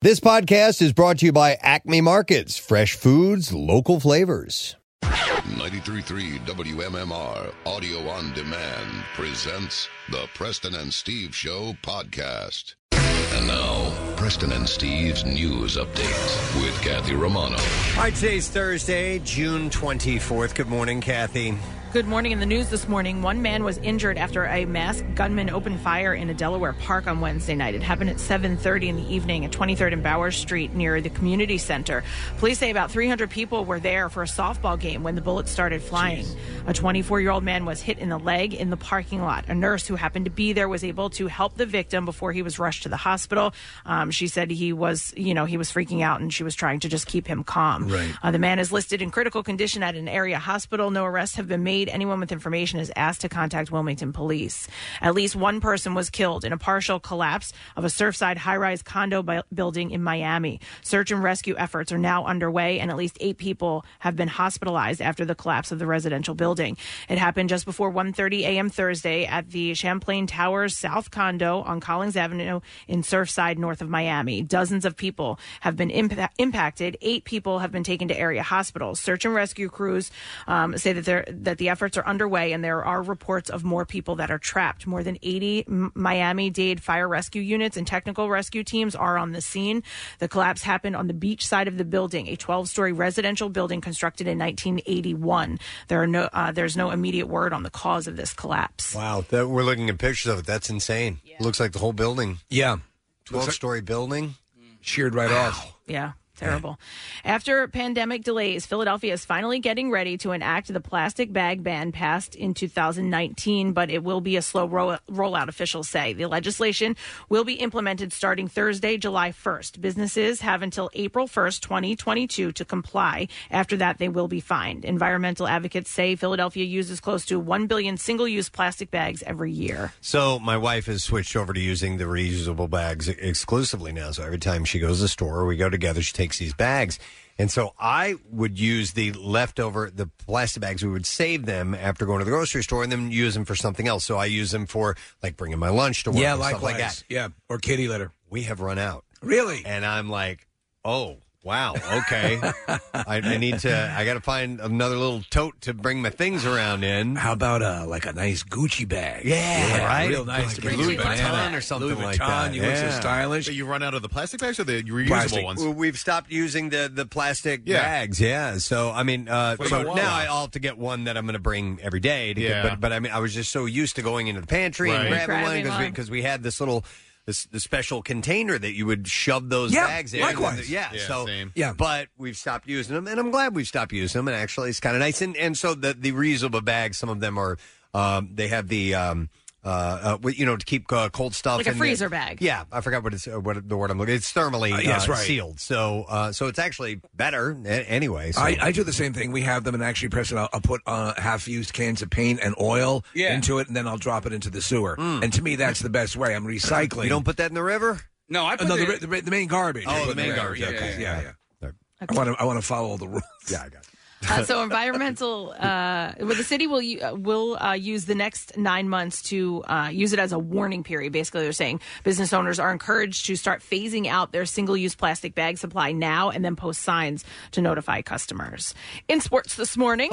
This podcast is brought to you by Acme Markets, fresh foods, local flavors. 933 WMMR Audio on Demand presents the Preston and Steve Show podcast. And now, Preston and Steve's news update with Kathy Romano. All right, today's Thursday, June 24th. Good morning, Kathy. Good morning. In the news this morning, one man was injured after a masked gunman opened fire in a Delaware park on Wednesday night. It happened at 7:30 in the evening at 23rd and Bowers Street near the community center. Police say about 300 people were there for a softball game when the bullets started flying. A 24-year-old man was hit in the leg in the parking lot. A nurse who happened to be there was able to help the victim before he was rushed to the hospital. Um, she said he was, you know, he was freaking out and she was trying to just keep him calm. Right. Uh, the man is listed in critical condition at an area hospital. No arrests have been made. Anyone with information is asked to contact Wilmington police. At least one person was killed in a partial collapse of a Surfside high rise condo bu- building in Miami. Search and rescue efforts are now underway, and at least eight people have been hospitalized after the collapse of the residential building. It happened just before 1.30 a.m. Thursday at the Champlain Towers South condo on Collins Avenue in Surfside, north of Miami. Dozens of people have been impa- impacted. Eight people have been taken to area hospitals. Search and rescue crews um, say that they're, that the efforts are underway, and there are reports of more people that are trapped. More than 80 M- Miami-Dade fire rescue units and technical rescue teams are on the scene. The collapse happened on the beach side of the building, a 12-story residential building constructed in 1981. There are no uh, there's no immediate word on the cause of this collapse. Wow, that, we're looking at pictures of it. That's insane. Looks like the whole building. Yeah. 12 story building. Sheared right off. Yeah. Terrible. After pandemic delays, Philadelphia is finally getting ready to enact the plastic bag ban passed in 2019, but it will be a slow ro- rollout, officials say. The legislation will be implemented starting Thursday, July 1st. Businesses have until April 1st, 2022 to comply. After that, they will be fined. Environmental advocates say Philadelphia uses close to 1 billion single use plastic bags every year. So my wife has switched over to using the reusable bags exclusively now. So every time she goes to the store, or we go together, she takes these bags. And so I would use the leftover, the plastic bags. We would save them after going to the grocery store and then use them for something else. So I use them for like bringing my lunch to work. Yeah, and stuff like likewise. that. Yeah, or kitty litter. We have run out. Really? And I'm like, oh, wow, okay. I, I need to, I got to find another little tote to bring my things around in. How about uh, like a nice Gucci bag? Yeah, right? Real nice. Like to bring Louis some banana. Vuitton or something Louis like Vuitton, that. You look so Yeah. stylish. So you run out of the plastic bags or the reusable Plastic. ones? We- We've stopped using the the plastic Yeah. bags. Yeah. So I mean, uh, For so the now walleye. I'll have to get one that I'm going to bring every day. To Yeah. get, but but I mean, I was just so used to going into the pantry and Right. grabbing, Grabbing one one. because we, had this little. This, the special container that you would shove those Yeah, bags in. likewise. And- yeah, Yeah, so same. yeah, but we've stopped using them, and I'm glad we've stopped using them. And actually, it's kind of nice. And and so the the reusable bags, some of them are, um, they have the um, uh, uh, you know, to keep uh, cold stuff Like a in the- freezer bag. Yeah, I forgot what it's uh, what the word I'm looking. It's thermally Uh, yes, uh, right. sealed. So uh, so it's actually better a- anyway. So. I, I do the same thing. We have them, and actually, Preston, I'll, I'll put uh, half-used cans of paint and oil Yeah. Mm. into it, and then I'll drop it into the sewer. And to me, that's the best way. I'm recycling. You don't put that in the river? No, I put no, the- the, the, the main garbage. Oh, I put the in main river. garbage. Yeah, Okay, yeah, yeah, yeah. I want to. I want to follow all the rules. Yeah, I got. Uh, so environmental, uh, well, the city will u- uh, will uh, use the next nine months to uh, use it as a warning period. Basically, they're saying business owners are encouraged to start phasing out their single use plastic bag supply now, and then post signs to notify customers. In sports this morning.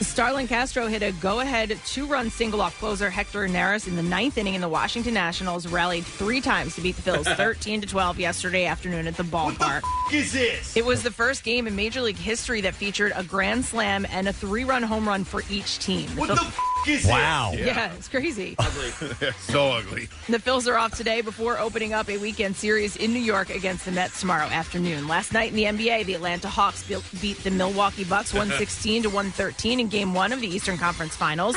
Starlin Castro hit a go-ahead two-run single off closer Hector Neris in the ninth inning, and the Washington Nationals rallied three times to beat the Phils, thirteen to twelve, yesterday afternoon at the ballpark. is this? It was the first game in Major League history that featured a grand slam and a three-run home run for each team. What Phil- the f- is Wow. this? Yeah, it's crazy. Ugly. so ugly. The Phils are off today before opening up a weekend series in New York against the Mets tomorrow afternoon. Last night in the NBA, the Atlanta Hawks be- beat the Milwaukee Bucks 116 to 113 in game one of the Eastern Conference Finals.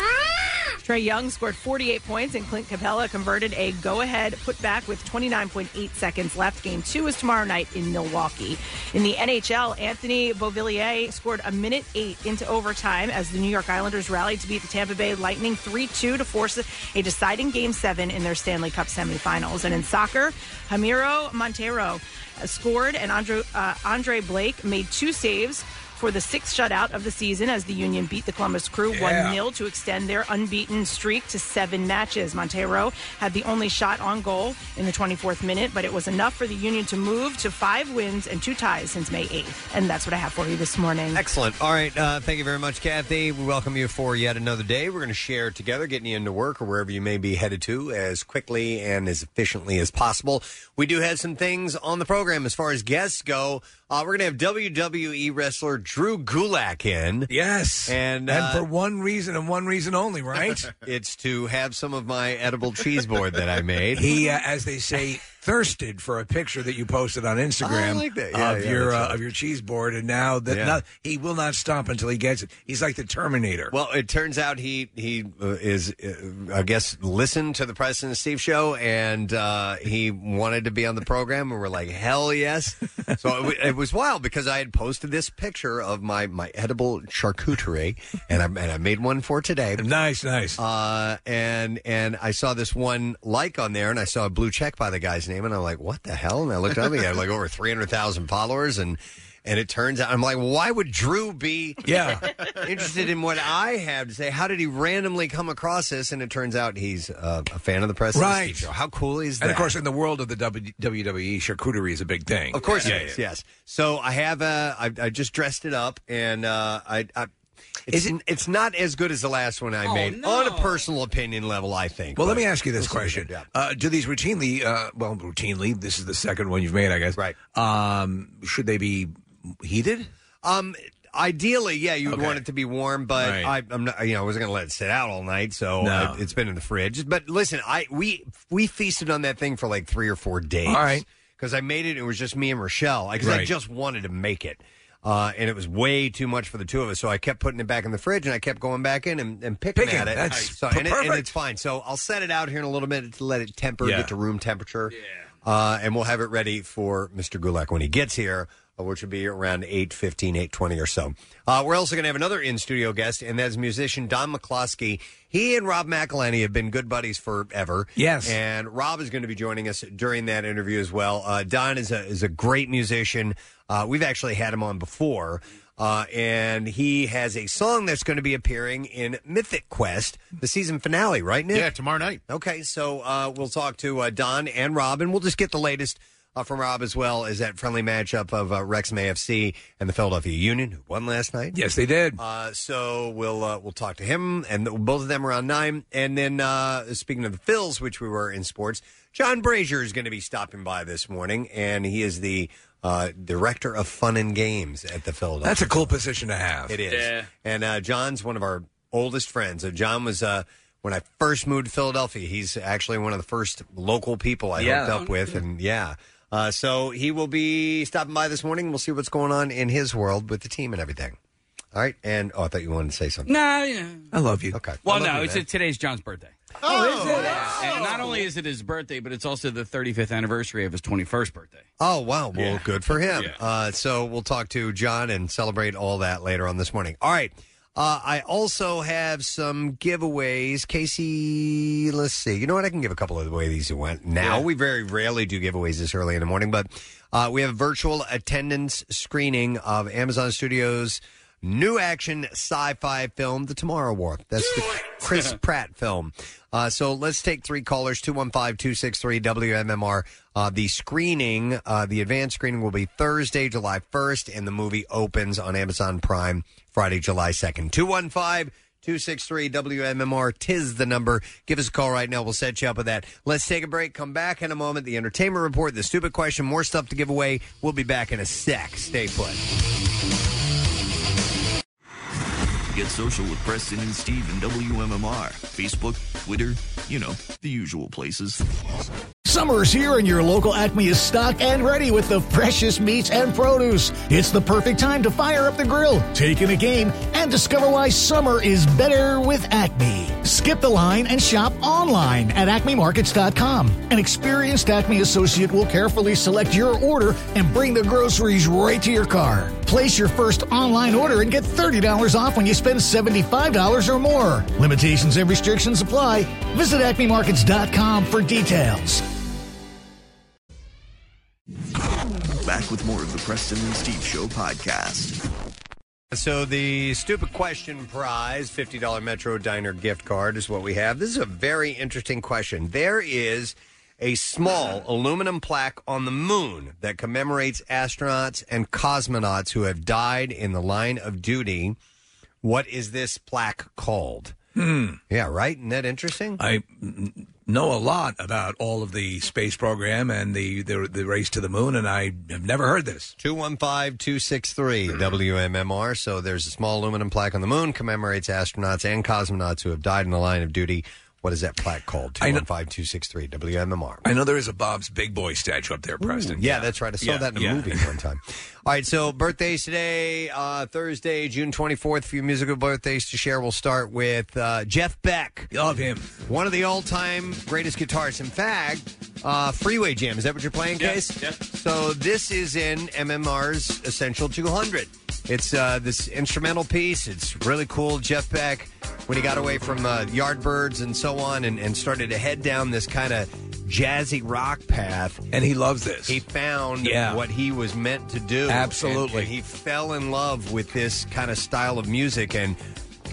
Trey Young scored 48 points, and Clint Capella converted a go ahead put back with 29.8 seconds left. Game two is tomorrow night in Milwaukee. In the NHL, Anthony Beauvillier scored a minute eight into overtime as the New York Islanders rallied to beat the Tampa Bay Lightning 3 2 to force a deciding game seven in their Stanley Cup semifinals. And in soccer, Jamiro Montero scored, and Andre, uh, Andre Blake made two saves for the sixth shutout of the season as the Union beat the Columbus Crew 1 Yeah. 0 to extend their unbeaten streak to seven matches. Montero had the only shot on goal in the 24th minute, but it was enough for the Union to move to five wins and two ties since May 8th. And that's what I have for you this morning. Excellent. All right. Uh, thank you very much, Kathy. We welcome you for yet another day. We're going to share together, getting you into work or wherever you may be headed to as quickly and as efficiently as possible. We do have some things on the program as far as guests go. Uh, we're going to have WWE wrestler Drew Gulak in. Yes. And, and uh, for one reason and one reason only, right? it's to have some of my edible cheese board that I made. He, uh, as they say, thirsted for a picture that you posted on Instagram I like that. Yeah, of yeah, your that's uh, of your cheese board, and now that Yeah. not, he will not stop until he gets it. He's like the Terminator. Well, it turns out he he uh, is, uh, I guess, listened to the President and Steve show, and uh, he wanted to be on the program, and we're like, hell yes! So it, w- it was wild because I had posted this picture of my my edible charcuterie, and I and I made one for today. Nice, nice. Uh, and and I saw this one like on there, and I saw a blue check by the guy's name, and I'm like, what the hell? And I looked up, and he had like over three hundred thousand followers, and. And it turns out I'm like, why would Drew be Yeah. interested in what I have to say. How did he randomly come across this? And it turns out he's uh, a fan of the press. Right. Show. How cool is that? and of course, in the world of the W- WWE, charcuterie is a big thing. Of course Yeah, it is. yeah. Yes. So I have a. I, I just dressed it up, and uh, I. I it's, it's not as good as the last one I Oh, made no. on a personal opinion level. I think. Well, let but me ask you it this was pretty question: good, yeah. uh, Do these routinely? Uh, well, routinely. This is the second one you've made, I guess. Right. Um, should they be heated? Um, ideally, yeah, you would want it to be warm, but Right. I, I'm not. You know, I wasn't going to let it sit out all night, so No. I- it's been in the fridge. But listen, I we we feasted on that thing for like three or four days. All right. because I made it. and It was just me and Rochelle because I Right. just wanted to make it. Uh, and it was way too much for the two of us, so I kept putting it back in the fridge, and I kept going back in and, and picking, Picking, at it. that's so, and, it- and perfect. it's fine. So I'll set it out here in a little bit to let it temper, Yeah. get to room temperature, uh, and we'll have it ready for Mr. Gulak when he gets here, uh, which would be around 8.15, 8.20 or so. Uh, we're also going to have another in-studio guest, and that's musician Don McCloskey. He and Rob McElhenney have been good buddies forever. Yes. And Rob is going to be joining us during that interview as well. Uh, Don is a, is a great musician. Uh, we've actually had him on before. Uh, and he has a song that's going to be appearing in Mythic Quest, the season finale, right, Nick? Yeah, tomorrow night. Okay, so uh, we'll talk to uh, Don and Rob, and we'll just get the latest uh, from Rob as well as that friendly matchup of uh, Wrexham AFC and the Philadelphia Union, who won last night. Yes, they did. Uh, so we'll uh, we'll talk to him and th- both of them around nine. And then uh, speaking of the Phils, which we were in sports, John Brazier is going to be stopping by this morning, and he is the uh, director of fun and games at the Philadelphia. That's a cool position to have. It is. And uh, John's one of our oldest friends. Uh, John was uh, when I first moved to Philadelphia. He's actually one of the first local people I Yeah. hooked up with, and yeah. Uh, so he will be stopping by this morning. We'll see what's going on in his world with the team and everything. All right. And oh, I thought you wanted to say something. No, you know. I love you. Okay. I Well, love no, you, it's man. a, today's John's birthday. Oh, is it? And not only is it his birthday, but it's also the 35th anniversary of his 21st birthday. Oh wow! Well, good for him. Uh, so we'll talk to John and celebrate all that later on this morning. All right. Uh, I also have some giveaways. Casey, let's see. You know what? I can give a couple of the way these went. Now we very rarely do giveaways this early in the morning, but uh, we have a virtual attendance screening of Amazon Studios' new action sci-fi film, The Tomorrow War. That's the Chris Pratt film. Uh, so let's take three callers 215 263 WMMR. Uh, the screening, uh, the advanced screening will be Thursday, July 1st, and the movie opens on Amazon Prime Friday, July 2nd. 215 263 WMMR. Tis the number. Give us a call right now. We'll set you up with that. Let's take a break. Come back in a moment. The entertainment report, the stupid question, more stuff to give away. We'll be back in a sec. Stay put. Get social with Preston and Steve and WMMR. Facebook, Twitter, you know, the usual places. Summer's here and your local Acme is stocked and ready with the freshest meats and produce. It's the perfect time to fire up the grill, take in a game, and discover why summer is better with Acme. Skip the line and shop online at acmemarkets.com. An experienced Acme associate will carefully select your order and bring the groceries right to your car. Place your first online order and get $30 off when you spend $75 or more. Limitations and restrictions apply. Visit acmemarkets.com for details. Back with more of the Preston and Steve Show podcast. So the stupid question prize, fifty dollar Metro Diner gift card, is what we have. This is a very interesting question. There is a small aluminum plaque on the moon that commemorates astronauts and cosmonauts who have died in the line of duty. What is this plaque called? Hmm. Yeah, right. Isn't that interesting? I mm, know a lot about all of the space program and the, the the race to the moon, and I have never heard this. 215 263 WMMR. So there's a small aluminum plaque on the moon commemorates astronauts and cosmonauts who have died in the line of duty. What is that plaque called? 215 263 WMMR. I know there is a Bob's Big Boy statue up there, Preston. yeah, that's right. I saw that in a movie one time. All right, so birthdays today, uh, Thursday, June 24th. A few musical birthdays to share. We'll start with uh, Jeff Beck. Love him. One of the all time greatest guitarists. In fact, uh, Freeway Jam. Is that what you're playing, Yeah, Case? yeah. So this is in MMR's Essential 200. It's uh, this instrumental piece. It's really cool. Jeff Beck, when he got away from uh, Yardbirds and so on and, and started to head down this kind of jazzy rock path. And he loves this. He found Yeah. what he was meant to do. Absolutely. And- and he fell in love with this kind of style of music and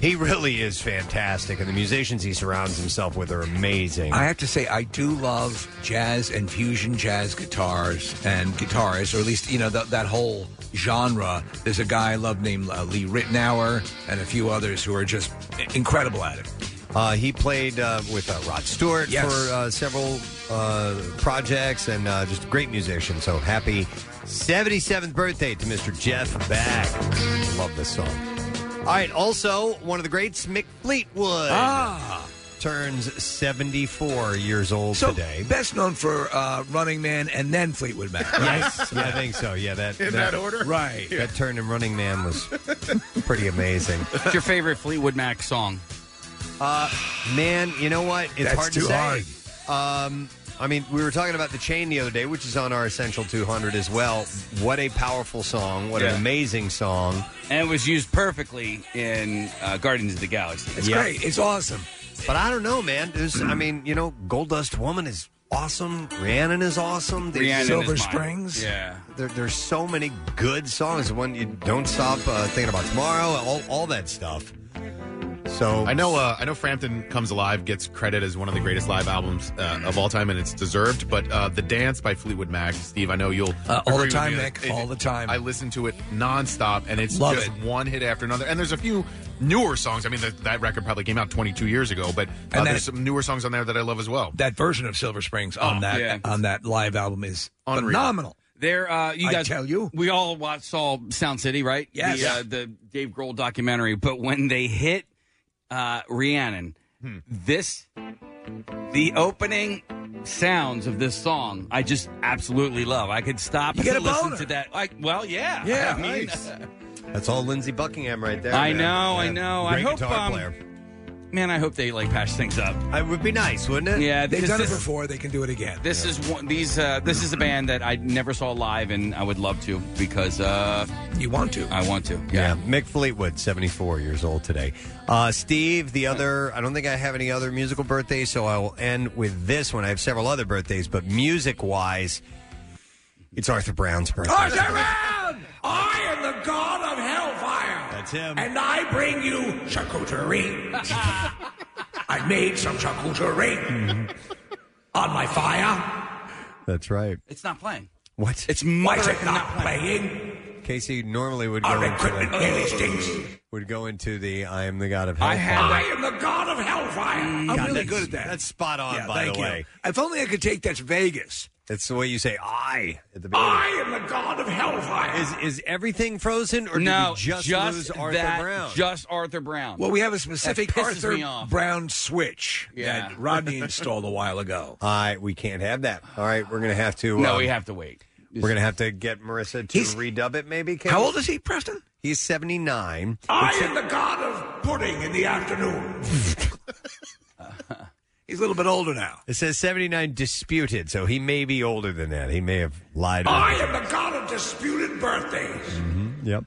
he really is fantastic. And the musicians he surrounds himself with are amazing. I have to say, I do love jazz and fusion jazz guitars and guitarists, or at least you know th- that whole genre. There's a guy I love named uh, Lee Ritenour and a few others who are just i- incredible at it. Uh, he played uh, with uh, Rod Stewart for uh, several uh, projects and uh, just a great musician. So happy 77th birthday to Mr. Jeff Beck. Love this song. All right, also, one of the greats, Mick Fleetwood. Ah. Turns 74 years old So today. best known for uh, Running Man and then Fleetwood Mac. right? Yes, yeah, I think so. Yeah, that In that order? Right. That turn in Running Man was pretty amazing. What's your favorite Fleetwood Mac song? Uh, man, you know what? It's That's hard to too say. Um, I mean, we were talking about the chain the other day, which is on our Essential 200 as well. What a powerful song! What Yeah. an amazing song! And it was used perfectly in uh, Guardians of the Galaxy. It's Yeah. great. It's awesome. But I don't know, man. There's, I mean, you know, Gold Dust Woman is awesome. Rhiannon is awesome. There's- Rhiannon is mine. Yeah. There, there's so many good songs. The One you don't stop uh, thinking about tomorrow. All, all that stuff. So I know uh, I know Frampton Comes Alive gets credit as one of the greatest live albums uh, of all time, and it's deserved. But uh, The Dance by Fleetwood Mac, Steve, I know you'll Uh, all the agree with time, me. Nick. It- All the time. I listen to it nonstop, and it's Love just it. one hit after another. And there's a few newer songs. I mean, that that record probably came out 22 years ago, but uh, And that- there's some newer songs on there that I love as well. That version of Silver Springs on Oh, that yeah. on that live album is Unreal. phenomenal. There, uh, you I guys. tell you. we all watched saw Sound City, right? Yes. The, uh, the Dave Grohl documentary. But when they hit uh, Rhiannon, this the opening sounds of this song, I just absolutely love. I could stop You and get a listen boner. to that. Like, well, yeah, Yeah, I mean, That's all Lindsey Buckingham right there. I man. know, I Yeah, know. Great I hope, guitar um, player. man, I hope they like patch things up. It would be nice, wouldn't it? Yeah, They've because done this- it before. They can do it again. This is one. These. Uh, this is a band that I never saw live, and I would love to because uh, you want to. I want to. Yeah. Mick Fleetwood, 74 years old today. Uh, Steve, the other, I don't think I have any other musical birthdays, so I will end with this one. I have several other birthdays, but music wise, it's Arthur Brown's birthday. Arthur Brown! I am the god of hellfire. That's him. And I bring you charcuterie. I made some charcuterie Mm-hmm. on my fire. That's right. It's not playing. What? It's Why is moderate it and not playing. playing? Casey normally would go Our into equipment the, really stinks. would go into the I am the God of I, Hell. am the god of hellfire. I'm God, really that's- good at Mm, that. that's spot on, by thank the you. way. If only I could take that's Vegas. That's the way you say I at the beginning. I am the god of hellfire. Is is everything frozen or did No, you just, lose Arthur that- Brown? Just Arthur Brown. well, we have a specific pisses Arthur me off. Brown switch Yeah. that Rodney installed a while ago. I we can't have that. All right, we're gonna have to. no, um, we have to wait. We're gonna have to get Marissa to He's- redub it. Maybe. Kate? How old is he, Preston? He's seventy nine. I am the god of pudding in the afternoon. He's a little bit older now. It says 79 disputed, so he may be older than that. He may have lied. I am the god of disputed birthdays. Mm-hmm. Yep.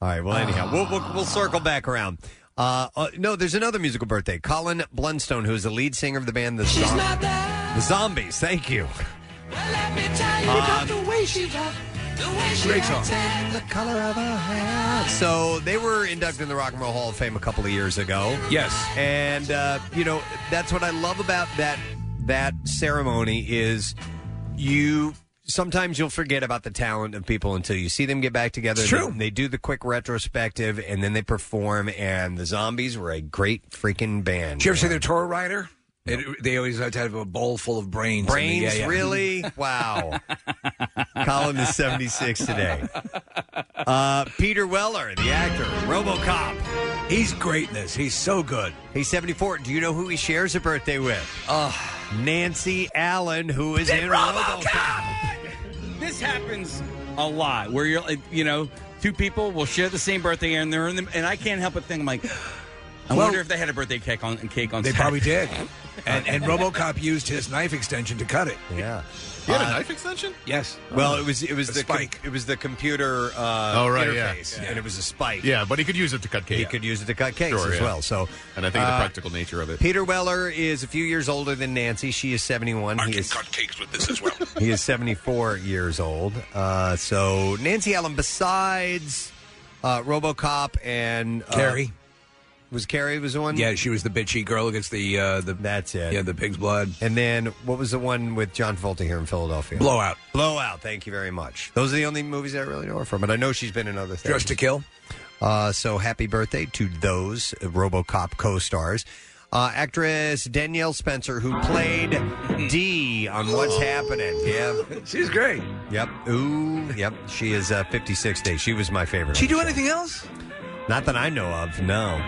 All right. Well, anyhow, we'll, we'll, we'll circle back around. Uh, uh, no, there's another musical birthday. Colin Blunstone, who is the lead singer of the band The, Zom- the Zombies. Thank you. the way she walked, the way she Great song. acted, the color of her hair. So they were inducted in the Rock and Roll Hall of Fame a couple of years ago. Yes. And uh, you know that's what I love about that that ceremony is you sometimes you'll forget about the talent of people until you see them get back together. true. They, they do the quick retrospective and then they perform. And the Zombies were a great freaking band. Did you ever see their Toro Rider? It- they always have to have a bowl full of brains. in the- Brains, yeah, yeah. really? Wow. Colin is 76 today. Uh, Peter Weller, the actor, RoboCop. He's greatness. He's so good. He's 74. Do you know who he shares a birthday with? Uh, Nancy Allen, who is Did in RoboCop! RoboCop. This happens a lot where you're, like, you know, two people will share the same birthday and they're in them, and I can't help but think, I'm like, I Well- wonder if they had a birthday cake on cake on. They set. probably did. And, and RoboCop used his knife extension to cut it. Yeah. He had a Uh, knife extension? Yes. Well, it was it was A the com- spike. it was the computer uh, Oh, right, yeah. interface, Yeah. and it was a spike. Yeah, but he could use it to cut cake. He could use it to cut cakes Sure, as yeah. well. So, And I think the uh, practical nature of it. Peter Weller is a few years older than Nancy. She is seventy-one. he is cakes with this as well. he is 74 years old. Uh, so Nancy Allen, besides uh, RoboCop and uh, Carrie. was Carrie was the one. Yeah, she was the bitchy girl who gets the uh, the. That's it. Yeah, the pig's blood. And then what was the one with John Travolta here in Philadelphia? Blowout. Blowout. Thank you very much. Those are the only movies I really know her from, but I know she's been in other things. Dressed to Kill. Uh, so happy birthday to those uh, RoboCop co-stars. Uh, actress Danielle Spencer, who played D on What's Oh. Happening. Yeah. She's great. Yep. Ooh. Yep. She is uh, 56 today. She was my favorite. She do anything else? Not that I know of. No.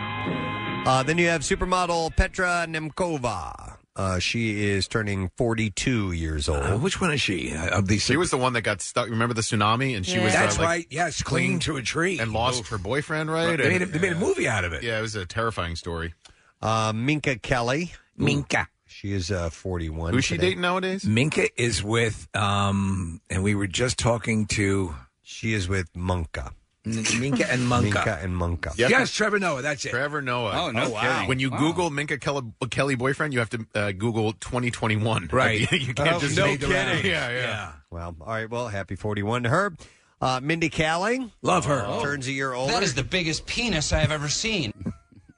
Uh, then you have supermodel Petra Nemkova. Uh, she is turning 42 years old. Uh, which one is she? of these She was the one that got stuck. Remember the tsunami? And she was. That's uh, like, right. Yes, clinging to a tree and lost her boyfriend, right? They made a- they made a movie out of it. Yeah, it was a terrifying story. Uh, Minka Kelly. Minka. She is uh, 41. Who's she today. dating nowadays? Minka is with, um, and we were just talking to She is with Monka. Minka and Monka. Minka and Monka. Yep. Yes, Trevor Noah. That's it. Trevor Noah. Oh, no Oh, wow. kidding. When you Wow. Google Minka Kelly, Kelly boyfriend, you have to uh, Google 2021. Right. you can't Oh, just no make the rounds. kidding. Yeah, yeah. Yeah. Well, all right. Well, happy 41 to her. Uh, Mindy Kaling Love her. turns a year older. That is the biggest penis I have ever seen.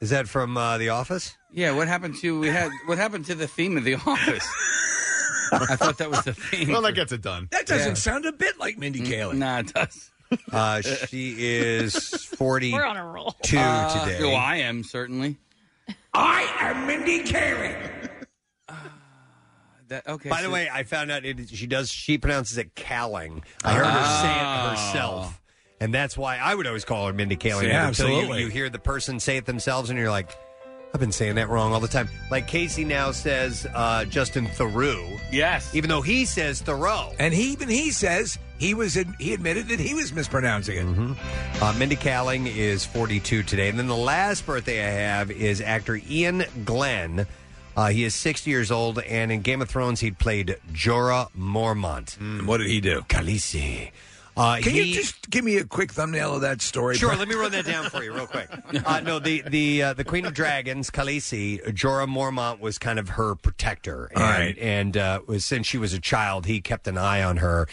Is that from uh, The Office? Yeah, what happened to we had? What happened to the theme of the office? I thought that was the theme. Mm, Well, that gets it done. That doesn't sound a bit like Mindy Kaling. nah, it does. Uh, she is 42 We're on a roll. today. Oh, I am certainly. Uh, I am Mindy Kaling. That, okay. By the so- way, I found out it, she does. She pronounces it Cowling. I heard her say it herself, and that's why I would always call her Mindy Kaling. Oh. Yeah, until you- absolutely. You, hear the person say it themselves, and you're like, I've been saying that wrong all the time. Like Casey now says uh, Justin Theroux, yes. even though he says Thoreau. And he even he says he was in, he admitted that he was mispronouncing it. Uh, Mindy Kaling is 42 today. And then the last birthday I have is actor Ian Glenn. Uh, he is 60 years old, and in Game of Thrones, he played Jorah Mormont. Mm. And What did he do? Khaleesi. Uh, Can he- you just give me a quick thumbnail of that story? Sure, let me run that down for you real quick. Uh, no, the the uh, the Queen of Dragons, Khaleesi, Jorah Mormont was kind of her protector, and, All right. and uh, was, since she was a child, he kept an eye on her.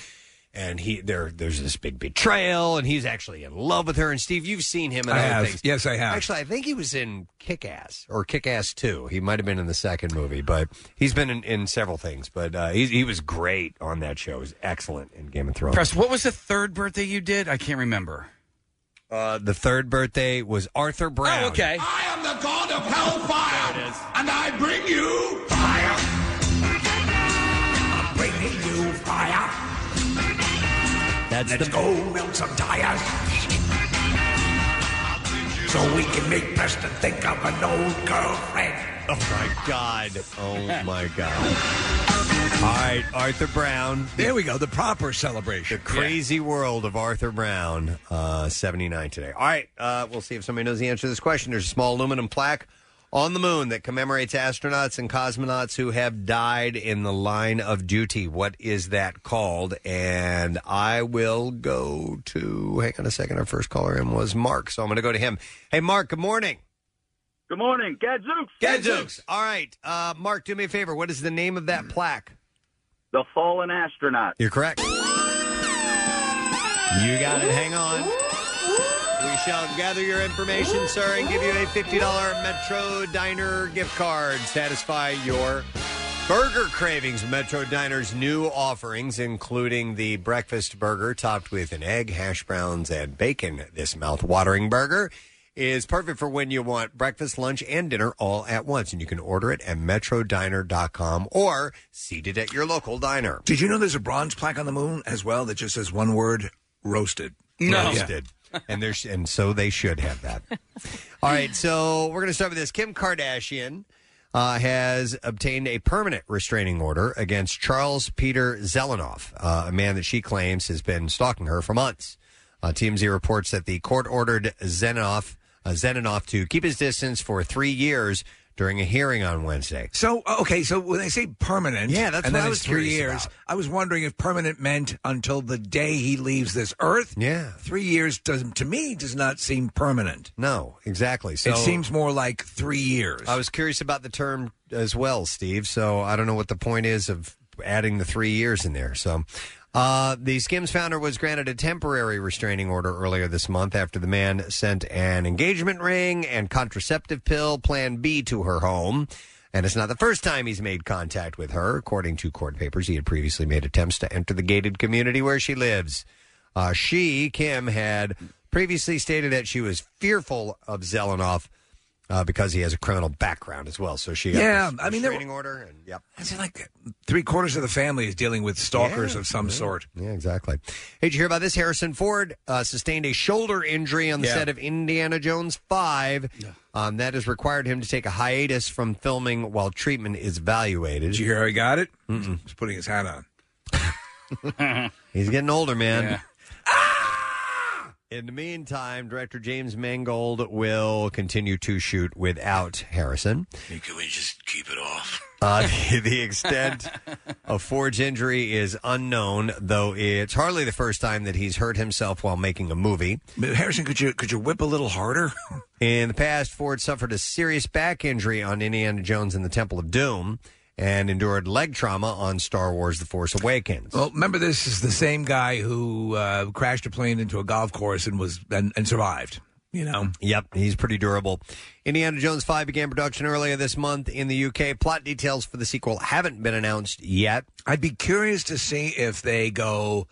And he there there's this big betrayal, and he's actually in love with her. And Steve, you've seen him in I other have. things. Yes, I have. Actually, I think he was in Kick Ass or Kick Ass Two. He might have been in the second movie, but he's been in, in several things. But uh, he he was great on that show. He was excellent in Game of Thrones. Press. What was the third birthday you did? I can't remember. Uh, the third birthday was Arthur Brown. Oh, okay. I am the god of hellfire, and I bring you fire. I'm bringing you fire. That's Let's the go melt some tires. So we can make Preston think of an old girlfriend. Oh my God. Oh my God. All right, Arthur Brown. There we go. The proper The celebration. crazy world of Arthur Brown, uh, 79 today. All right, uh, we'll see if somebody knows the answer to this question. There's a small aluminum plaque on the moon that commemorates astronauts and cosmonauts who have died in the line of duty. What is that called? And I will go to, hang on a second, our first caller in was Mark. So I'm going to go to him. Hey, Mark, good morning. Good morning, Gadzooks. Gadzooks. All right. Uh, Mark, do me a favor. What is the name of that plaque? The fallen astronaut. You're correct. You got it. Hang on. We shall gather your information, sir, and give you a $50 Metro Diner gift card. Satisfy your burger cravings. Metro Diner's new offerings, including the breakfast burger topped with an egg, hash browns, and bacon. This mouth-watering burger is perfect for when you want breakfast, lunch, and dinner all at once. And you can order it at metrodiner.com or seated at your local diner. Did you know there's a bronze plaque on the moon as well that just says one word roasted? No. Yeah. Roasted. and there's and so they should have that. All right, so we're going to start with this. Kim Kardashian uh, has obtained a permanent restraining order against Charles Peter Zelenoff, uh, a man that she claims has been stalking her for months. Uh, TMZ reports that the court ordered Zelenoff uh, Zelenoff to keep his distance for three years during a hearing on Wednesday. So Oh, okay, so when they say permanent, Yeah, that's and what then I it's was three curious years. about. I was wondering if permanent meant until the day he leaves this earth. Yeah, three years does to me does not seem permanent. No, exactly. So it seems more like three years. I was curious about the term as well, Steve. So I don't know what the point is of adding the three years in there. So uh, the Skims founder was granted a temporary restraining order earlier this month after the man sent an engagement ring and contraceptive pill Plan B to her home. And it's not the first time he's made contact with her. According to court papers, he had previously made attempts to enter the gated community where she lives. Uh, she, Kim, had previously stated that she was fearful of Zelenoff uh, because he has a criminal background as well. So she got yeah, this I mean, restraining order and yep. like three quarters of the family is dealing with stalkers of some sort. Yeah, exactly. Hey, did you hear about this? Harrison Ford uh, sustained a shoulder injury on the Yeah. set of Indiana Jones 5. Um, that has required him to take a hiatus from filming while treatment is evaluated. Did you hear how he got it? Mm-mm. He's putting his hat on. He's getting older, man. Ah! In the meantime, director James Mangold will continue to shoot without Harrison. Can we just keep it off? Uh, the, the extent of Ford's injury is unknown, though it's hardly the first time that he's hurt himself while making a movie. Harrison, could you could you whip a little harder? In the past, Ford suffered a serious back injury on Indiana Jones and the Temple of Doom, and endured leg trauma on Star Wars: The Force Awakens. Well, remember this is the same guy who uh, crashed a plane into a golf course and was and, and survived. You know. Yep, he's pretty durable. Indiana Jones 5 began production earlier this month in the UK. Plot details for the sequel haven't been announced yet. I'd be curious to see if they go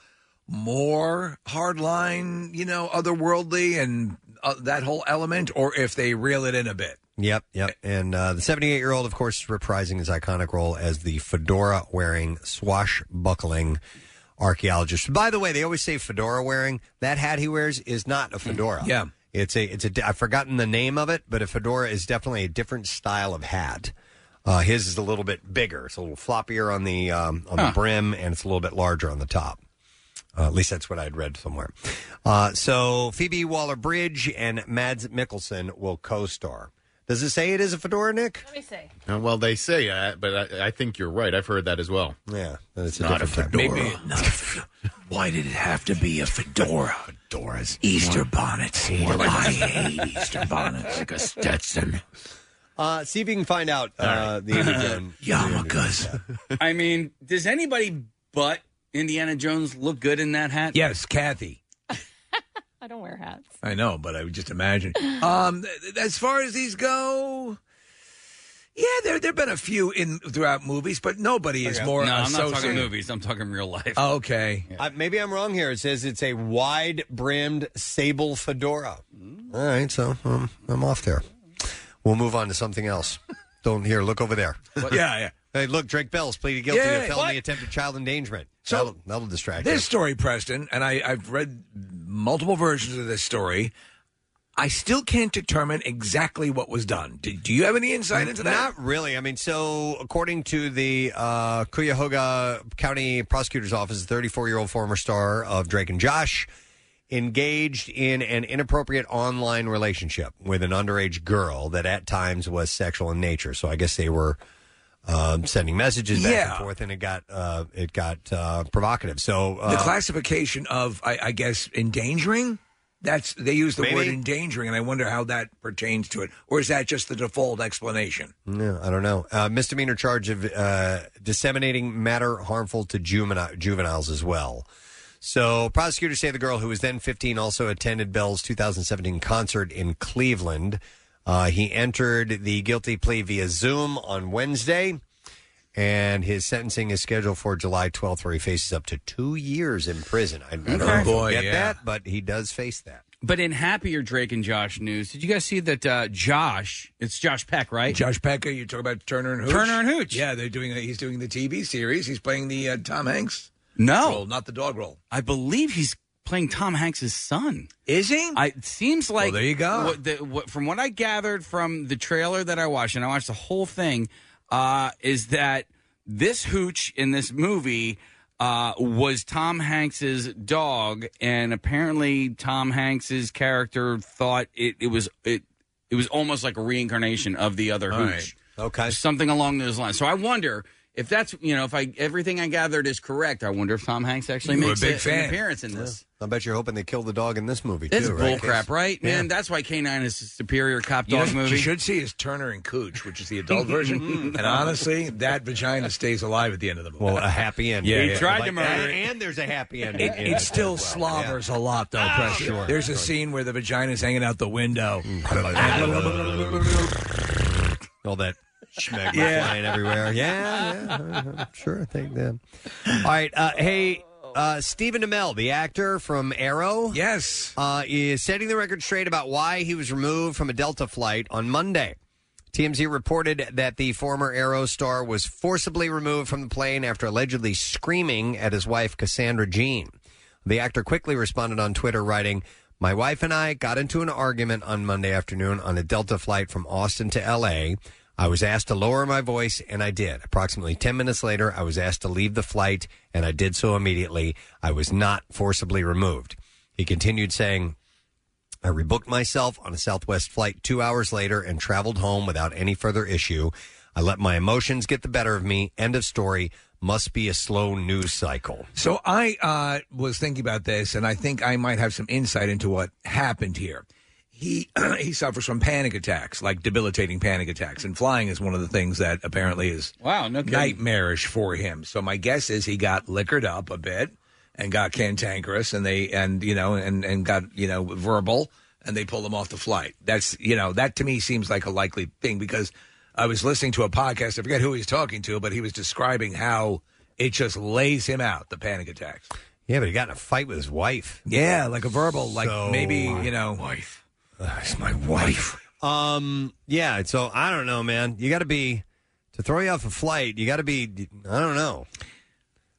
more hardline, you know, otherworldly and uh, that whole element, or if they reel it in a bit. Yep, yep. And uh, the 78 year old, of course, is reprising his iconic role as the fedora wearing, swashbuckling archaeologist. By the way, they always say fedora wearing. That hat he wears is not a fedora. Yeah. It's a, it's a, di- I've forgotten the name of it, but a fedora is definitely a different style of hat. Uh, his is a little bit bigger. It's a little floppier on the um, on the brim, and it's a little bit larger on the top. Uh, at least that's what I had read somewhere. Uh, so Phoebe Waller Bridge and Mads Mikkelsen will co-star. Does it say it is a fedora, Nick? Let me say. Uh, well, they say, uh, but I, I think you're right. I've heard that as well. Yeah, it's a not different a fedora. Why did it have to be a fedora? Fedoras, Easter bonnets. I hate Easter bonnets. Like a Stetson. Uh, see if you can find out uh, the Indiana Yarmulkes. I mean, does anybody but Indiana Jones look good in that hat? Yes, Kathy. I don't wear hats. I know, but I would just imagine. Um, th- th- as far as these go, yeah, there there've been a few in throughout movies, but nobody is more. No, I'm not talking associated- movies. I'm talking real life. Oh, okay. Uh, maybe I'm wrong here. It says it's a wide-brimmed sable fedora. All right, so um, I'm off there. We'll move on to something else. Don't here. Look over there. Yeah, yeah. Hey, look, Drake Bell's pleaded guilty Yeah, to felony what? attempted child endangerment. So- that'll, that'll distract This you. story, Preston, and I, I've read multiple versions of this story. I still can't determine exactly what was done. Do, do you have any insight into that? Not really. I mean, so according to the uh, Cuyahoga County Prosecutor's Office, 34 year old former star of Drake and Josh engaged in an inappropriate online relationship with an underage girl that at times was sexual in nature. So I guess they were um, sending messages back Yeah. and forth, and it got uh, it got uh, provocative. So uh, the classification of, I, I guess, endangering. That's they use the word Maybe. endangering, and I wonder how that pertains to it, or is that just the default explanation? No, I don't know. Uh, misdemeanor charge of uh, disseminating matter harmful to juvenile, juveniles as well. So prosecutors say the girl, who was then 15, also attended Bell's 2017 concert in Cleveland. Uh, he entered the guilty plea via Zoom on Wednesday, and his sentencing is scheduled for July 12th, where he faces up to two years in prison. I, I don't know if he'll Boy, get yeah. that, but he does face that. But in happier Drake and Josh news, did you guys see that uh, Josh? It's Josh Peck, right? Josh Peck, you talk about Turner and Hooch. Turner and Hooch. Yeah, they're doing. A, he's doing the TV series. He's playing the uh, Tom Hanks. No. role, not the dog role. I believe he's playing Tom Hanks' son. Is he? I, it seems like. there you go. What, the, what, from what I gathered from the trailer that I watched, and I watched the whole thing, uh, is that this hooch in this movie uh, was Tom Hanks's dog, and apparently Tom Hanks's character thought it, it was it. It was almost like a reincarnation of the other All hooch. right. Okay. Something along those lines. So I wonder if that's you know if I everything I gathered is correct. I wonder if Tom Hanks actually You were a makes big a- fan. an appearance in this. I bet you're hoping they kill the dog in this movie That's too. bull right, crap, Case? right? Yeah. Man, that's why K9 is a superior cop You know dog what movie. You should see is Turner and Cooch, which is the adult version. and honestly, that vagina stays alive at the end of the movie. Well, a happy ending. Yeah, He yeah. tried to Like, murder and- it. and there's a happy ending It, in it it still slobbers a lot, though. Preston. sure. There's a scene where the vagina's hanging out the window. All that schmegma Yeah. flying everywhere. Yeah, yeah. I'm sure. I think that. All right. Uh, hey, uh, Stephen DeMel, the actor from Arrow. Yes. Uh, is setting the record straight about why he was removed from a Delta flight on Monday. TMZ reported that the former Arrow star was forcibly removed from the plane after allegedly screaming at his wife, Cassandra Jean. The actor quickly responded on Twitter, writing, My wife and I got into an argument on Monday afternoon on a Delta flight from Austin to LA. I was asked to lower my voice, and I did. Approximately 10 minutes later, I was asked to leave the flight, and I did so immediately. I was not forcibly removed. He continued saying, I rebooked myself on a Southwest flight two hours later and traveled home without any further issue. I let my emotions get the better of me. End of story. Must be a slow news cycle. So I uh, was thinking about this, and I think I might have some insight into what happened here. He he suffers from panic attacks, like debilitating panic attacks, and flying is one of the things that apparently is wow, no kidding. nightmarish for him. So my guess is he got liquored up a bit and got cantankerous, and they and you know and and got you know verbal, and they pulled him off the flight. That's you know that to me seems like a likely thing because I was listening to a podcast. I forget who he was talking to, but he was describing how it just lays him out the panic attacks. Yeah, but he got in a fight with his wife. Yeah, like a verbal, like So- maybe you know. Wife. it's my wife. Um, yeah. So I don't know, man. You got to be to throw you off a flight. You got to be. I don't know.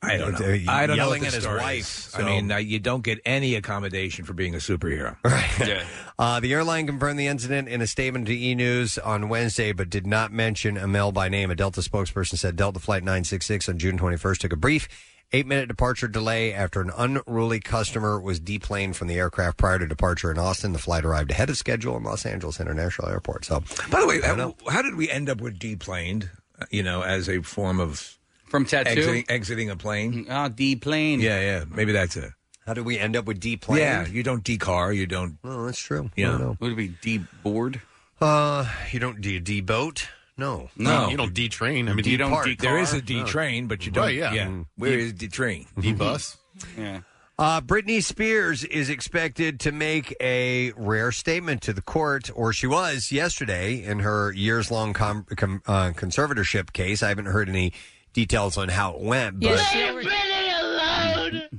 I don't know. Uh, I don't know yelling what the at his story wife, is. so- I mean, uh, you don't get any accommodation for being a superhero. Yeah. Uh, the airline confirmed the incident in a statement to E News on Wednesday, but did not mention Amel by name. A Delta spokesperson said Delta Flight 966 on June 21st took a brief eight minute departure delay after an unruly customer was deplaned from the aircraft prior to departure in Austin. The flight arrived ahead of schedule in Los Angeles International Airport. So, By the way, how, how did we end up with deplaned? uh, You know, as a form of from tattoo exiting, exiting a plane. Ah, deplane. Yeah, yeah. Maybe that's it. How did we end up with deplaned? Yeah, you don't decar. You don't. No, that's true. You know, Would it be D board? uh, you don't do you deboat? No, You don't detrain. You I mean, depart. depart. There is a No. detrain, but you Mm-hmm. Right, don't- yeah. Oh, Mm. yeah. Where is the train? The bus? Yeah. Uh, Britney Spears is expected to make a rare statement to the court, or she was yesterday in her years long com- com- uh, conservatorship case. I haven't heard any details on how it went, but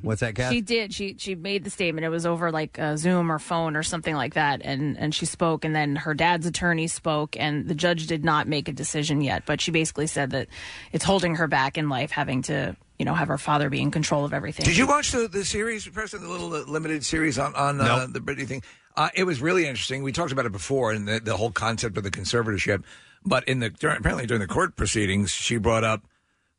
what's that, Kath? She did. She she made the statement. It was over like uh, Zoom or phone or something like that, and and she spoke, and then her dad's attorney spoke, and the judge did not make a decision yet. But she basically said that it's holding her back in life, having to you know have her father be in control of everything. Did you watch the the series, President? The little uh, limited series on on uh, the Britney thing. Uh, it was really interesting. We talked about it before, and the, the whole concept of the conservatorship. But in the dur- apparently during the court proceedings, she brought up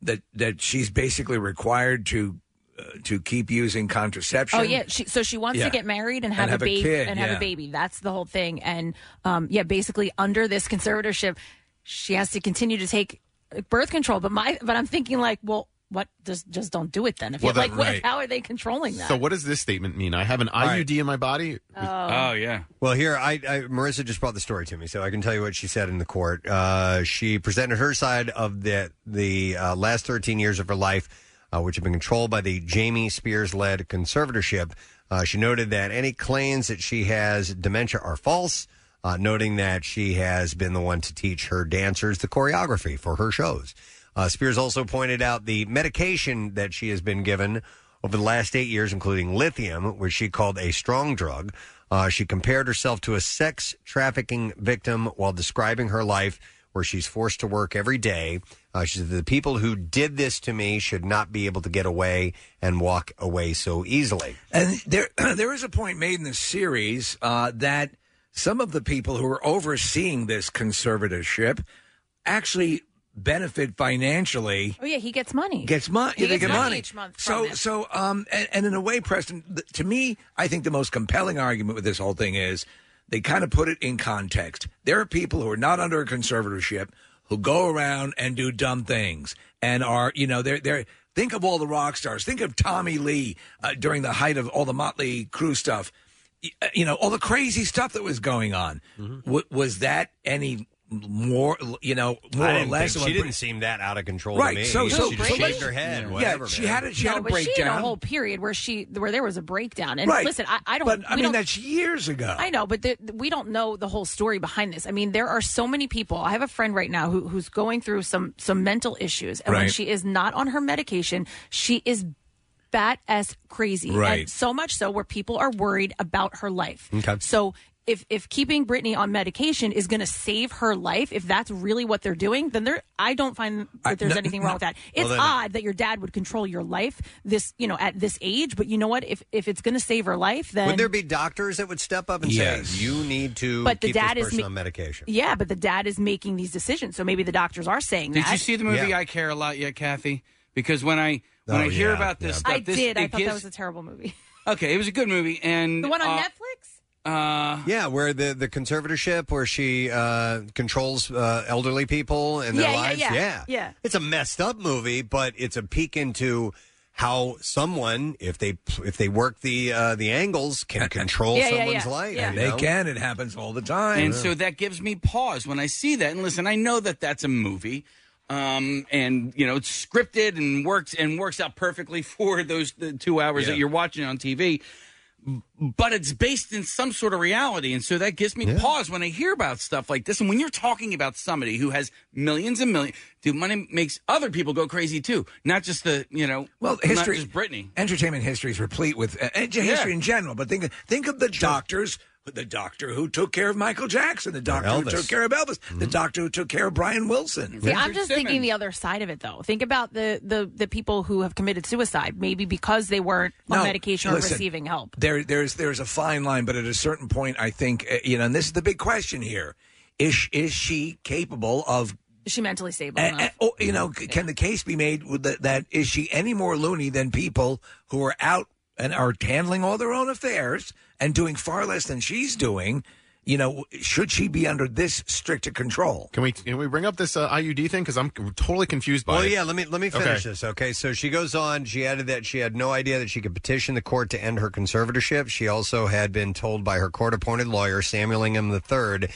that that she's basically required to uh, to keep using contraception. Oh yeah, she, so she wants Yeah. to get married And and have, have a a baby kid, and have yeah. a baby. That's the whole thing. And um, yeah, basically under this conservatorship, she has to continue to take birth control. But my but I'm thinking like, well, what just just don't do it then? If Well, you, like, that- what- right. how are they controlling that? So what does this statement mean? I have an IUD in my body. Um, Oh. yeah. Well, here I, I Marissa just brought the story to me, so I can tell you what she said in the court. Uh, she presented her side of the the uh, last 13 years of her life, uh, which have been controlled by the Jamie Spears led conservatorship. Uh, she noted that any claims that she has dementia are false. Uh, noting that she has been the one to teach her dancers the choreography for her shows. Uh, Spears also pointed out the medication that she has been given over the last eight years, including lithium, which she called a strong drug. Uh, she compared herself to a sex trafficking victim while describing her life, where she's forced to work every day. Uh, she said, The people who did this to me should not be able to get away and walk away so easily. And there, there is a point made in this series uh, that some of the people who are overseeing this conservatorship actually benefit financially. Oh yeah, he gets money. Gets money. He they gets get money, money each month. So, from it. so, um, and, and in a way, Preston, th- to me, I think the most compelling argument with this whole thing is they kind of put it in context. There are people who are not under a conservatorship who go around and do dumb things and are, you know, they're they're. Think of all the rock stars. Think of Tommy Lee uh, during the height of all the Motley Crue stuff. Y- uh, You know, all the crazy stuff that was going on. Mm-hmm. W- was that any more, you know, more I or didn't less? think- of a she pre- didn't seem that out of control Right, to me. so- so- she just so shaved let- her head. Yeah, whatever, she man. had a- she had no, a but she had breakdown. a whole period where she where there was a breakdown. And Right. listen, I, I don't. But I we mean, don't- that's years ago. I know, but the, we don't know the whole story behind this. I mean, there are so many people. I have a friend right now who, who's going through some some mental issues, and when Right. she is not on her medication, she is bat as crazy, Right. And so much so where people are worried about her life. Okay. So. If, if keeping Brittany on medication is going to save her life, if that's really what they're doing, then there I don't find I- that there's no, anything wrong no. with that. Well, It's then- odd that your dad would control your life this you know at this age, but you know what? If if it's going to save her life, then Would there be doctors that would step up and Yes. say, you need to But the keep dad this is person me- on medication? Yeah, but the dad is making these decisions, so maybe the doctors are saying Did that. you see the movie I Care a Lot yet, Kathy? Because when I when Oh, I hear yeah, about this I stuff, this did. I it thought that gives- was a terrible movie. okay. It was a good movie, and The one on uh, Netflix. Uh, yeah, where the the conservatorship, where she uh, controls uh, elderly people and their Yeah, yeah, lives. yeah, yeah, yeah. It's a messed up movie, but it's a peek into how someone, if they if they work the uh, the angles, can control Yeah, yeah, someone's yeah, life. yeah. you They know? can. It happens all the time. And so that gives me pause when I see that. And listen, I know that that's a movie, um, and you know it's scripted and works and works out perfectly for those the two hours Yeah. that you're watching on TV. But it's based in some sort of reality, and so that gives me Yeah. pause when I hear about stuff like this. And when you're talking about somebody who has millions and millions, dude, money makes other people go crazy too, not just the you know, well, not history, just Brittany. entertainment history is replete with uh, uh, Yeah. history in general. But think, think of the doctors, the doctor who took care of Michael Jackson, the doctor who Elvis. took care of Elvis, the doctor who took care of Brian Wilson. Mm-hmm. See, I'm just thinking the other side of it, though. Think about the, the, the people who have committed suicide, maybe because they weren't on No, medication or listen. receiving help. There, there's, there's a fine line, but at a certain point, I think uh, you know, and this is the big question here: is is she capable of Is she mentally stable A- enough? a- oh, you know, c- can the case be made with that, that is she any more loony than people who are out and are handling all their own affairs and doing far less than she's doing? You know, should she be under this stricter control? Can we can we bring up this uh, IUD thing? Because I'm totally confused by Well, it. yeah. Let me let me finish Okay. this. Okay, so she goes on. She added that she had no idea that she could petition the court to end her conservatorship. She also had been told by her court-appointed lawyer Samuel Ingham III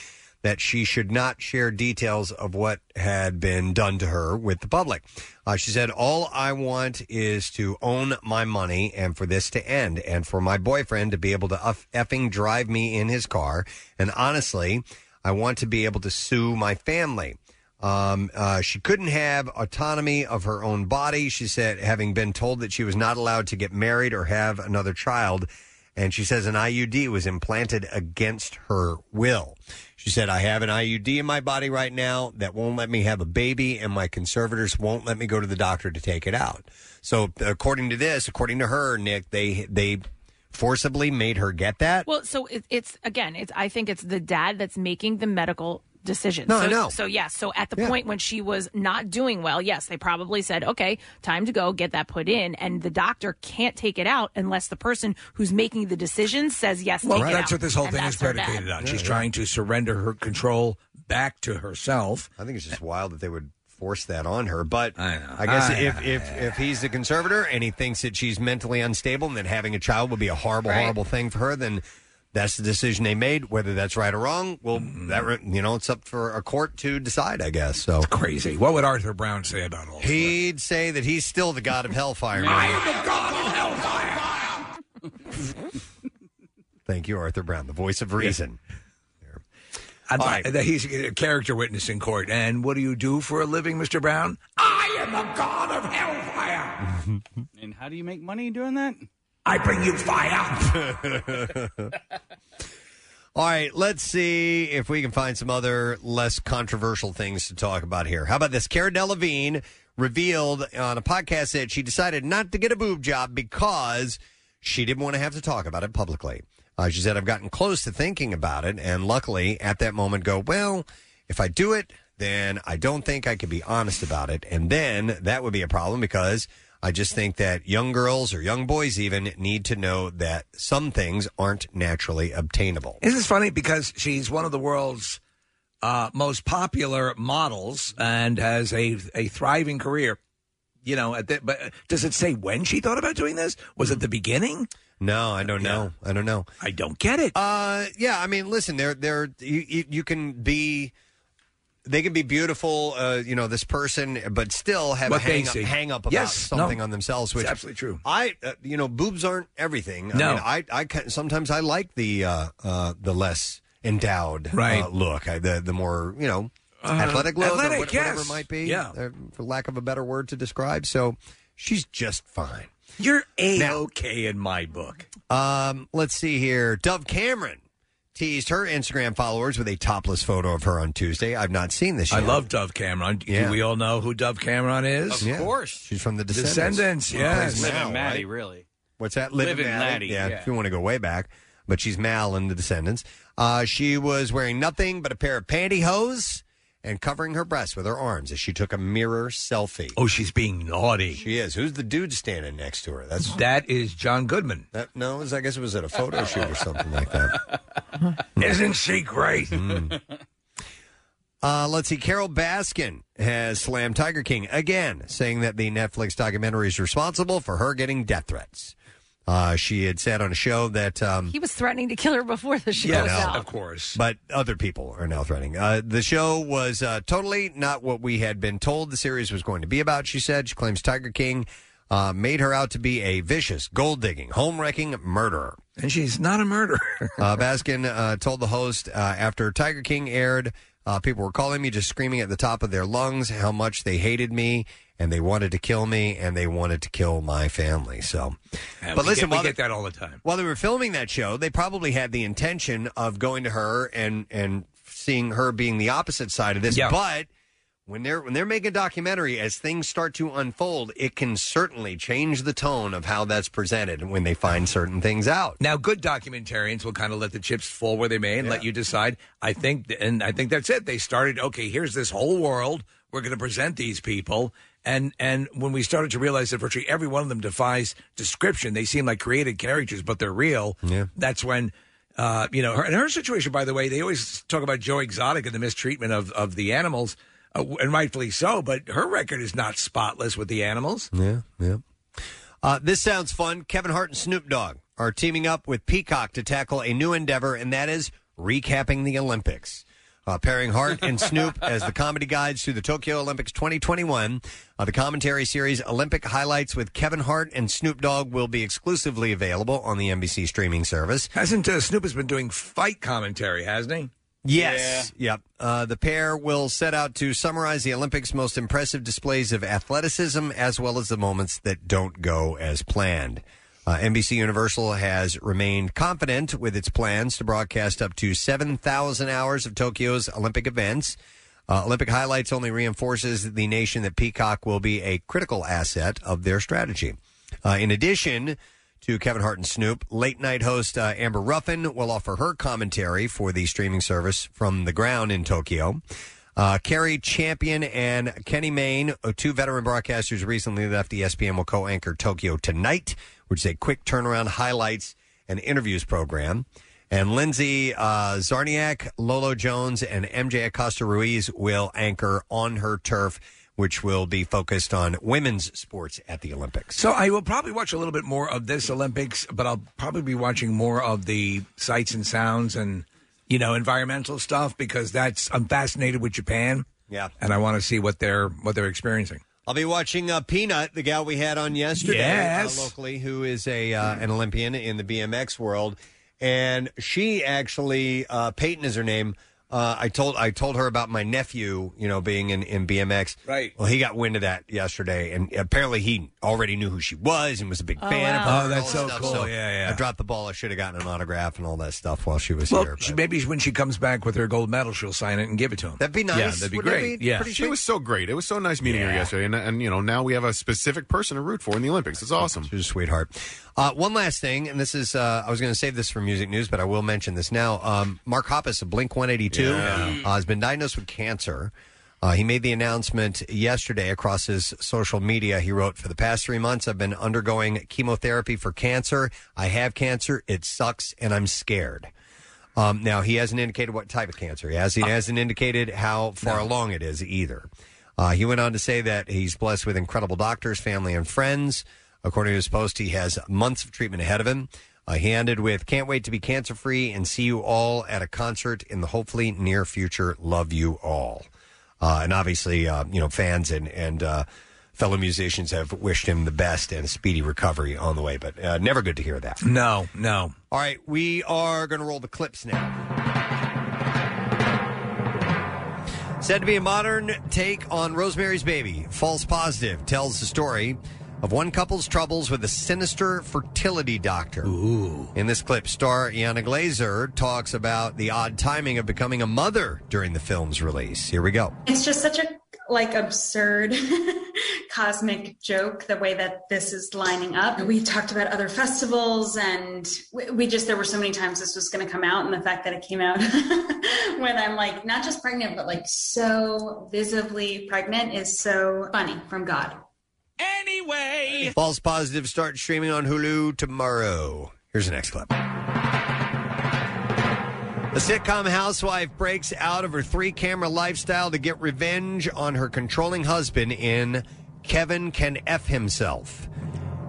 that she should not share details of what had been done to her with the public. Uh, she said, "All I want is to own my money, and for this to end, and for my boyfriend to be able to uff- effing drive me in his car. And honestly, I want to be able to sue my family." Um, uh, she couldn't have autonomy of her own body. She said, having been told that she was not allowed to get married or have another child. And she says an IUD was implanted against her will. She said, I have an IUD in my body right now that won't let me have a baby, and my conservators won't let me go to the doctor to take it out. So, according to this, according to her, Nick, they, they forcibly made her get that. Well, so it, it's again, it's I think it's the dad that's making the medical decision. No, so, I know. so yes, so at the point when she was not doing well, yes, they probably said, "Okay, time to go get that put in," and the doctor can't take it out unless the person who's making the decision says yes. Well, take it that's out. what this whole And thing is that's her bad. predicated on. She's Yeah, yeah. trying to surrender her control back to herself. I think it's just wild that they would force that on her. But I, guess I if, if if he's the conservator and he thinks that she's mentally unstable and that having a child would be a horrible, Right. horrible thing for her, then that's the decision they made. Whether that's right or wrong, well, Mm-hmm. that re- you know, it's up for a court to decide. I guess so. It's crazy. What would Arthur Brown say about all? He'd say that he's still the god of hellfire. I man. am the god of hellfire. Thank you, Arthur Brown, the voice of reason. I'd like- that he's a character witness in court. And what do you do for a living, Mr. Brown? I am the god of hellfire. And how do you make money doing that? I bring you fire. All right, let's see if we can find some other less controversial things to talk about here. How about this? Cara Delevingne revealed on a podcast that she decided not to get a boob job because she didn't want to have to talk about it publicly. Uh, she said, I've gotten close to thinking about it, and luckily at that moment go, well, if I do it, then I don't think I could be honest about it. And then that would be a problem because I just think that young girls or young boys even need to know that some things aren't naturally obtainable. Isn't this funny? Because she's one of the world's uh, most popular models and has a a thriving career. You know, at the, but uh, does it say when she thought about doing this? Was it the beginning? No, I don't know. I don't know. I don't get it. Uh, yeah, I mean, listen, there, there, you, you, you can be. They can be beautiful, uh, you know, this person, but still have What a they hang, see. hang up about Yes, something no. on themselves. It's Which absolutely true. I, uh, you know, boobs aren't everything. I No. mean, I, I can, sometimes I like the uh, uh, the less endowed Right. uh, look, I, the the more you know Uh, athletic look, or athletic, what- whatever yes. it might be, Yeah. uh, for lack of a better word to describe. So she's just fine. You're a okay in my book. Um, let's see here. Dove Cameron teased her Instagram followers with a topless photo of her on Tuesday. I've not seen this. I yet. love Dove Cameron. Do Yeah. we all know who Dove Cameron is? Of Yeah. course. She's from the Descendants. Descendants. yes. Liv and Maddie, really. What's that? Liv, Liv and and Maddie. Maddie, Yeah, yeah. if you want to go way back. But she's Mal in The Descendants. Uh, she was wearing nothing but a pair of pantyhose and covering her breasts with her arms as she took a mirror selfie. Oh, she's being naughty. She is. Who's the dude standing next to her? That's that is John Goodman. That, no, it was, I guess it was at a photo shoot or something like that. Isn't she great? Mm. Uh, let's see. Carol Baskin has slammed Tiger King again, saying that the Netflix documentary is responsible for her getting death threats. Uh, she had said on a show that um, He was threatening to kill her before the show was I know. out. But other people are now threatening. Uh, the show was uh, totally not what we had been told the series was going to be about, she said. She claims Tiger King uh, made her out to be a vicious, gold digging, home wrecking murderer. And she's not a murderer. uh, Baskin uh, told the host uh, after Tiger King aired, uh, people were calling me, just screaming at the top of their lungs how much they hated me and they wanted to kill me and they wanted to kill my family. So, And but we listen, get, we while get they- that all the time. while they were filming that show, they probably had the intention of going to her and and seeing her being the opposite side of this. Yeah. But when they're when they're making a documentary, as things start to unfold, it can certainly change the tone of how that's presented when they find certain things out. Now, good documentarians will kind of let the chips fall where they may and let you decide. I think, and I think that's it. They started. Okay, here's this whole world. We're going to present these people, and and when we started to realize that virtually every one of them defies description, they seem like created characters, but they're real. Yeah. That's when. Uh, you know, her, and her situation, by the way, they always talk about Joe Exotic and the mistreatment of, of the animals, uh, and rightfully so, but her record is not spotless with the animals. Yeah, yeah. Uh, this sounds fun. Kevin Hart and Snoop Dogg are teaming up with Peacock to tackle a new endeavor, and that is recapping the Olympics. Uh, pairing Hart and Snoop as the comedy guides to the Tokyo Olympics 2021. Uh, the commentary series Olympic Highlights with Kevin Hart and Snoop Dogg will be exclusively available on the NBC streaming service. Hasn't uh, Snoop has been doing fight commentary, hasn't he? Yes. Yep. Uh, the pair will set out to summarize the Olympics' most impressive displays of athleticism, as well as the moments that don't go as planned. Uh, NBC Universal has remained confident with its plans to broadcast up to 7,000 hours of Tokyo's Olympic events. Uh, Olympic highlights only reinforces the nation that Peacock will be a critical asset of their strategy. Uh, in addition, to Kevin Hart and Snoop. Late night host uh, Amber Ruffin will offer her commentary for the streaming service from the ground in Tokyo. Uh, Kerry Champion and Kenny Mayne, uh, two veteran broadcasters recently left E ESPN, will co anchor Tokyo Tonight, which is a quick turnaround highlights and interviews program. And Lindsay uh, Zarniak, Lolo Jones, and MJ Acosta Ruiz will anchor on her turf, which will be focused on women's sports at the Olympics. So I will probably watch a little bit more of this Olympics, but I'll probably be watching more of the sights and sounds and you know environmental stuff because that's I'm fascinated with Japan. Yeah. and I want to see what they're what they're experiencing. I'll be watching uh, Peanut, the gal we had on yesterday Yes. uh, locally, who is a uh, an Olympian in the BMX world, and she actually uh, Peyton is her name. Uh, I told I told her about my nephew, you know, being in, in BMX. Right. Well, he got wind of that yesterday, and apparently he already knew who she was and was a big Oh, fan of wow. her. Oh, and that's all so this stuff. cool. Yeah, yeah. I dropped the ball. I should have gotten an autograph and all that stuff while she was Well, here. she, maybe when she comes back with her gold medal, she'll sign it and give it to him. That'd be Yeah, that'd be great. yeah, she was so great. It was so nice meeting her Yeah. yesterday, and, and you know now we have a specific person to root for in the Olympics. It's awesome. She's a sweetheart. Uh, one last thing, and this is uh, I was going to save this for music news, but I will mention this now. Um, Mark Hoppus of Blink 182 Yeah. uh, has been diagnosed with cancer. Uh, he made the announcement yesterday across his social media. He wrote, For the past three months, I've been undergoing chemotherapy for cancer. I have cancer. It sucks, and I'm scared. Um, now, he hasn't indicated what type of cancer he has. He hasn't indicated how far along it is either. Uh, he went on to say that he's blessed with incredible doctors, family, and friends. According to his post, he has months of treatment ahead of him. Uh, he ended with, Can't wait to be cancer free and see you all at a concert in the hopefully near future. Love you all. Uh, and obviously, uh, you know, fans and, and uh, fellow musicians have wished him the best and a speedy recovery on the way, but uh, never good to hear that. No, no. All right, we are going to roll the clips now. Said to be a modern take on Rosemary's Baby, False Positive tells the story of one couple's troubles with a sinister fertility doctor. Ooh. In this clip, star Iana Glazer talks about the odd timing of becoming a mother during the film's release. Here we go. It's just such a like absurd cosmic joke the way that this is lining up. We talked about other festivals and we, we just there were so many times this was going to come out and the fact that it came out when I'm like not just pregnant but like so visibly pregnant is so funny from God. Anyway, False Positive starts streaming on Hulu tomorrow. Here's the next clip. The sitcom housewife breaks out of her three camera lifestyle to get revenge on her controlling husband in Kevin Can F Himself.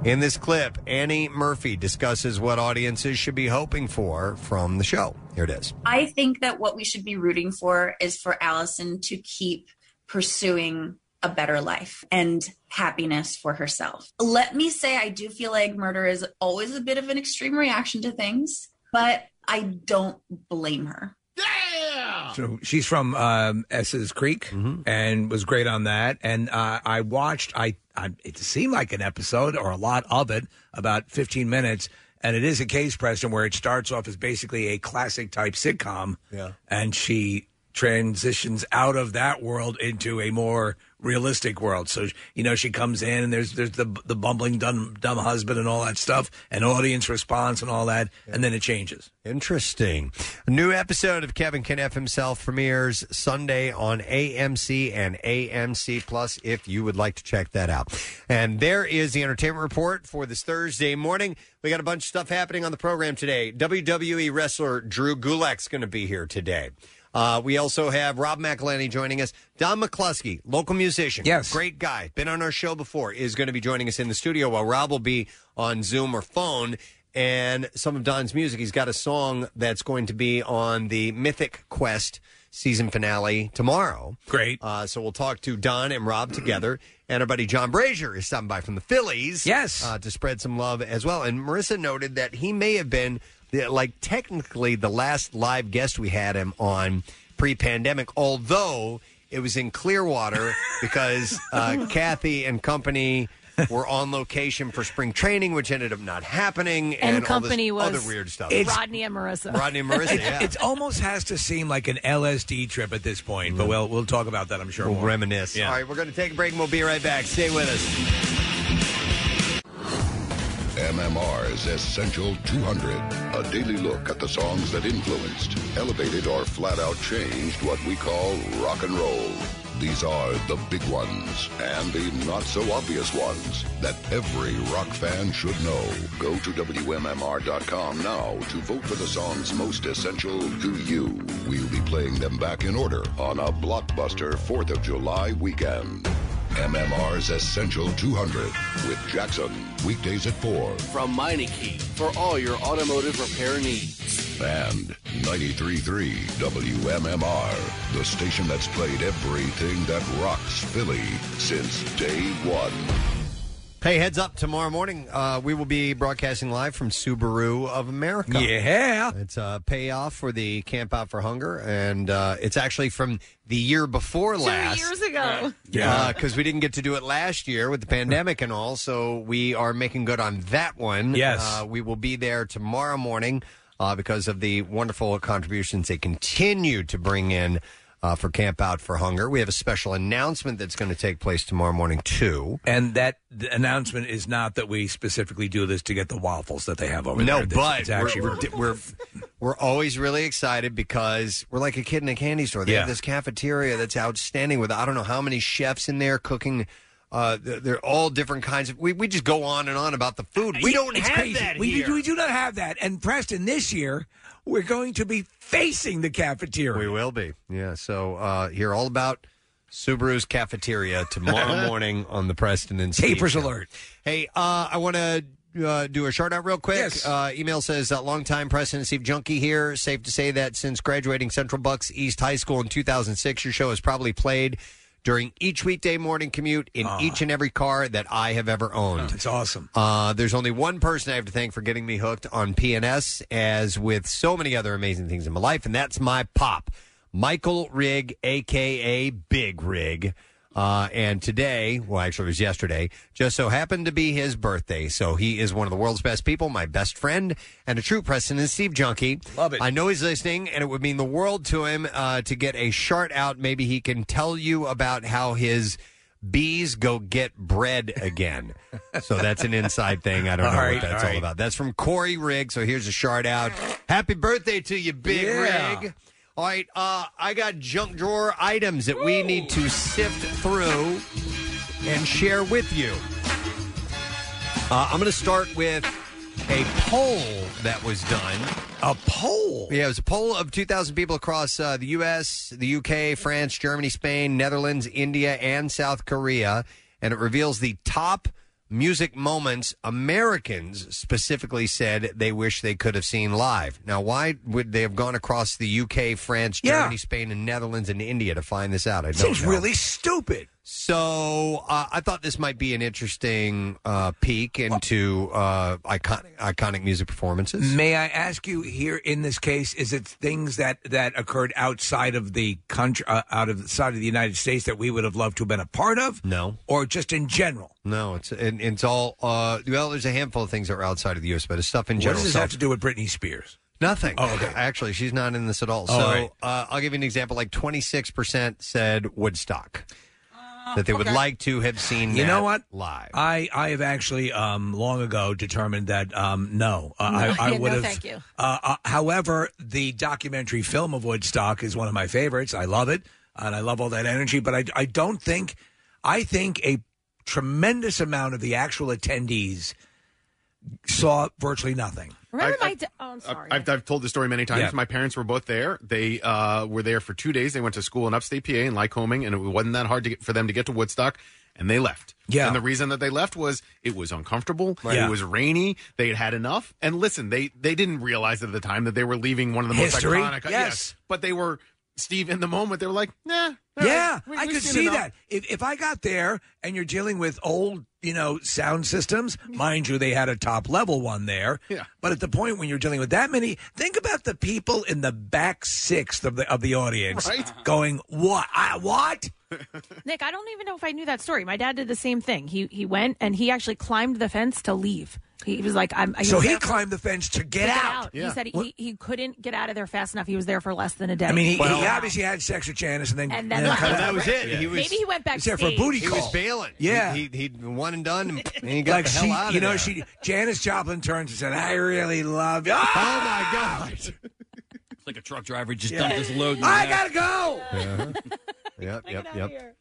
In this clip, Annie Murphy discusses what audiences should be hoping for from the show. Here it is. I think that what we should be rooting for is for Allison to keep pursuing a better life and happiness for herself. Let me say, I do feel like murder is always a bit of an extreme reaction to things, but I don't blame her. So she's from um, S's Creek Mm-hmm. and was great on that. And uh, I watched. I, I it seemed like an episode or a lot of it, about fifteen minutes. And it is a case, Preston, where it starts off as basically a classic type sitcom, Yeah. and she transitions out of that world into a more realistic world. So you know, she comes in and there's there's the the bumbling dumb dumb husband and all that stuff, and audience response and all that, and then it changes. Interesting. A new episode of Kevin Can F Himself premieres Sunday on AMC and AMC Plus if you would like to check that out. And there is the entertainment report for this Thursday morning. We got a bunch of stuff happening on the program today. WWE wrestler Drew Gulak's going to be here today. Uh, we also have Rob McElhenney joining us. Don McCluskey, local musician. Yes. Great guy. Been on our show before. Is going to be joining us in the studio while Rob will be on Zoom or phone. And some of Don's music. He's got a song that's going to be on the Mythic Quest season finale tomorrow. Great. Uh, so we'll talk to Don and Rob together. And our buddy John Brazier is stopping by from the Phillies. Yes. Uh, to spread some love as well. And Marissa noted that he may have been, the, like, technically the last live guest we had him on pre pandemic, although it was in Clearwater because uh, Kathy and company. were on location for spring training, which ended up not happening, And, all this company was other weird stuff. Rodney and Marissa. Rodney and Marissa, It, yeah. it almost has to seem like an LSD trip at this point, but we'll we'll talk about that. I'm sure. Mm-hmm. We'll more. reminisce. All right, we're going to take a break and we'll be right back. Stay with us. WMMR's Essential 200, a daily look at the songs that influenced, elevated, or flat out changed what we call rock and roll. These are the big ones and the not so obvious ones that every rock fan should know. Go to WMMR.com now to vote for the songs most essential to you. We'll be playing them back in order on a blockbuster 4th of July weekend. MMR's Essential 200 with Jackson, weekdays at 4 From Meineke for all your automotive repair needs. and 93.3 WMMR, the station that's played everything that rocks Philly since day one. Hey, heads up! Tomorrow morning, uh, we will be broadcasting live from Subaru of America. Yeah, it's a payoff for the Camp Out for Hunger, and uh, it's actually from the year before last. years ago. Yeah, because Uh, we didn't get to do it last year with the pandemic and all, so we are making good on that one. Yes. uh, we will be there tomorrow morning uh, because of the wonderful contributions they continue to bring in uh, for Camp Out for Hunger. We have a special announcement that's going to take place tomorrow morning too. And that the announcement is not that we specifically do this to get the waffles that they have over no, there. It's- but it's actually we're, we're, we're we're always really excited because we're like a kid in a candy store. They have Yeah. this cafeteria that's outstanding with I don't know how many chefs in there cooking. Uh, th- they're all different kinds of. We, we just go on and on about the food. We don't It's have crazy. that We, here. we do not have that. And Preston, this year we're going to be facing the cafeteria. We will be. Yeah. So uh, hear all about Subaru's cafeteria tomorrow morning on the Preston and Steve Tapers Show. alert. Hey, uh, I want to uh, do a shout out real quick. Uh, email says, uh, longtime Preston and Steve junkie here. Safe to say that since graduating Central Bucks East High School in 2006, your show has probably played during each weekday morning commute in each and every car that I have ever owned. It's awesome. Uh, there's only one person I have to thank for getting me hooked on PNS, as with so many other amazing things in my life, and that's my pop, Michael Rigg, aka Big Rig. Uh, and today, well, actually, it was yesterday, just so happened to be his birthday. So he is one of the world's best people, my best friend, and a true Preston and Steve junkie. Love it. I know he's listening, and it would mean the world to him uh, to get a shout out. Maybe he can tell you about how his bees go get bread again. so that's an inside thing. I don't All know right, what that's all all, right. about. That's from Corey Rigg. So here's a shout out. Happy birthday to you, Big Yeah. Rig. All right, uh, I got junk drawer items that we need to sift through and share with you. Uh, I'm going to start with a poll that was done. A poll? Yeah, it was a poll of 2,000 people across uh, the U.S., the U.K., France, Germany, Spain, Netherlands, India, and South Korea. And it reveals the top music moments Americans specifically said they wish they could have seen live. Now, why would they have gone across the U.K., France, Germany, Spain, and Netherlands, and India to find this out? I don't Seems know. really stupid. So uh, I thought this might be an interesting uh, peek into uh, iconic, iconic music performances. May I ask you here in this case, is it things that that occurred outside of the country, uh, out of the side of the United States that we would have loved to have been a part of? No. or just in general? No, it's and, and it's all. Uh, well, there's a handful of things that are outside of the U.S., but it's stuff in what general. does this So- have to do with Britney Spears? Nothing. Oh, okay. Actually, she's not in this at all. All so right. uh, I'll give you an example. Like 26 percent said Woodstock that they would okay. like to have seen. You know that what? Live. I, I have actually um, long ago determined that um, no, uh, No, I, I yeah, would no, have. thank you. Uh, uh, however, the documentary film of Woodstock is one of my favorites. I love it, and I love all that energy. But I, I don't think, I think a tremendous amount of the actual attendees saw virtually nothing. Remember I- my. da- oh, I'm I've- sorry. I've, I've told the story many times. Yeah. My parents were both there. They uh, were there for two days. They went to school in upstate PA in Lycoming, and it wasn't that hard to get, for them to get to Woodstock, and they left. Yeah. And the reason that they left was it was uncomfortable. Right. Yeah. It was rainy. They had had enough. And listen, they they didn't realize at the time that they were leaving one of the most History? iconic. Yes. But they were Steve in the moment. They were like, nah. all Yeah, right, we- I we've could seen see enough. that. If, if I got there and you're dealing with old, you know, sound systems, mind you, they had a top level one there. Yeah. But at the point when you're dealing with that many, think about the people in the back sixth of the of the audience Right. going, "What? I, what?" Nick, I don't even know if I knew that story. My dad did the same thing. He he went and he actually climbed the fence to leave. He was like, "I'm." so was he there for- climbed the fence to get, to out. He said he, he couldn't get out of there fast enough. He was there for less than a day. I mean, he, he obviously had sex with Janice, and then And then cut that out. was it. He was, Maybe he went He's there for a backstage. booty He call. was bailing. Yeah. he, he, he one and done, and he got like the hell she, out of you know, there. she Janice Joplin turns and said, "I really love you." Oh my god! It's like a truck driver just Yeah. dumped his load. in the I back. gotta go. yep, yep, yep.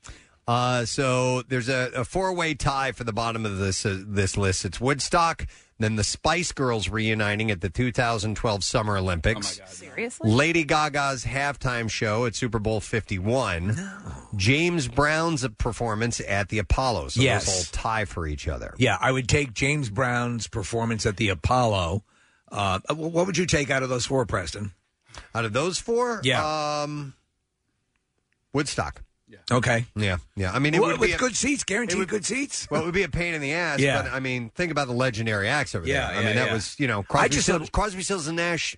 Uh, so there's a, a four-way tie for the bottom of this uh, this list. It's Woodstock, then the Spice Girls reuniting at the 2012 Summer Olympics. Seriously? Lady Gaga's halftime show at Super Bowl 51. James Brown's performance at the Apollo. So Yes. those all tie for each other. Yeah, I would take James Brown's performance at the Apollo. Uh, wh- what would you take out of those four, Preston? Out of those four, yeah, um, Woodstock. Okay. Yeah, yeah. I mean, it Well, would with be a- good seats, guaranteed it would- good seats. Well, it would be a pain in the ass. Yeah. But I mean, think about the legendary acts over Yeah, there. I yeah, mean, that yeah. was you know I Crosby, just Stills, thought- Crosby, Stills and Nash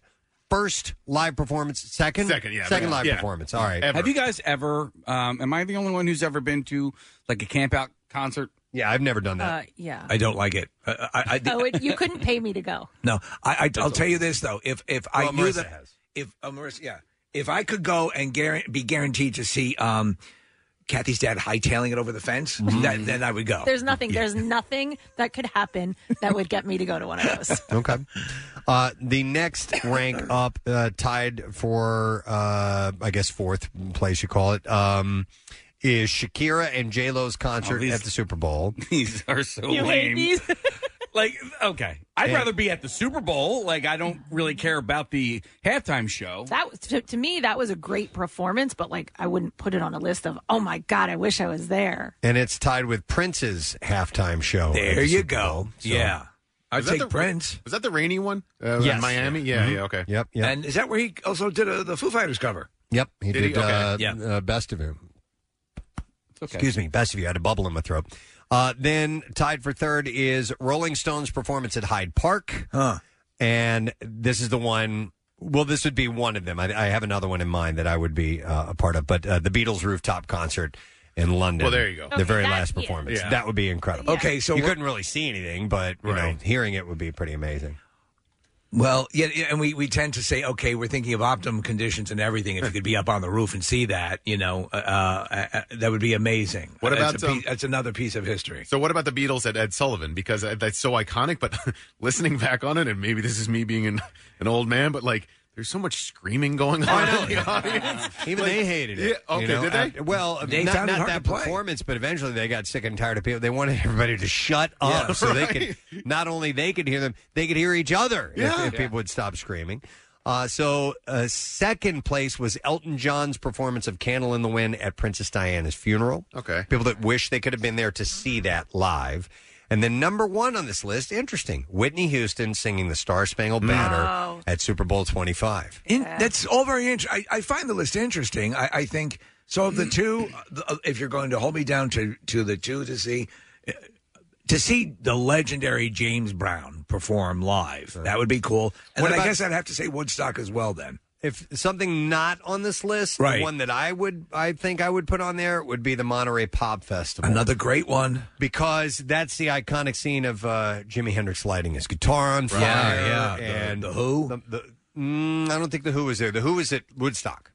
first live performance, second, Second, yeah, second yeah. live Yeah. performance. All right. Have you guys ever? Um, am I the only one who's ever been to like a camp out concert? Yeah, I've never done Uh, yeah. I don't like it. Uh, I, I, oh, it, you couldn't pay me to go. No, I, I, I'll tell you this though. If if I Well, knew Marissa that, if uh, Marissa, yeah, if I could go and guaran- be guaranteed to see um, Kathy's dad hightailing it over the fence, that, then I would go. There's nothing. There's nothing that could happen that would get me to go to one of those. okay. Uh, the next rank up, uh, tied for uh, I guess fourth place, you call it. Um, is Shakira and J Lo's Oh, concert at the Super Bowl? These are so lame. like, okay, I'd Yeah. rather be at the Super Bowl. Like, I don't really care about the halftime show. That was to, to me. That was a great performance, but like I wouldn't put it on a list of. Oh my god, I wish I was there. and it's tied with Prince's halftime show. at There the you Super go. Bowl. So- Yeah. I'd Was that take the- Prince. Was that the rainy one? Uh, in Miami? Yeah, Mhm. yeah, okay. Yep, yep. And is that where he also did uh, the Foo Fighters cover? Yep, he Did did, he? Okay. Uh, Yeah. uh, Best of You. okay. Excuse me, Best of You. I had a bubble in my throat. Uh, then tied for third is Rolling Stones' performance at Hyde Park. Huh. And this is the one. Well, this would be one of them. I, I have another one in mind that I would be uh, a part of, but uh, the Beatles' rooftop concert in London. Well, there you go. The Okay, very that- last yeah. performance. Yeah. That would be incredible. Okay, so you we're- couldn't really see anything, but you know, hearing it would be pretty amazing. Well, yeah, yeah, and we, we tend to say, okay, we're thinking of optimum conditions and everything. If you could be up on the roof and see that, you know, uh, uh, uh, that would be amazing. What Uh, about that's, a um, piece, that's another piece of history? So what about the Beatles at Ed Sullivan? Because uh, that's so iconic. But listening back on it, and maybe this is me being an, an old man, but like there's so much screaming going on. in the audience. Even Like, they hated it. Yeah, you okay, know, did they? after- well, not, not that performance, but eventually they got sick and tired of people. They wanted everybody to shut Yeah, up so right. they could not only they could hear them, they could hear each other if- Yeah. if, Yeah. people would stop screaming. Uh, so uh, second place was Elton John's performance of "Candle in the Wind" at Princess Diana's funeral. Okay, people that wish they could have been there to see that live. And then number one on this list, interesting, Whitney Houston singing the Star Spangled Banner Wow. at Super Bowl twenty five. In, That's all very interesting. I find the list interesting. I, I think so. Of the two, uh, the- uh, if you're going to hold me down to to the two to see uh, to see the legendary James Brown perform live, that would be cool. And What then I about- guess I'd have to say Woodstock as well. Then if something not on this list, Right. the one that I would, I think I would put on there would be the Monterey Pop Festival. Another great one because that's the iconic scene of uh, Jimi Hendrix lighting his guitar on fire. Yeah, yeah. The- and The Who? The, the- mm, I don't think the Who was there. The Who was at Woodstock.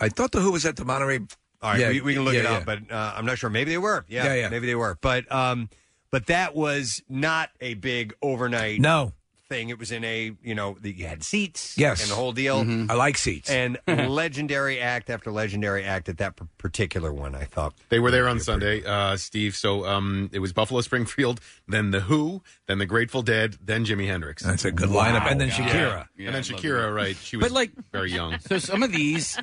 I thought the Who was at the Monterey. All right, Yeah, we, we can look yeah, it up, yeah. but uh, I'm not sure. Maybe they were. Yeah, Yeah, yeah. maybe they were. But um, but that was not a big overnight. No. Thing. It was in a you know the, you had seats. Yes. and the whole deal. Mhm. I like seats. and legendary act after legendary act at that p- particular one. I thought They were there on Sunday, uh, Steve. So um, it was Buffalo Springfield, then the Who, then the Grateful Dead, then Jimi Hendrix. That's a good lineup. And then Yeah. Shakira. Yeah, and then Shakira, right? She was But, like- very young. So some of these,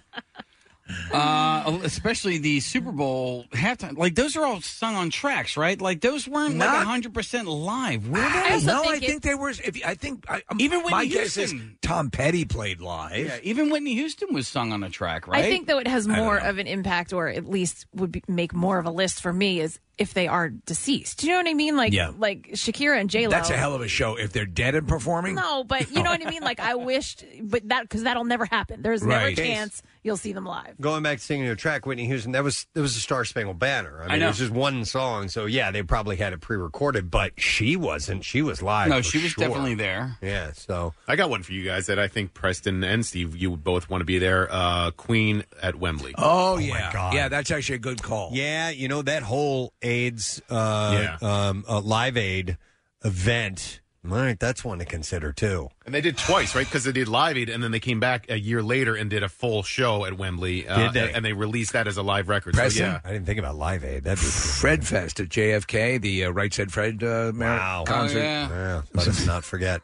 uh, especially the Super Bowl halftime, like those are all sung on tracks, right? Like those weren't like Not- 100 percent live. Were I they? also no, think I it- think they were. If I think I, um, even my Whitney guess is Houston, Tom Petty played live. yeah, even Whitney Houston was sung on a track, right? I think though it has I don't more know. of an impact, or at least would be, make more of a list for me. Is if they are deceased. Do you know what I mean? Like Yeah. like Shakira and J Lo. That's a hell of a show if they're dead and performing. No, but you know what I mean. Like I wished, but that because that'll never happen. There's never a Right. chance you'll see them live. Going back to singing your track, Whitney Houston, that was that was a Star Spangled Banner. I mean, know. it was just one song, so yeah, they probably had it pre-recorded, but she wasn't. She was live. No, for she was sure. definitely there. Yeah, so I got one for you guys that I think Preston and Steve, you would both want to be there. Uh, Queen at Wembley. Oh, yeah, yeah. That's actually a good call. Yeah, you know that whole AIDS, uh, um, uh, Live Aid event. All right, that's one to consider too. And they did twice, right? Because they did Live Aid, and then they came back a year later and did a full show at Wembley. uh, Did they? And they released that as a live record. Preston? So, yeah. I didn't think about Live Aid. That'd be Fred Fest at JFK, the uh, Right Said Fred uh, mar- concert. Yeah, let us not forget.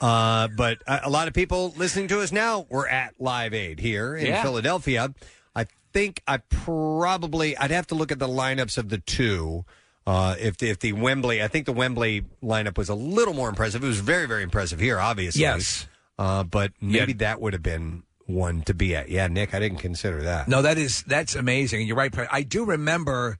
Uh, but a, a lot of people listening to us now were at Live Aid here in Yeah. Philadelphia. I think I probably I'd have to look at the lineups of the two. Uh, if the, if the Wembley, I think the Wembley lineup was a little more impressive. It was very very impressive here, obviously. Yes. Uh, but maybe that would have been one to be at. Yeah, Nick, I didn't consider that. No, that is that's amazing. And you're right. Pre- I do remember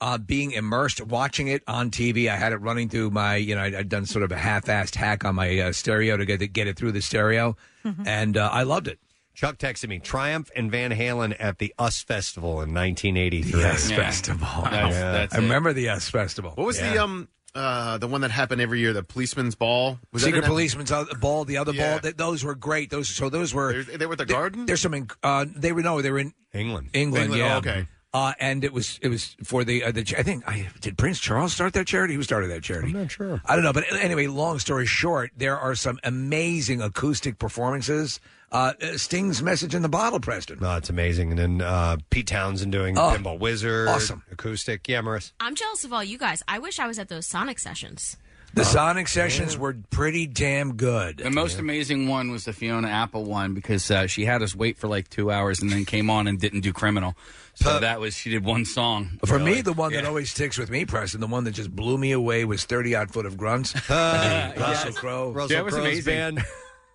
uh, being immersed watching it on TV. I had it running through my, you know, I'd, I'd done sort of a half-assed hack on my uh, stereo to get to get it through the stereo, Mm-hmm. and uh, I loved it. Chuck texted me Triumph and Van Halen at the US Festival in 1983. The US Yeah. Festival. That's- that's I it. remember the US Festival. What was the um uh the one that happened every year? The policeman's ball. Was that Secret in- policeman's other ball, the other ball. Th- those were great. Those so those were they, were at the garden. There's some. In, uh, they were no. They were in England. England. England, yeah. oh, okay. Uh, and it was it was for the uh, the cha- I think I did Prince Charles start that charity. Who started that charity? I'm not sure. I don't know, but anyway, long story short, there are some amazing acoustic performances. Uh, Sting's message in the bottle, Preston. No, it's amazing. And then uh, Pete Townsend doing Oh, Pinball Wizard. awesome. Acoustic. Yeah, Maris. I'm jealous of all you guys. I wish I was at those Sonic sessions. The Sonic sessions were pretty damn good. The most amazing one was the Fiona Apple one because uh, she had us wait for like two hours and then came on and didn't do criminal. So that was she did one song. For me, the one that always sticks with me, Preston, the one that just blew me away was 30 odd foot of grunts. Uh, Russell yes. Crowe. Russell Crowe's band.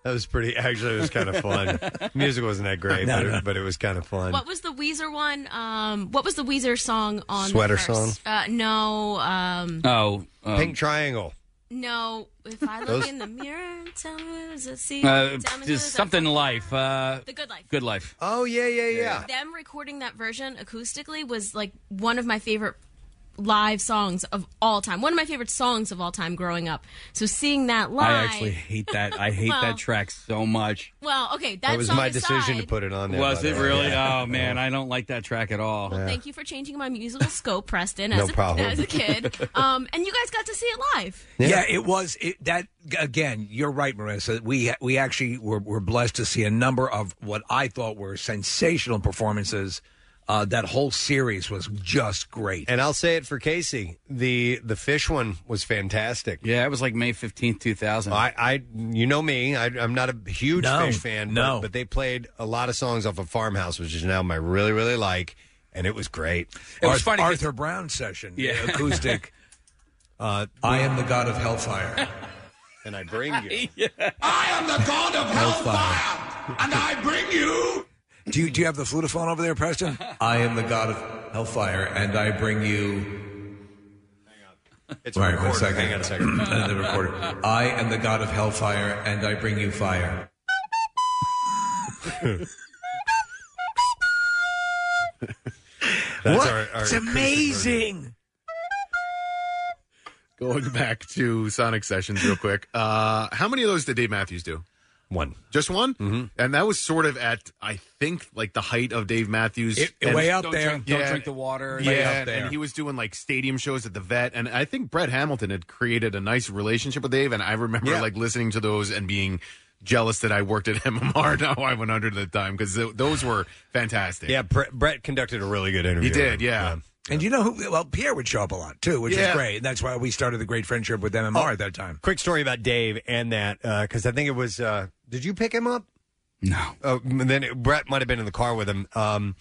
That was pretty, actually, it was kind of fun. Music wasn't that great, No, but, no. It, but it was kind of fun. What was the Weezer one? Um, what was the Weezer song on the Sweater first? Uh, no, um, Oh, Pink Triangle. no. If I Those- look in the mirror, tell me who's a sea. Uh, tell me just who's a- something life. Uh, The Good Life. Good life. Oh yeah, yeah, yeah. Them recording that version acoustically was like one of my favorite live songs of all time. One of my favorite songs of all time growing up. So seeing that live. I actually hate that. I hate Well- that track so much. well, okay, that, That was song my aside, decision to put it on there. Was by it the way. really? Yeah. Oh man, I don't like that track at all. Thank you for changing my musical scope, Preston, No as, a, problem. as a kid. Um, and you guys got to see it live. Yeah. it was it, that again. You're right, Marissa. We we actually were, were blessed to see a number of what I thought were sensational performances. Uh, that whole series was just great. And I'll say it for Casey. The the fish one was fantastic. Yeah, it was like May fifteenth, two thousand. I, I, you know me. I, I'm not a huge No, fish fan. no. but, but they played a lot of songs off of Farmhouse, which is an album I really, really like, and it was great. It was funny. Arthur Brown session, yeah, acoustic. uh, I am the god of hellfire. and I bring you. I am the god of hellfire, and I bring you. Do you do you have the flutophone over there, Preston? I am the god of hellfire, and I bring you. It's right, recorded. One second. Hang on a second. Uh, the recorder. I am the god of hellfire, and I bring you fire. That's what? our- our it's acoustic version. amazing. Going back to Sonic Sessions real quick. Uh, how many of those did Dave Matthews do? One. Just one? Mm-hmm. And that was sort of at, I think, like the height of Dave Matthews. It- and- way up Don't there. drink- don't drink the water. Yeah, Way up there. and he was doing like stadium shows at the vet. And I think Brett Hamilton had created a nice relationship with Dave. And I remember like listening to those and being jealous that I worked at MMR now I 100 at the time because those were fantastic. Yeah, Brett, Brett conducted a really good interview. He did, yeah. And you know who? Well, Pierre would show up a lot too, which Yeah. is great. And that's why we started the great friendship with MMR at that time. Quick story about Dave and that because I think it was. Uh, did you pick him up? No. Oh, and then it, Brett might have been in the car with him. Um,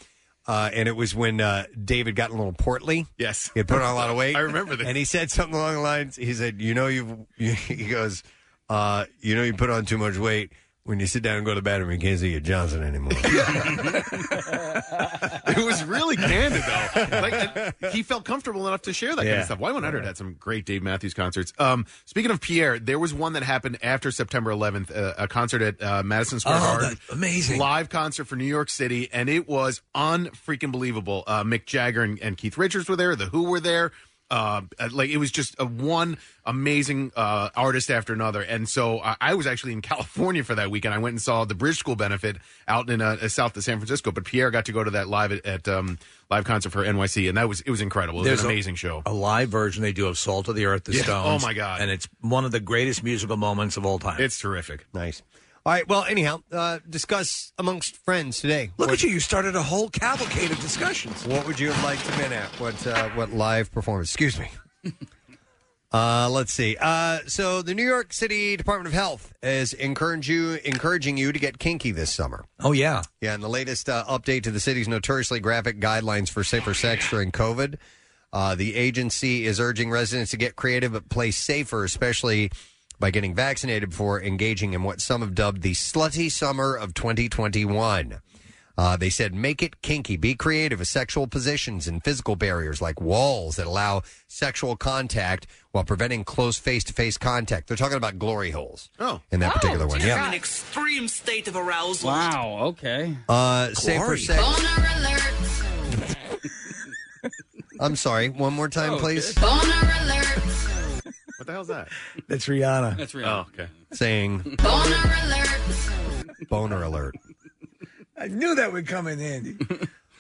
uh, and it was when uh, David got a little portly. Yes, he had put on a lot of weight. I remember that. And he said something along the lines. He said, "You know, you've, you." He goes, uh, "You know, you put on too much weight." when you sit down and go to the bathroom, you can't see your Johnson anymore. it was really candid though. Like and he felt comfortable enough to share that kind Yeah. of stuff. Y100 had some great Dave Matthews concerts. Um, speaking of Pierre, there was one that happened after September 11th, uh, a concert at uh, Madison Square Oh, Garden, that- amazing. live concert for New York City, and it was unfreaking believable. Uh, Mick Jagger and, and Keith Richards were there. The Who were there. Uh, like it was just a one amazing uh, artist after another, and so I, I was actually in California for that weekend. I went and saw the Bridge School benefit out in uh, uh, south of San Francisco, but Pierre got to go to that live at, at um, live concert for NYC, and that was it was incredible. It was There's an a- amazing show. A live version they do of Salt of the Earth, the Yeah. Stones. Oh, my God. And it's one of the greatest musical moments of all time. It's terrific. Nice. All right. Well, anyhow, uh, discuss amongst friends today. Look at you. You started a whole cavalcade of discussions. What would you have liked to been at? What uh, what live performance? Excuse me. Uh, let's see. Uh, so the New York City Department of Health is encourage you encouraging you to get kinky this summer. Oh, yeah. Yeah, and the latest uh, update to the city's notoriously graphic guidelines for safer sex during COVID. Uh, the agency is urging residents to get creative but play safer, especially by getting vaccinated before engaging in what some have dubbed the slutty summer of 2021. Uh, they said, make it kinky. Be creative with sexual positions and physical barriers like walls that allow sexual contact while preventing close face to face contact. They're talking about glory holes. Oh. In that particular one, yeah. An extreme state of arousal. Wow. Okay. Uh, safer Glory. sex. I'm sorry. One more time, Oh, Oh, please. What the hell's that? That's Rihanna. That's Rihanna. Oh, okay. Saying boner alert. I knew that would come in handy.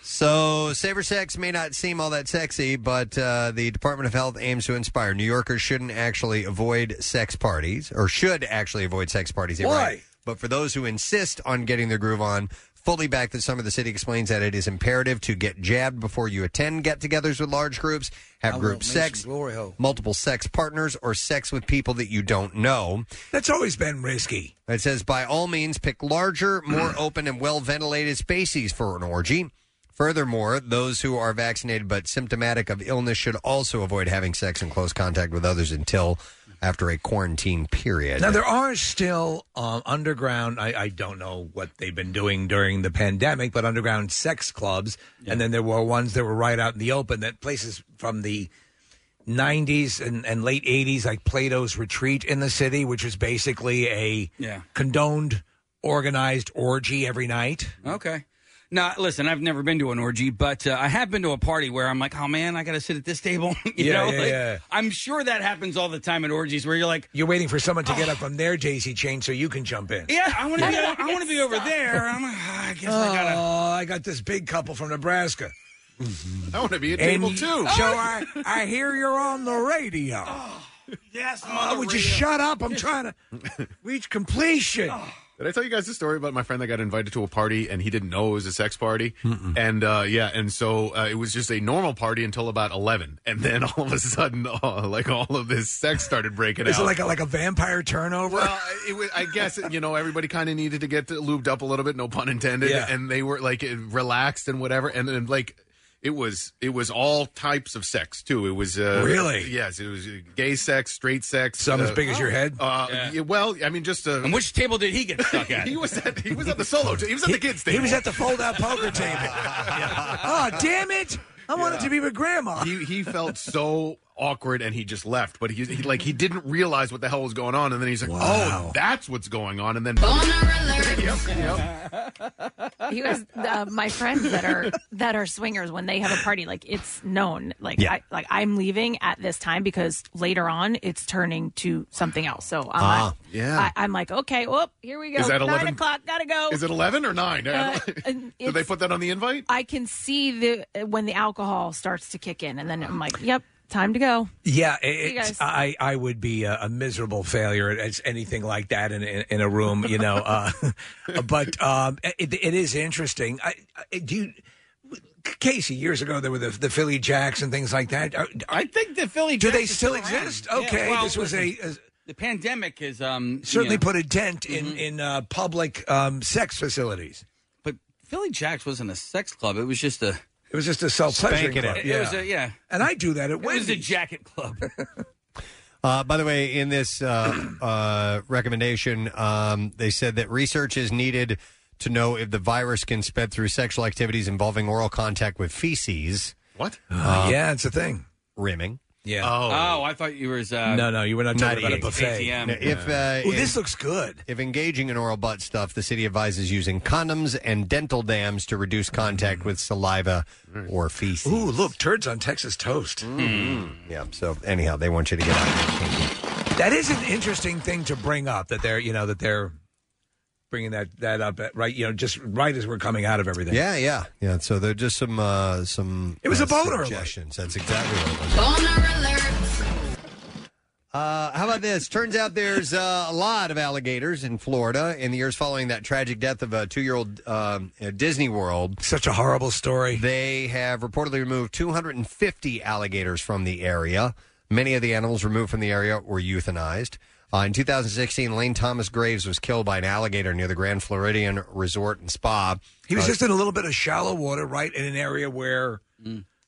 So, safer sex may not seem all that sexy, but uh, the Department of Health aims to inspire. New Yorkers shouldn't actually avoid sex parties, or should actually avoid sex parties. they Why? write. But for those who insist on getting their groove on, fully back this summer, the city explains that it is imperative to get jabbed before you attend get togethers with large groups, have group sex, Glory hole. multiple sex partners, or sex with people that you don't know. That's always been risky. It says, by all means, pick larger, more open, and well ventilated spaces for an orgy. Furthermore, those who are vaccinated but symptomatic of illness should also avoid having sex in close contact with others until after a quarantine period. Now there are still um, underground. I, I don't know what they've been doing during the pandemic, but underground sex clubs, and then there were ones that were right out in the open. That places from the '90s and, and late '80s, like Plato's Retreat in the city, which was basically a Yeah. condoned, organized orgy every night. Okay. Now, listen, I've never been to an orgy, but uh, I have been to a party where I'm like, oh man, I got to sit at this table. you Yeah, know, yeah, like, yeah. I'm sure that happens all the time at orgies where you're like, You're waiting for someone to get up from their JC chain so you can jump in. yeah, I want to Yeah. be, I want to be over there. I'm like, "Ah, I guess oh, I gotta. I got this big couple from Nebraska. I want to be at And table you- two. So I, I hear you're on the radio. yes, Oh, would you shut up? I'm trying to reach completion. Oh. Did I tell you guys the story about my friend that got invited to a party and he didn't know it was a sex party? And uh, yeah, and so uh, it was just a normal party until about eleven, and then all of a sudden, uh, like all of this sex started breaking Is out. it like a, like a vampire turnover? Well, it was, I guess you know everybody kind of needed to get lubed up a little bit, no pun intended, Yeah. and they were like relaxed and whatever, and then like it was it was all types of sex too. It was uh, Really? yes, it was uh, gay sex, straight sex, Some as big as your head? Uh, Yeah. yeah, well, I mean, just uh, And which table did he get stuck at? he was at he was at the solo. ta- He was at the kids Oh. table. he was at the fold-out poker table. Oh, damn it! Oh I wanted to be with Grandma. he he felt so awkward and he just left. But he, he like he didn't realize what the hell was going on, and then he's like, "Oh, that's what's going on." And then he was uh, my friends that are that are swingers when they have a party like it's known like Yeah. I, like I'm leaving at this time because later on it's turning to something else so I'm Ah, not- yeah. I, I'm like okay whoop here we go Is that nine 11? o'clock gotta go is it eleven or nine? Uh, Did they put that on the invite? I can see the when the alcohol starts to kick in and then I'm like yep time to go Yeah, You guys- it, I I would be a, a miserable failure as anything like that in in, in a room, you know. Uh, but um, it, it is interesting. I, I, do you, Casey years ago there were the, the Philly Jacks and things like that. Are- I think the Philly do they Jacks is still around. exist? Yeah, Okay, well, this was a, a The pandemic is um certainly you know, put a dent in in uh, public um, sex facilities. Mm-hmm. But Philly Jacks wasn't a sex club. It was just a. It was just a self pleasure Spanking club. it. It was a- yeah. and I do that at It was Wendy's. a jacket club. Uh, by the way, in this uh, uh, recommendation, um, they said that research is needed to know if the virus can spread through sexual activities involving oral contact with feces. What? yeah, it's a thing. Rimming. Yeah. Oh, I thought you were. Uh, No, no, you were not talking about a eating. buffet. Now, If, uh, Ooh, this looks good. If engaging in oral butt stuff, the city advises using condoms and dental dams to reduce contact with saliva or feces. Ooh, look, turds on Texas toast. Yeah. So anyhow, they want you to get out. That is an interesting thing to bring up. That they're, you know, that they're bringing that that up at- right, you know, just right as we're coming out of everything. Yeah, yeah, yeah. So there are just some uh, some. It was uh, a boner alert. suggestions. That's exactly what it was. Uh, how about this? Turns out there's uh, a lot of alligators in Florida in the years following that tragic death of a two-year-old um, at Disney World. Such a horrible story. They have reportedly removed 250 alligators from the area. Many of the animals removed from the area were euthanized. Uh, in 2016, Lane Thomas Graves was killed by an alligator near the Grand Floridian Resort and Spa. He was Uh, just in a little bit of shallow water, right in an area where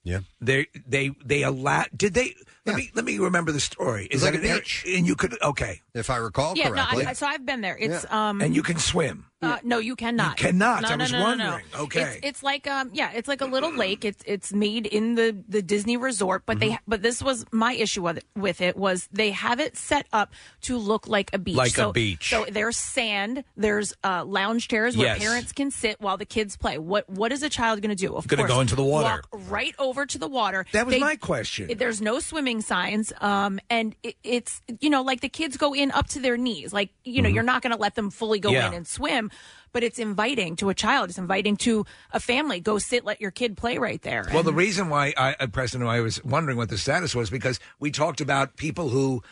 yeah. they they they allow. Did they? Let me let me remember the story. was Is like that a an itch? And you could okay, if I recall yeah, no, I, so I've been there. It's um, and you can swim. Uh, no, you cannot. You cannot. No, I no, was no, no, no. wondering. Okay. It's, it's like um, yeah, it's like a little lake. It's it's made in the the Disney resort, but Mm-hmm. they but this was my issue with it, with it was they have it set up to look like a beach, Like a so, beach. So there's sand. There's uh, lounge chairs where Yes. parents can sit while the kids play. What what is a child going to do? Of Gonna course, go into the water. walk right over to the water. That was They- my question. There's no swimming signs, um, and it, it's you know like the kids go in up to their knees. Like you know you're not going to let them fully go Mm-hmm. Yeah. in and swim, but it's inviting to a child. It's inviting to a family. Go sit, let your kid play right there. Well, the And- reason why I, uh, Preston, I was wondering what the status was because we talked about people who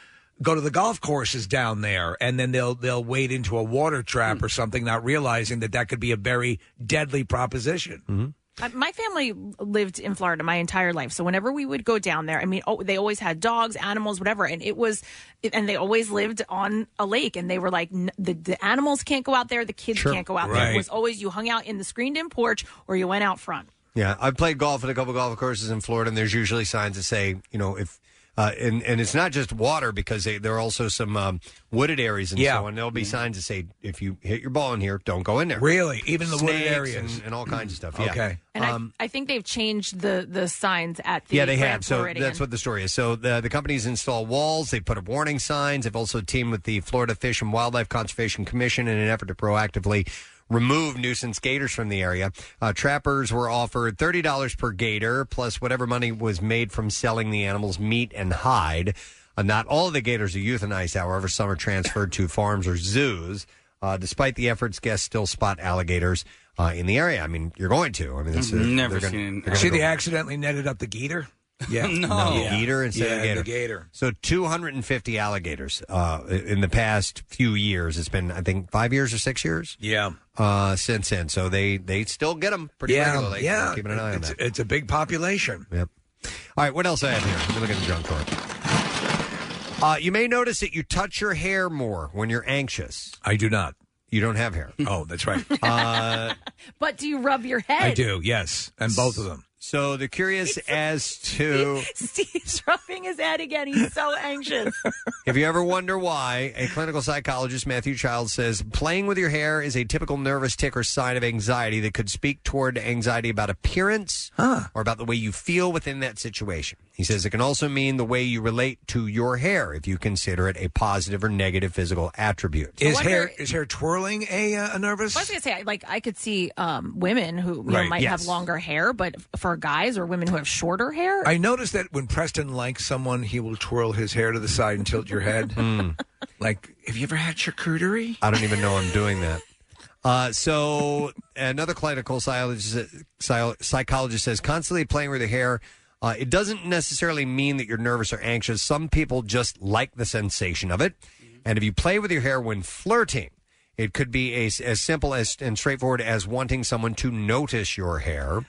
go to the golf courses down there and then they'll they'll wade into a water Hmm. trap or something, not realizing that that could be a very deadly proposition. Mm-hmm. Uh, My family lived in Florida my entire life. So whenever we would go down there, I mean, oh, they always had dogs, animals, whatever. And it was, and they always lived on a lake. And they were like, "N- the, the animals can't go out there. The kids Sure. can't go out there. It Right. was always you hung out in the screened in porch or you went out front. Yeah, I've played golf at a couple golf courses in Florida, and there's usually signs that say, you know, if uh, and and it's not just water because they, there are also some um, wooded areas and Yeah. Mm-hmm. so on. There'll be signs that say if you hit your ball in here, don't go in there. Really? Even the wooded Snakes areas? and, and all kinds of stuff. Yeah. Okay. Um, And I, I think they've changed the, the signs at the yeah, they Grand have. So Floridian. that's what the story is. So the the companies install walls. They put up warning signs. They've also teamed with the Florida Fish and Wildlife Conservation Commission in an effort to proactively remove nuisance gators from the area. Uh, trappers were offered thirty dollars per gator plus whatever money was made from selling the animals meat and hide. Uh, not all of the gators are euthanized, however, some are transferred to farms or zoos. Uh, despite the efforts, guests still spot alligators uh, in the area. I mean, you're going to. I mean, it's, I've Mm-hmm. never they're gonna- seen an they're gonna See, go- they accidentally netted up the gator. Yeah, no, the Yeah. gator instead yeah, of gator. The gator. So 250 alligators uh, in the past few years. It's been, I think, five years or six years Yeah, uh, since then. So they they still get them pretty yeah, regularly. Yeah, We're keeping an eye on it's, that. It's a big population. Yep. All right, what else I have here? Let me look at the junk drawer. Uh, you may notice that you touch your hair more when you're anxious. I do not. You don't have hair. Oh, that's right. uh, but do you rub your head? I do. Yes, and both of them. so they're curious as to Steve's rubbing his head again. He's so anxious. If you ever wonder why, a clinical psychologist, Matthew Child, says playing with your hair is a typical nervous tick or sign of anxiety that could speak toward anxiety about appearance or about the way you feel within that situation. He says it can also mean the way you relate to your hair if you consider it a positive or negative physical attribute. Is hair is hair twirling a uh, a nervous? I was gonna say, like, I could see um, women who you know, Right, might yes. have longer hair, but for guys or women who have shorter hair, I noticed that when Preston likes someone, he will twirl his hair to the side and tilt your head. Like, have you ever had charcuterie? I don't even know I'm doing that. Uh, so another clinical psychologist, psy- psychologist says constantly playing with your hair. Uh, it doesn't necessarily mean that you're nervous or anxious. Some people just like the sensation of it. And if you play with your hair when flirting, it could be as, as simple as and straightforward as wanting someone to notice your hair.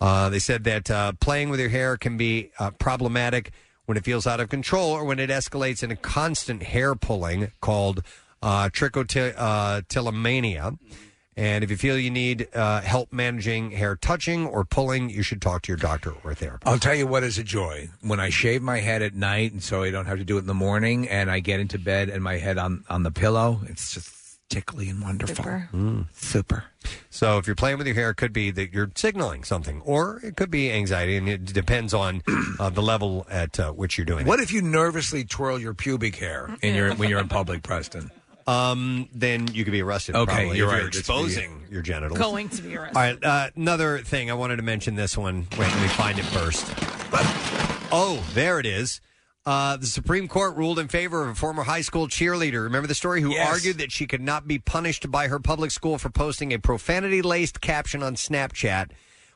Uh, they said that uh, playing with your hair can be uh, problematic when it feels out of control or when it escalates in a constant hair pulling called uh, trichotillomania. uh, And if you feel you need uh, help managing hair touching or pulling, you should talk to your doctor or therapist. I'll tell you what is a joy when I shave my head at night, and so I don't have to do it in the morning. And I get into bed and my head on on the pillow. It's just tickly and wonderful. Super. So if you're playing with your hair, it could be that you're signaling something, or it could be anxiety, and it depends on uh, the level at uh, which you're doing. What if you nervously twirl your pubic hair in your when you're in public, Preston? Um, then you could be arrested. Okay, probably, you're if right. You're It's exposing your genitals. Going to be All arrested. right. Uh, another thing I wanted to mention. This one. Wait, let me find it first. Oh, there it is. Uh, the Supreme Court ruled in favor of a former high school cheerleader. Remember the story? Who argued that she could not be punished by her public school for posting a profanity laced caption on Snapchat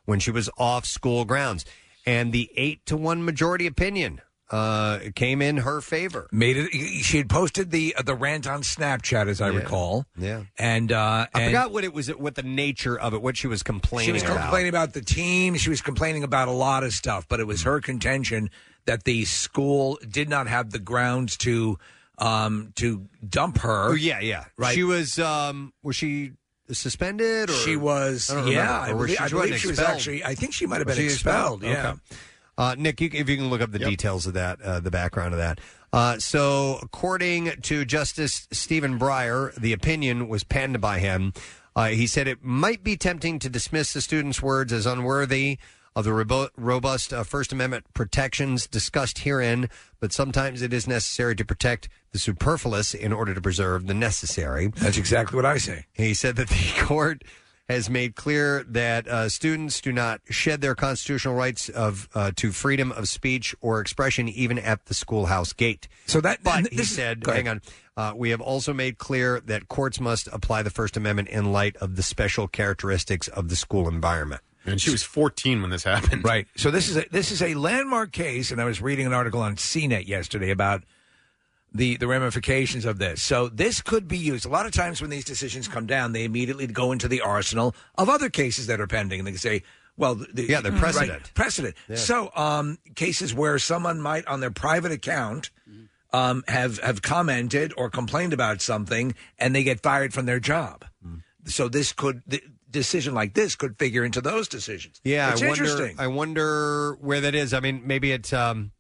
when she was off school grounds. And the eight to one majority opinion uh, came in her favor. Made it. She had posted the uh, the rant on Snapchat, as I Yeah. recall. Yeah. And uh, I and forgot what it was, what the nature of it, what she was complaining She was about. complaining about the team. She was complaining about a lot of stuff, but it was her contention that the school did not have the grounds to um to dump her. Oh, yeah, yeah. Right. She was, um, was she suspended? Or? She was- I don't remember. yeah, I Or was believe- I wasn't believe she was expelled. actually- I think she might have Was been she expelled, yeah. Okay. Uh, Nick, you, if you can look up the details of that, uh, the background of that. Uh, so, according to Justice Stephen Breyer, the opinion was penned by him. Uh, he said it might be tempting to dismiss the students' words as unworthy of the robo- robust uh, First Amendment protections discussed herein, but sometimes it is necessary to protect the superfluous in order to preserve the necessary. That's exactly what I say. He said that the court has made clear that uh, students do not shed their constitutional rights of uh, to freedom of speech or expression, even at the schoolhouse gate. So that, but and he this is- said, go ahead. hang on. Uh, we have also made clear that courts must apply the First Amendment in light of the special characteristics of the school environment. And she was 14 when this happened. Right. So this is a, this is a landmark case, and I was reading an article on CNET yesterday about the the ramifications of this. So this could be used. A lot of times when these decisions come down, they immediately go into the arsenal of other cases that are pending, and they can say. Well, the, Yeah, they're right, precedent. precedent. Yeah. So, um, cases where someone might, on their private account, Mm-hmm. um, have have commented or complained about something, and they get fired from their job. Mm. So, this could the decision like this could figure into those decisions. Yeah, it's I wonder. interesting. I wonder where that is. I mean, maybe it's um,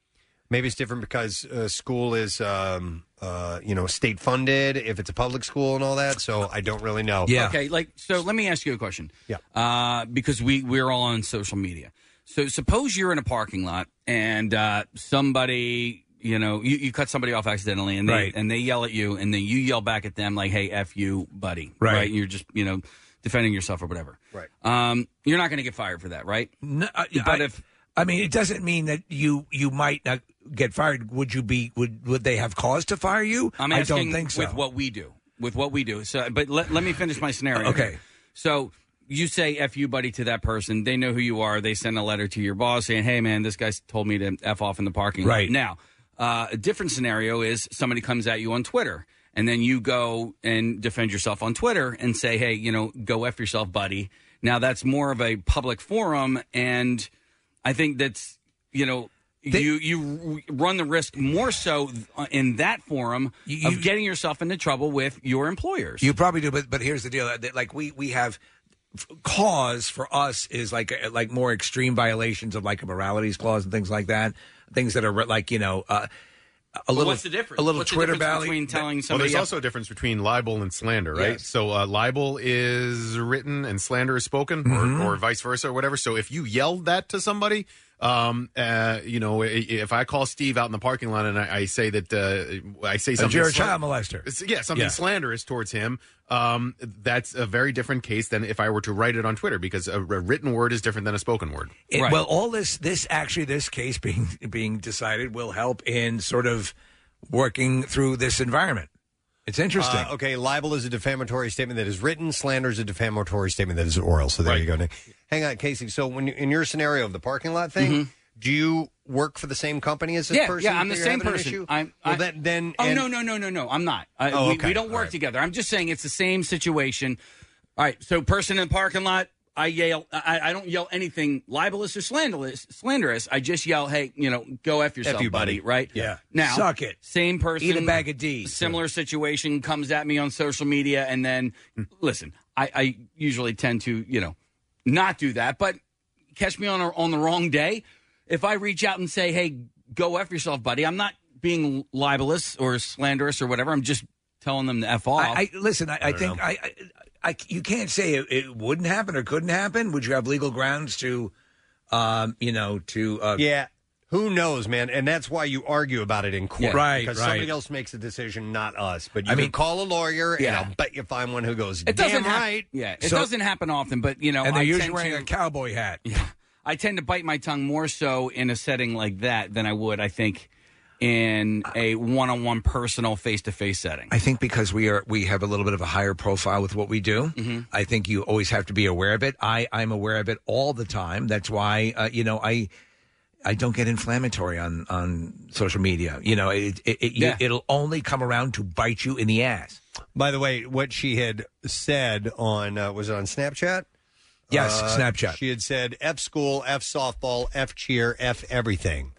maybe it's different because uh, school is um, uh, you know state funded. If it's a public school and all that, so I don't really know. Okay. Like, so let me ask you a question. Yeah. Uh, because we we're all on social media. So suppose you're in a parking lot and uh, somebody, you know, you, you cut somebody off accidentally, and they Right. and they yell at you, and then you yell back at them like, "Hey, f you, buddy." Right. And you're just you know defending yourself or whatever. Right. Um, you're not going to get fired for that, right? No, I, But I- if- I mean, it doesn't mean that you you might not get fired. Would you be? Would would they have cause to fire you? I'm I asking don't think so. with what we do. With what we do. So, but let, let me finish my scenario. Okay. So you say "f you, buddy" to that person. They know who you are. They send a letter to your boss saying, "Hey, man, this guy's told me to f off in the parking lot." Right. now. Uh, a different scenario is somebody comes at you on Twitter, and then you go and defend yourself on Twitter and say, "Hey, you know, go f yourself, buddy." Now that's more of a public forum, and I think that's you know. you you run the risk more so uh, in that forum of getting yourself into trouble with your employers. You probably do, but but here's the deal: Uh, that, like we we have f- cause for us is like uh, like more extreme violations of like a moralities clause and things like that. Things that are like you know. Uh, a But little, what's the difference? A little What's the Twitter difference valley between telling Well, somebody there's up- also a difference between libel and slander, right? Yes. So uh, libel is written and slander is spoken, Mhm. or, or vice versa, or whatever. So if you yelled that to somebody, um, uh, you know, i- if I call Steve out in the parking lot and I, I say that uh, I say That something, you're a child molester. It's- yeah, something Yeah. slanderous towards him. Um, that's a very different case than if I were to write it on Twitter because a, a written word is different than a spoken word. It- Well, all this, this actually, this case being being decided will help in sort of working through this environment. It's interesting. Uh, okay, libel is a defamatory statement that is written. Slander is a defamatory statement that is oral. So there you go, Nick. Hang on, Casey. So when you, in your scenario of the parking lot thing, do you work for the same company as this Mm-hmm. yeah, person? yeah, I'm the that you're same having an person. issue? I'm, well, I- then, then oh and- no, no, no, no, no, I'm not. I, Oh, we, okay. we don't work together. I'm just saying it's the same situation. All right, so person in the parking lot, I yell. I, I don't yell anything libelous or slanderous. Slanderous. I just yell, hey, you know, go f yourself, you, buddy. buddy. Right? Yeah. Now, Suck it. Same person. Eat a bag of D's. Hmm. Similar situation comes at me on social media, and then listen. I, I usually tend to, you know, not do that. But catch me on a, on the wrong day. If I reach out and say, "Hey, go f yourself, buddy," I'm not being libelous or slanderous or whatever. I'm just telling them to f off. I, I listen. I, I, don't think know. I, I, I, you can't say it, it wouldn't happen or couldn't happen. Would you have legal grounds to, um, you know, to uh, yeah. Who knows, man? And that's why you argue about it in court, Yeah. Right, Because right. somebody else makes a decision, not us. But you I can mean- call a lawyer, Yeah. and I'll bet you find one who goes, It "Damn doesn't hap- right." yeah, it doesn't happen often, but you know, and they're I usually tend wearing to- a cowboy hat. Yeah. I tend to bite my tongue more so in a setting like that than I would, I think, in a one-on-one personal face-to-face setting. I think because we are we have a little bit of a higher profile with what we do. Mm-hmm. I think you always have to be aware of it. I I'm aware of it all the time. That's why uh, you know I I don't get inflammatory on on social media. You know it it, it Yeah. you, it'll only come around to bite you in the ass. By the way, what she had said on uh, was it on Snapchat? Uh, Yes, Snapchat. She had said F school, F softball, F cheer, F everything.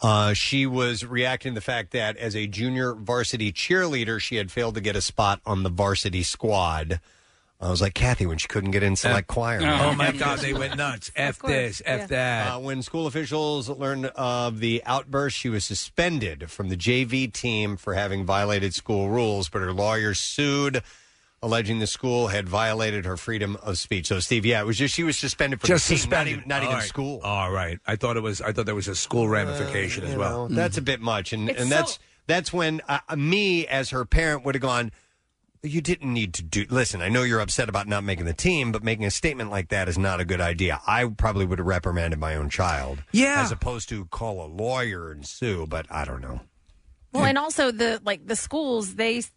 Uh, she was reacting to the fact that as a junior varsity cheerleader, she had failed to get a spot on the varsity squad. I was like Kathy when she couldn't get in select choir. Oh, my God, they went nuts. F this, F that. Uh, when school officials learned of the outburst, she was suspended from the JV team for having violated school rules, but her lawyer sued, alleging the school had violated her freedom of speech. So, Steve, yeah, it was just she was suspended from Just the team, suspended, not even, not All even right. school. Uh, All right, I thought it was. I thought there was a school ramification as You well. Hmm. know, That's a bit much, and It's and so- that's that's when uh, me as her parent would have gone. You didn't need to do. Listen, I know you're upset about not making the team, but making a statement like that is not a good idea. I probably would have reprimanded my own child, yeah, as opposed to call a lawyer and sue. But I don't know. Well, and also the like the schools they s-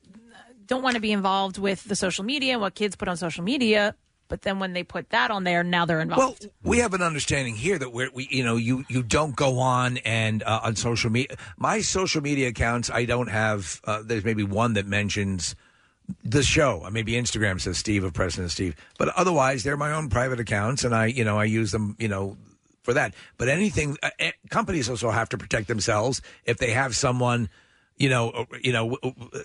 don't want to be involved with the social media and what kids put on social media, but then when they put that on there, now they're involved. Well, we have an understanding here that we're, we, you know, you you don't go on and uh, on social media. My social media accounts, I don't have. Uh, there's maybe one that mentions the show. Uh, Maybe Instagram says Steve of President Steve, but otherwise they're my own private accounts, and I, you know, I use them, you know, for that. But anything, uh, eh, companies also have to protect themselves if they have someone, you know, uh, you know, w- w-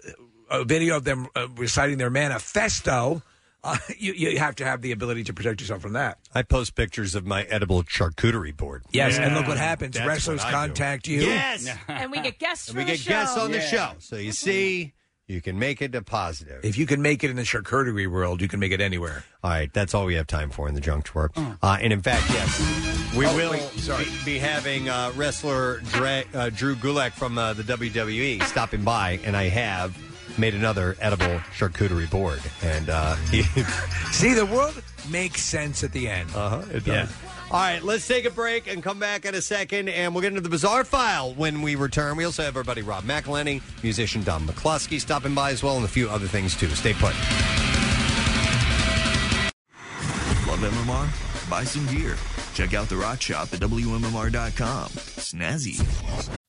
a video of them uh, reciting their manifesto. Uh, you, you have to have the ability to protect yourself from that. I post pictures of my edible charcuterie board. Yes, and look what happens. That's Wrestlers what I do. contact you. Yes, and we get guests. and we for the get guests show. on the show. So you see, you can make it a positive. If you can make it in the charcuterie world, you can make it anywhere. All right, that's all we have time for in the junk drawer. Mm. Uh, and in fact, yes, we Oh, will wait, sorry. Be, be having uh, wrestler Dre, uh, Drew Gulak from uh, the WWE stopping by, and I have made another edible charcuterie board. And uh, he, see, the world makes sense at the end. Uh huh. It does. All right, let's take a break and come back in a second, and we'll get into the bizarre file when we return. We also have our buddy Rob McElhenney, musician Don McCluskey stopping by as well, and a few other things too. Stay put. Love MMR? Buy some gear. Check out the rock shop at WMMR.com. Snazzy.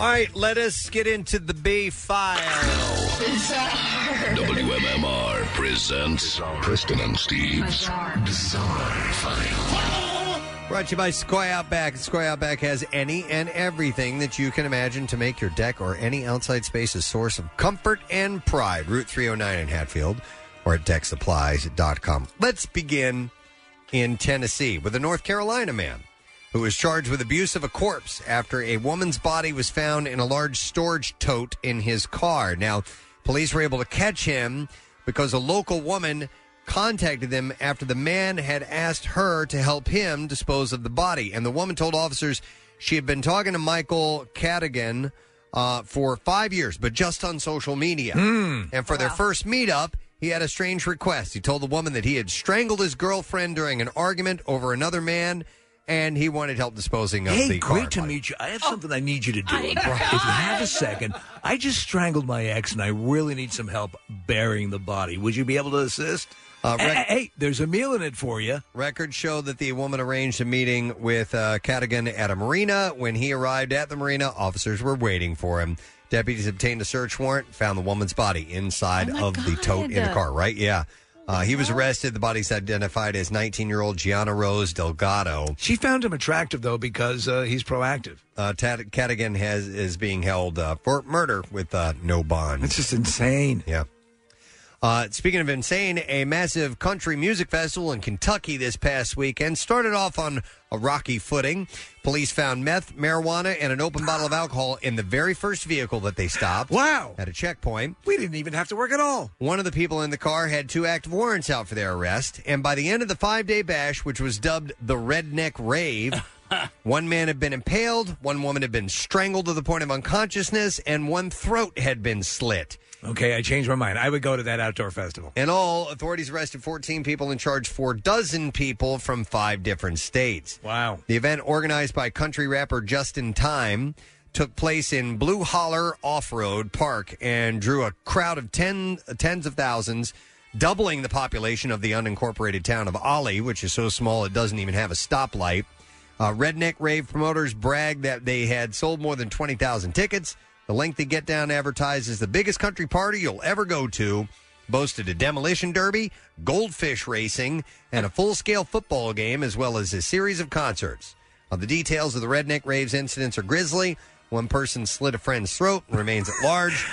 All right, let us get into the B file. WMMR presents Preston and Steve's Bizarre, File. Brought to you by Squay Outback. Squay Outback has any and everything that you can imagine to make your deck or any outside space a source of comfort and pride. Route 309 in Hatfield or at decksupplies.com. Let's begin in Tennessee with a North Carolina man who was charged with abuse of a corpse after a woman's body was found in a large storage tote in his car. Now, police were able to catch him because a local woman contacted them after the man had asked her to help him dispose of the body. And the woman told officers she had been talking to Michael Cadigan uh, for five years, but just on social media. And for their first meetup, he had a strange request. He told the woman that he had strangled his girlfriend during an argument over another man, and he wanted help disposing of Hey, the car. great to meet you. I have something I need you to do. my If you have a second, I just strangled my ex and I really need some help burying the body. Would you be able to assist? Uh, Hey, rec- hey, hey, there's a meal in it for you. Records show that the woman arranged a meeting with uh, Cadigan at a marina. When he arrived at the marina, officers were waiting for him. Deputies obtained a search warrant, found the woman's body inside of the tote in the car, right? Yeah. Uh, he was arrested. The body's identified as 19 year old Gianna Rose Delgado. She found him attractive, though, because uh, he's proactive. Uh, Tad- Cadigan has, is being held uh, for murder with uh, no bond. It's just insane. Yeah. Uh, speaking of insane, a massive country music festival in Kentucky this past weekend started off on a rocky footing. Police found meth, marijuana, and an open bottle of alcohol in the very first vehicle that they stopped. Wow. At a checkpoint. We didn't even have to work at all. One of the people in the car had two active warrants out for their arrest. And by the end of the five day bash, which was dubbed the Redneck Rave, one man had been impaled, one woman had been strangled to the point of unconsciousness, and one throat had been slit. Okay, I changed my mind. I would go to that outdoor festival. In all, authorities arrested 14 people and charged four dozen people from five different states. Wow. The event, organized by country rapper Justin Time, took place in Blue Holler Off Road Park and drew a crowd of ten, tens of thousands, doubling the population of the unincorporated town of Ollie, which is so small it doesn't even have a stoplight. Uh, redneck rave promoters bragged that they had sold more than 20,000 tickets. The lengthy get down advertised as the biggest country party you'll ever go to. Boasted a demolition derby, goldfish racing, and a full scale football game, as well as a series of concerts. Of the details of the Redneck Raves incidents are grisly. One person slit a friend's throat and remains at large.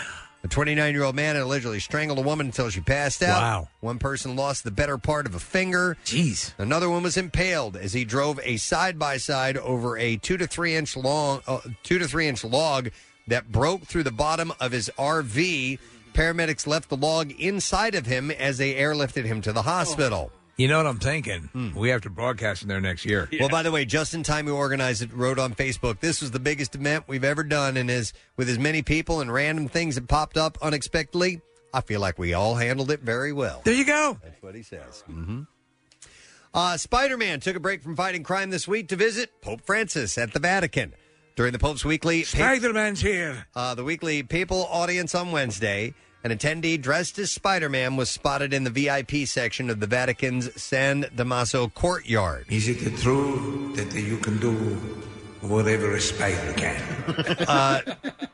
A 29 year old man had allegedly strangled a woman until she passed out. Wow. One person lost the better part of a finger. Jeez. Another one was impaled as he drove a side by side over a two to three inch long, uh, two to three inch log that broke through the bottom of his RV. Paramedics left the log inside of him as they airlifted him to the hospital. You know what I'm thinking? We have to broadcast in there next year. Well, by the way, Justin Time, who organized it, wrote on Facebook, "This was the biggest event we've ever done, and as with as many people and random things that popped up unexpectedly, I feel like we all handled it very well." There you go. That's what he says. Mm-hmm. Uh, Spider Man took a break from fighting crime this week to visit Pope Francis at the Vatican. During the Pope's weekly Spider Man's here. Uh, the weekly papal audience on Wednesday, an attendee dressed as Spider Man was spotted in the VIP section of the Vatican's San Damaso courtyard. Is it true that you can do whatever a spider can? uh,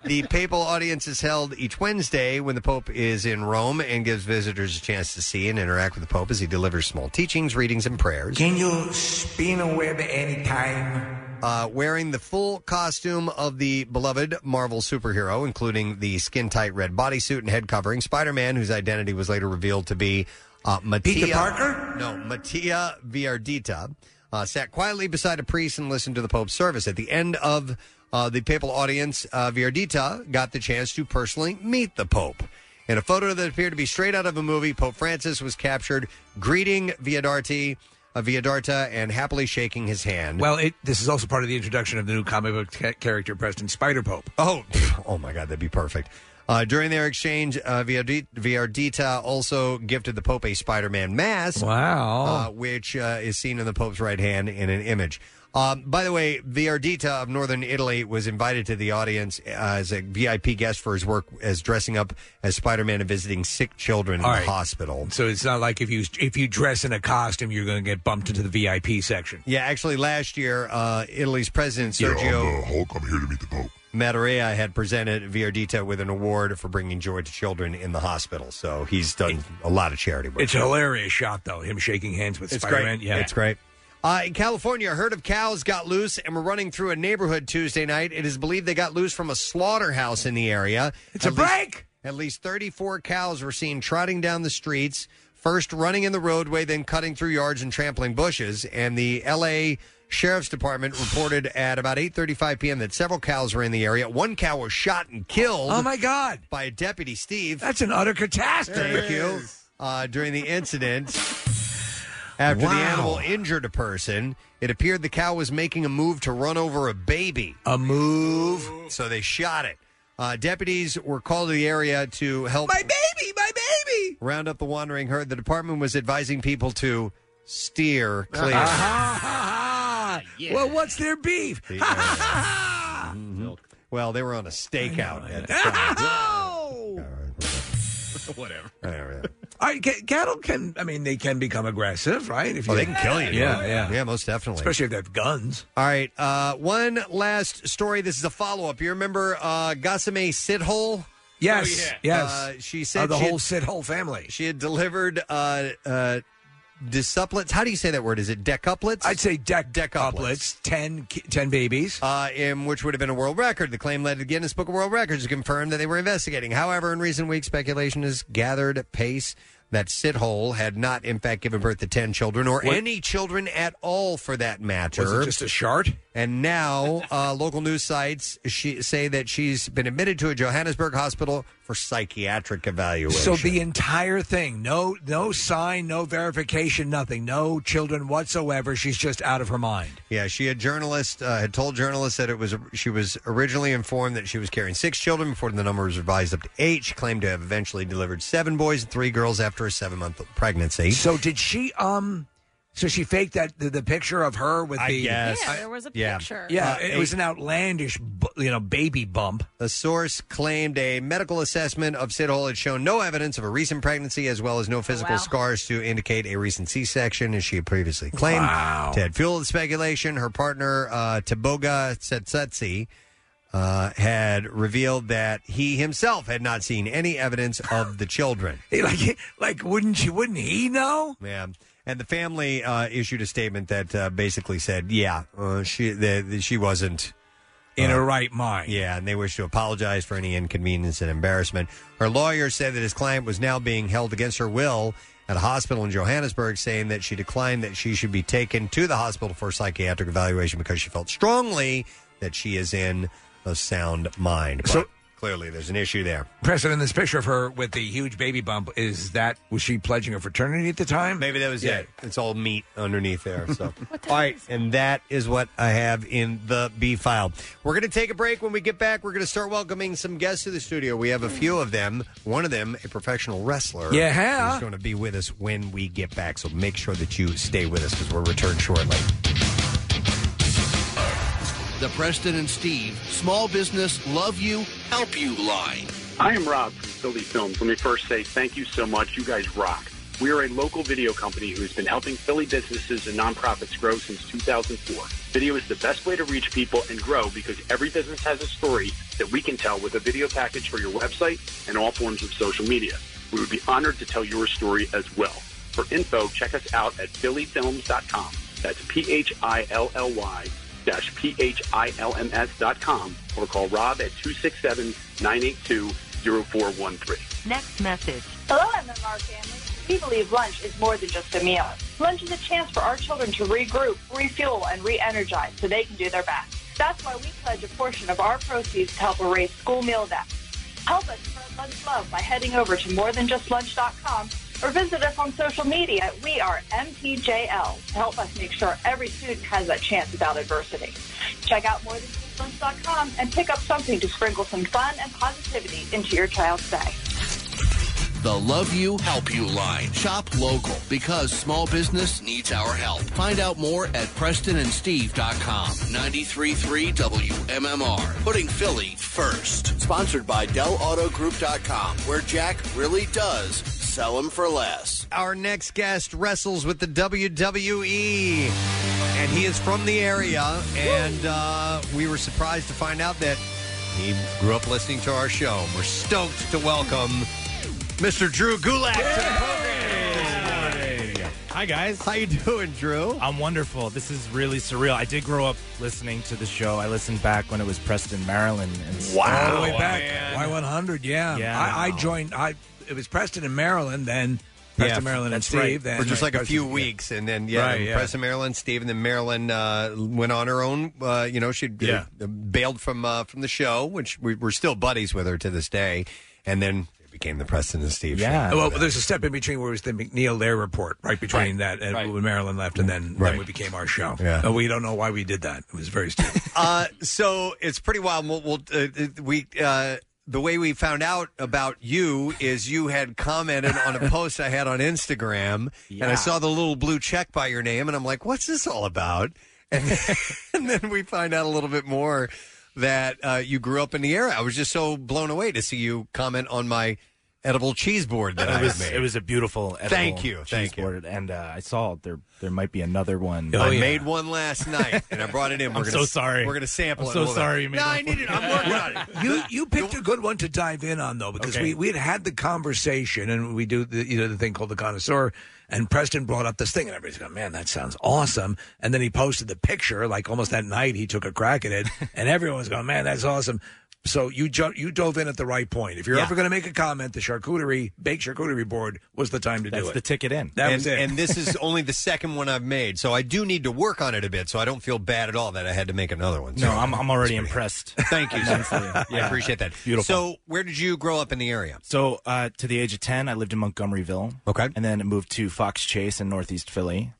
the papal audience is held each Wednesday when the Pope is in Rome and gives visitors a chance to see and interact with the Pope as he delivers small teachings, readings, and prayers. Can you spin a web anytime? Uh, wearing the full costume of the beloved Marvel superhero, including the skin tight red bodysuit and head covering, Spider Man, whose identity was later revealed to be uh, Mattia. Parker? No, Mattia Viardita, uh, sat quietly beside a priest and listened to the Pope's service. At the end of uh, the papal audience, uh, Viardita got the chance to personally meet the Pope. In a photo that appeared to be straight out of a movie, Pope Francis was captured greeting Viadarti, uh, Viadarta and happily shaking his hand. Well, it, this is also part of the introduction of the new comic book ca- character, Preston Spider Pope. Oh, pff, oh my God, that'd be perfect. Uh, during their exchange, uh, Viardi- Viardita also gifted the Pope a Spider-Man mask. Wow. uh, which uh, is seen in the Pope's right hand in an image. Um, by the way, Viardita of Northern Italy was invited to the audience as a VIP guest for his work as dressing up as Spider-Man and visiting sick children in All the right. hospital. So it's not like if you if you dress in a costume, you're going to get bumped into the VIP section. Yeah, actually, last year, uh, Italy's president Sergio Mattarella had presented Viardita with an award for bringing joy to children in the hospital. So he's done a lot of charity work. It's a hilarious shot, though. Him shaking hands with It's Spider Man. great. It's great. Uh, in California, a herd of cows got loose and were running through a neighborhood Tuesday night. It is believed they got loose from a slaughterhouse in the area. It's a break. At least 34 cows were seen trotting down the streets, first running in the roadway, then cutting through yards and trampling bushes. And the L.A. Sheriff's Department reported at about 8:35 p.m. that several cows were in the area. One cow was shot and killed. Oh, my God. By Deputy Steve. That's an utter catastrophe. Thank you. Uh, during the incident, after the Wow. animal injured a person, it appeared the cow was making a move to run over a baby. A move. So they shot it. Uh, deputies were called to the area to help My baby, my baby. round up the wandering herd. The department was advising people to steer clear. Ah, Uh-huh. Well, what's their beef? The- Mhm. Well, they were on a stakeout. At the time. Whatever. All right, ca- cattle can. I mean, they can become aggressive, right? If Well, Oh, they can kill you. Yeah, right? yeah, yeah, most definitely. Especially if they have guns. All right, uh, one last story. This is a follow up. You remember uh, Gossame Sithole? Yes, yes. Uh, she said Uh, the she whole had, Sithole family. She had delivered uh, uh, decuplets. How do you say that word? Is it decuplets? I'd say dec- decuplets. Ten, ki- ten babies. Uh, in which would have been a world record. The claim led to the Guinness Book of World Records to confirm that they were investigating. However, in recent weeks, speculation has gathered apace that Sithole had not, in fact, given birth to 10 children or What- any children at all, for that matter. Was it just a shard? And now, uh, local news sites she, say that she's been admitted to a Johannesburg hospital for psychiatric evaluation. So the entire thing, no, no sign, no verification, nothing, no children whatsoever. She's just out of her mind. yeah, she had journalist uh, had told journalists that it was she was originally informed that she was carrying six children before the number was revised up to eight. She claimed to have eventually delivered seven boys and three girls after a seven month pregnancy. So did she? Um, so she faked that the, the picture of her with I the. guess. Yeah, there was a picture. Yeah, Uh, it was eight- an outlandish, bu- you know, baby bump. A source claimed a medical assessment of Sidhole had shown no evidence of a recent pregnancy, as well as no physical wow. scars to indicate a recent C-section, as she had previously claimed. Wow. To add fuel to the speculation, her partner uh, Taboga Setsetsi uh, had revealed that he himself had not seen any evidence of the children. like, like, wouldn't you? Wouldn't he know? Yeah. And the family uh, issued a statement that uh, basically said, "Yeah, uh, she the, the- she wasn't uh, in her right mind." Yeah, and they wish to apologize for any inconvenience and embarrassment. Her lawyer said that his client was now being held against her will at a hospital in Johannesburg, saying that she declined that she should be taken to the hospital for psychiatric evaluation because she felt strongly that she is in a sound mind. But So- clearly, there's an issue there. President, this picture of her with the huge baby bump is that was she pledging a fraternity at the time? Maybe that was it. It's all meat underneath there. So, all right, and that is what I have in the B file. We're going to take a break. When we get back, we're going to start welcoming some guests to the studio. We have a few of them. One of them, a professional wrestler, Yeah. who's going to be with us when we get back. So make sure that you stay with us because we'll return shortly. The Preston and Steve Small Business Love You, Help You line. I am Rob from Silly Films. Let me first say thank you so much. You guys rock. We are a local video company who has been helping Philly businesses and nonprofits grow since 2004. Video is the best way to reach people and grow because every business has a story that we can tell with a video package for your website and all forms of social media. We would be honored to tell your story as well. For info, check us out at phillyfilms.com. That's P-H-I-L-L-Y dash P-H-I-L-M-S dot com or call Rob at 267-982-0413. Next message. Hello, MMR family. We believe lunch is more than just a meal. Lunch is a chance for our children to regroup, refuel, and re-energize so they can do their best. That's why we pledge a portion of our proceeds to help erase school meal debt. Help us spread lunch love by heading over to morethanjustlunch.com or visit us on social media at We Are MTJL to help us make sure every student has that chance without adversity. Check out morethanjustlunch.com and pick up something to sprinkle some fun and positivity into your child's day. The Love You, Help You line. Shop local because small business needs our help. Find out more at PrestonandSteve.com. 93.3 WMMR. Putting Philly first. Sponsored by DellAutoGroup.com, where Jack really does sell them for less. Our next guest wrestles with the WWE, and he is from the area. And uh, we were surprised to find out that he grew up listening to our show. And We're stoked to welcome Mr. Drew Gulak to the program this morning. Hi guys. How you doing, Drew? I'm wonderful. This is really surreal. I did grow up listening to the show. I listened back when it was Preston, Maryland. And All the way back. Y100, yeah. Yeah. I, I joined, I it was Preston in Maryland, then Preston, Maryland, and that's Steve. right. Then, for just right, like a Preston- few yeah. weeks, and then yeah, Right, and yeah. Preston Maryland, Steve, and then Maryland uh, went on her own. Uh, you know, she Yeah. uh, bailed from uh, from the show, which we, we're still buddies with her to this day. And then it became the Preston and Steve. show. Well, there's a step in between where it was the McNeil Lair report, right between that and when Maryland left, and then, Right. then we became our show. Yeah. Uh, we don't know why we did that. It was very stupid. uh, so it's pretty wild. We'll, we'll, uh, uh, we uh, the way we found out about you is you had commented on a post I had on Instagram, and I Yeah. saw the little blue check by your name, and I'm like, "What's this all about?" And then, and then we find out a little bit more that uh, you grew up in the area. I was just so blown away to see you comment on my edible cheese board that I it was, made. it was a beautiful. Edible Thank you, cheese thank you. board, And uh, I saw there there might be another one. Oh, I made one last night, and I brought it in. Oh, I'm We're gonna, so sorry. We're going to sample I'm it. so a little bit. sorry you made No, one I for need it. I'm working on it. You you picked a good one to dive in on though because Okay. we we had had the conversation and we do the, you know the thing called the connoisseur and Preston brought up this thing and everybody's going man that sounds awesome and then he posted the picture like almost that night he took a crack at it and everyone's going man that's awesome so you ju- you dove in at the right point if you're Yeah. ever going to make a comment the charcuterie baked charcuterie board was the time to do it that and, was it and this is only the second one I've made, so I do need to work on it a bit. So I don't feel bad at all that I had to make another one. So No, I'm I'm already impressed. Thank you. sir. I Yeah. appreciate that. Beautiful. So where did you grow up in the area? So, uh, to the age of 10, I lived in Montgomeryville. Okay. And then moved to Fox Chase in Northeast Philly.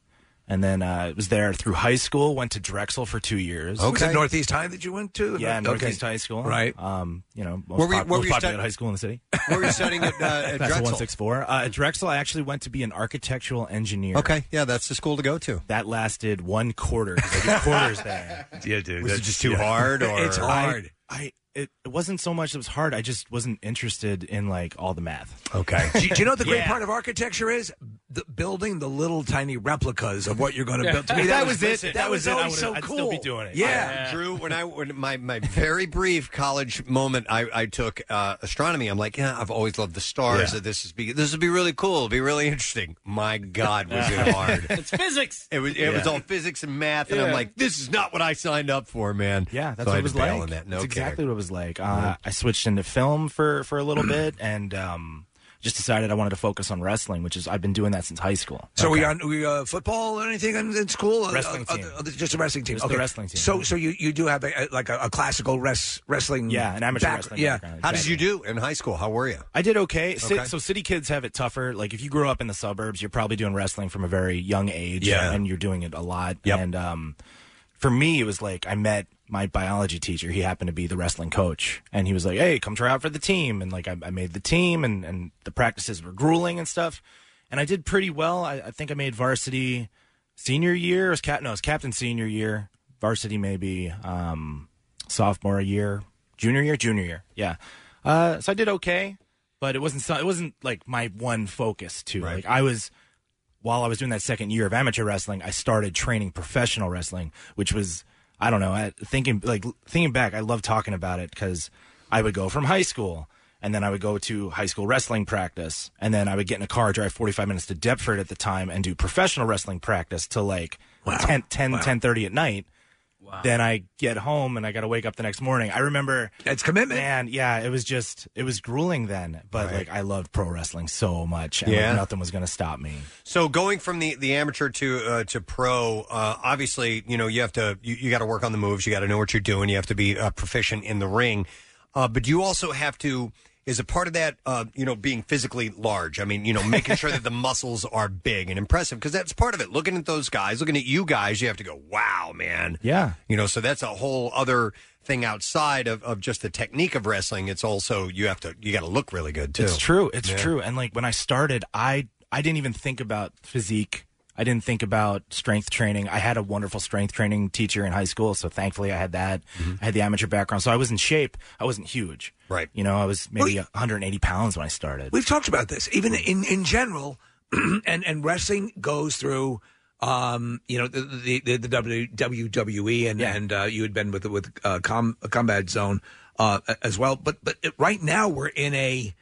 And then uh, was there through high school, went to Drexel for two years. was it Northeast High that you went to Yeah, Okay. Northeast High School. right Um, you know, most, Where were you- pop- where most were you popular stu- high school in the city. Where were you studying at, uh, at Class of Drexel? 164. Uh, at Drexel, I actually went to be an architectural engineer. Okay, yeah, that's the school to go to. That lasted one quarter. 'cause I did quarters there. yeah dude Was it that's- just too hard, or- it's hard I, it, it wasn't so much that it was hard. I just wasn't interested in like all the math. Okay. do, you- do you know what the great Yeah. part of architecture is? The, building the little tiny replicas of what you're going to build. To me, If that, that was it, That, that was, was it, I always would've- so I'd cool. still be doing it. Yeah, I- Uh, Drew. When I when my my very brief college moment, I, I took uh, astronomy. I'm like, yeah, I've always loved the stars. Yeah. This is be this would be really cool. It'd be really interesting. My God, was it hard? it's physics. It was it was all physics and math, and I'm Yeah. like, this is not what I signed up for, man. Yeah, So that's I what had it was to bail like. on that. No that's kidding. exactly what it was like. Uh, Mm-hmm. I switched into film for for a little bit, and um, just decided I wanted to focus on wrestling, which is I've been doing that since high school. So we on we uh, football or anything in, in school? Uh, Wrestling uh, team. uh, just a wrestling team. Just the okay. wrestling team. So so you, you do have a, a- like a, a classical res, wrestling. Yeah, an amateur wrestling Yeah. background, How did you do in high school? How were you? I did okay. Ci- Okay. So city kids have it tougher. Like if you grew up in the suburbs, you're probably doing wrestling from a very young age, Yeah. and you're doing it a lot. And um, for me, it was like I met my biology teacher. He happened to be the wrestling coach, and he was like, "Hey, come try out for the team." And like I, I made the team, and and the practices were grueling and stuff. And I did pretty well. I, I think I made varsity senior year. It was cap- no, it was captain senior year. Varsity maybe um, sophomore year, junior year, junior year. Yeah. Uh, so I did okay, but it wasn't so, it wasn't like my one focus too. Like I was while I was doing that second year of amateur wrestling, I started training professional wrestling, which was I don't know. I, thinking like thinking back, I love talking about it because I would go from high school and then I would go to high school wrestling practice and then I would get in a car, drive 45 minutes to Deptford at the time and do professional wrestling practice till like 10, 10, 10:30 at night. Then I get home and I got to wake up the next morning. I remember that's commitment. Man, yeah, it was just it was grueling then, but like I loved pro wrestling so much, and like, Yeah. nothing was going to stop me. So going from the, the amateur to uh, to pro, uh, obviously, you know, you have to you, you got to work on the moves. You got to know what you're doing. You have to be uh, proficient in the ring, uh, but you also have to. Is a part of that, uh, you know, being physically large. I mean, you know, making sure that the muscles are big and impressive because that's part of it. Looking at those guys, looking at you guys, you have to go, wow, man. Yeah. You know, so that's a whole other thing outside of, of just the technique of wrestling. It's also, you have to, you got to look really good too. It's true. It's Yeah. true. And like when I started, I I didn't even think about physique. I didn't think about strength training. I had a wonderful strength training teacher in high school, so thankfully I had that. Mm-hmm. I had the amateur background, so I was in shape. I wasn't huge. Right. You know, I was maybe 180 pounds when I started. We've talked about this even in in general, and and wrestling goes through. Um, you know the the, the, the w, WWE and and uh, you had been with with uh, com, Combat Zone uh, a- as well, but but it- right now we're in a.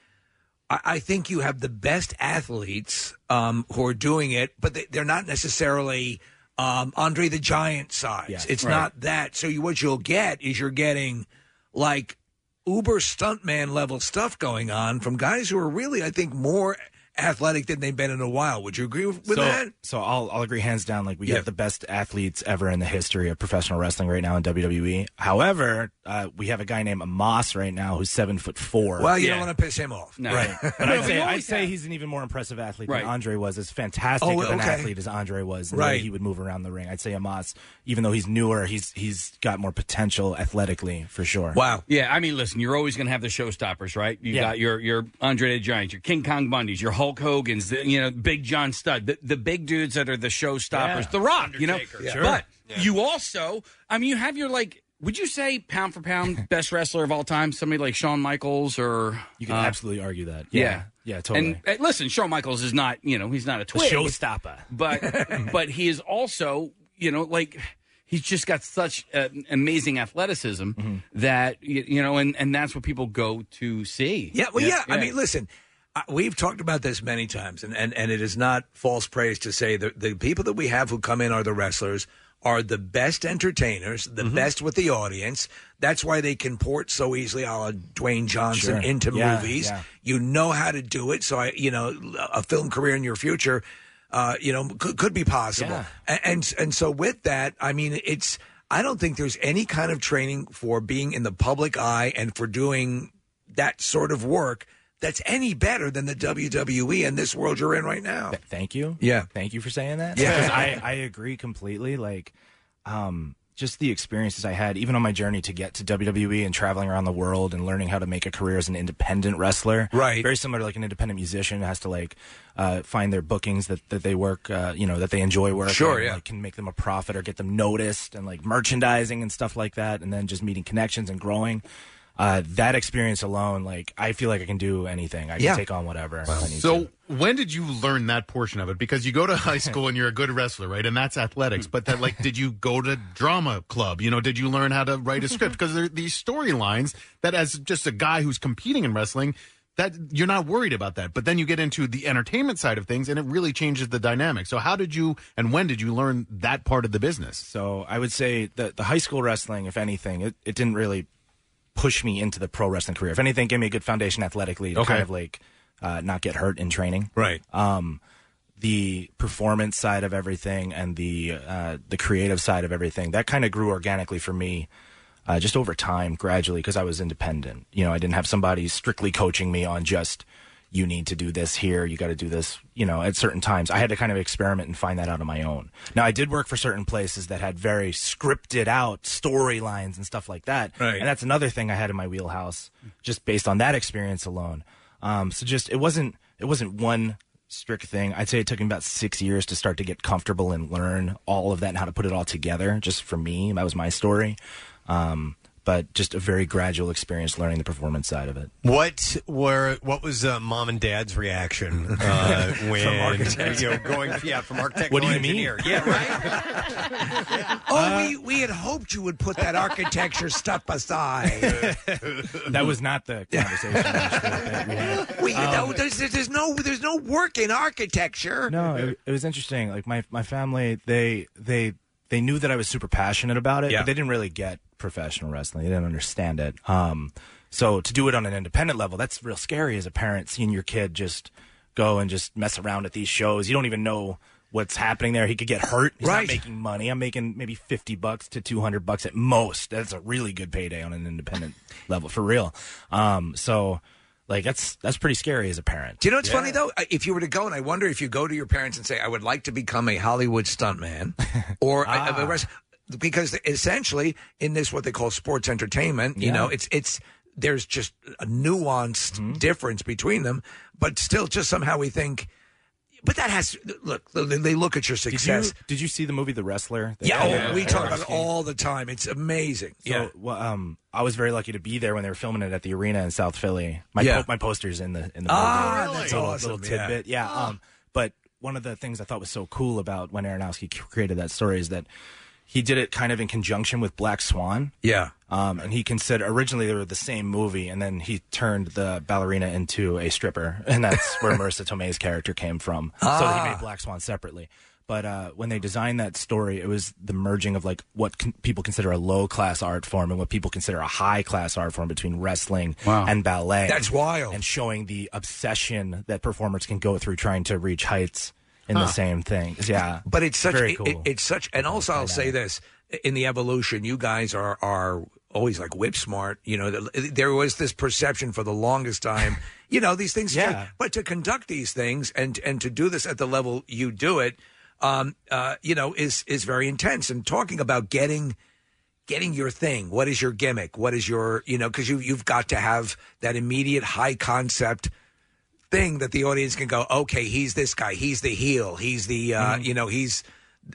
I- I think you have the best athletes um, who are doing it, but they, they're not necessarily um, Andre the Giant size. Yeah. it's Right. not that. So you, what you'll get is you're getting like uber stuntman level stuff going on from guys who are really, I think, more athletic than they've been in a while. Would you agree with, with so, that? so I'll, I'll agree hands down. Like we Yeah. have the best athletes ever in the history of professional wrestling right now in WWE. However, uh, we have a guy named Amos right now who's seven foot four. Well, you don't want to piss him off, No. right? But I'd say, I'd say he's an even more impressive athlete Right. than Andre was. As fantastic Oh, of an okay. athlete as Andre was, and the way Right. He would move around the ring. I'd say Amos, even though he's newer, he's he's got more potential athletically for sure. Wow. Yeah, I mean, listen, you're always going to have the showstoppers, right? You Yeah. got your your Andre the Giant, your King Kong Bundys, your Hulk Hogan's, the, you know, Big John Studd, the, the big dudes that are the showstoppers, Yeah. The Rock, you know. Undertaker. Yeah. Sure. But you also, I mean, you have your like. Would you say pound for pound best wrestler of all time? Somebody like Shawn Michaels, or You can uh, absolutely argue that. Yeah. Yeah, totally. And uh, listen, Shawn Michaels is not you know he's not a The twig, showstopper. but but he is also you know like he's just got such uh, amazing athleticism Mm-hmm. that you, you know and and that's what people go to see. Yeah, well, yeah. I mean, listen, I, we've talked about this many times, and, and, and it is not false praise to say that the people that we have who come in are the wrestlers, are the best entertainers, the Mm-hmm. best with the audience. That's why they can port so easily, a la Dwayne Johnson, Sure. into Yeah, movies. yeah. You know how to do it. So, I, you know, a film career in your future, uh, you know, could, could be possible. Yeah. A- And, and so with that, I mean, it's. I don't think there's any kind of training for being in the public eye and for doing that sort of work that's any better than the WWE and this world you're in right now. Th- thank you. Yeah. Thank you for saying that. Yeah. Because I, I agree completely. Like, um, just the experiences I had, even on my journey to get to WWE and traveling around the world and learning how to make a career as an independent wrestler. Right. Very similar to like an independent musician has to like uh, find their bookings that, that they work, uh, you know, that they enjoy working. Sure, and, yeah. like, can make them a profit or get them noticed and like merchandising and stuff like that. And then just meeting connections and growing. Uh, that experience alone, like, I feel like I can do anything. I can Yeah. take on whatever. I need So when did you learn that portion of it? Because you go to high school and you're a good wrestler, right? And that's athletics. But that, like, did you go to drama club? You know, did you learn how to write a script? Because there are these storylines that, as just a guy who's competing in wrestling, that you're not worried about that. But then you get into the entertainment side of things, and it really changes the dynamic. So how did you and when did you learn that part of the business? So I would say that the high school wrestling, if anything, it, it didn't really push me into the pro wrestling career. If anything, gave me a good foundation athletically to Okay. kind of like uh, not get hurt in training. Right. Um, the performance side of everything and the uh, the creative side of everything that kind of grew organically for me. Uh, just over time, gradually, because I was independent. You know, I didn't have somebody strictly coaching me on just you need to do this here, you got to do this. You know, at certain times, I had to kind of experiment and find that out on my own. Now, I did work for certain places that had very scripted out storylines and stuff like that, Right. and that's another thing I had in my wheelhouse, just based on that experience alone. Um, so, just it wasn't it wasn't one strict thing. I'd say it took me about six years to start to get comfortable and learn all of that and how to put it all together. Just for me, that was my story. Um, but just a very gradual experience learning the performance side of it. What were what was uh, mom and dad's reaction uh, From when architect. you know, going yeah from architect What do to you mean? engineer? Yeah, right. Oh, Uh, we, we had hoped you would put that architecture stuff aside. That was not the conversation. We, you Um, know, there's, there's no there's no work in architecture. No, it, it was interesting. Like my my family, they they they knew that I was super passionate about it, Yeah. but they didn't really get professional wrestling. They didn't understand it. Um, so to do it on an independent level, that's real scary as a parent seeing your kid just go and just mess around at these shows. You don't even know what's happening there. He could get hurt. He's Right. not making money. I'm making maybe fifty bucks to two hundred bucks at most. That's a really good payday on an independent level for real. Um, so like that's that's pretty scary as a parent. Do you know what's funny though? Uh, If you were to go, and I wonder if you go to your parents and say, "I would like to become a Hollywood stuntman," or a- Ah. a- a rest- because essentially in this what they call sports entertainment, you Yeah. Mm-hmm. know, it's it's there's just a nuanced difference between them, but still, just somehow we think. But that has look. They they look at your Did success. you, did you see the movie The Wrestler? yeah, oh, we talk about it it all the time. It's amazing. So, well, um, I was very lucky to be there when they were filming it at the arena in South Philly. My Yeah. po- my poster's in the in the Ah, movie. that's little, awesome, little tidbit. yeah. Ah. Yeah. Um, but one of the things I thought was so cool about when Aronofsky c- created that story is that he did it kind of in conjunction with Black Swan. Yeah. Um, and he considered originally they were the same movie, and then he turned the ballerina into a stripper, and that's where Marissa Tomei's character came from. So he Ah. made Black Swan separately. But uh, when they designed that story, it was the merging of like what con- people consider a low class art form and what people consider a high class art form between wrestling Wow. and ballet. That's wild. And showing the obsession that performers can go through trying to reach heights in the Huh. same things. Yeah, But it's such very it- cool. it- it's such and also I'll say this in the evolution you guys are are always like whip smart, you know, th- there was this perception for the longest time, you know, these things Yeah. but to conduct these things and and to do this at the level you do it um uh you know is is very intense and talking about getting getting your thing what is your gimmick what is your you know because you you've got to have that immediate high concept thing that the audience can go okay he's this guy he's the heel he's the uh Mm-hmm. you know he's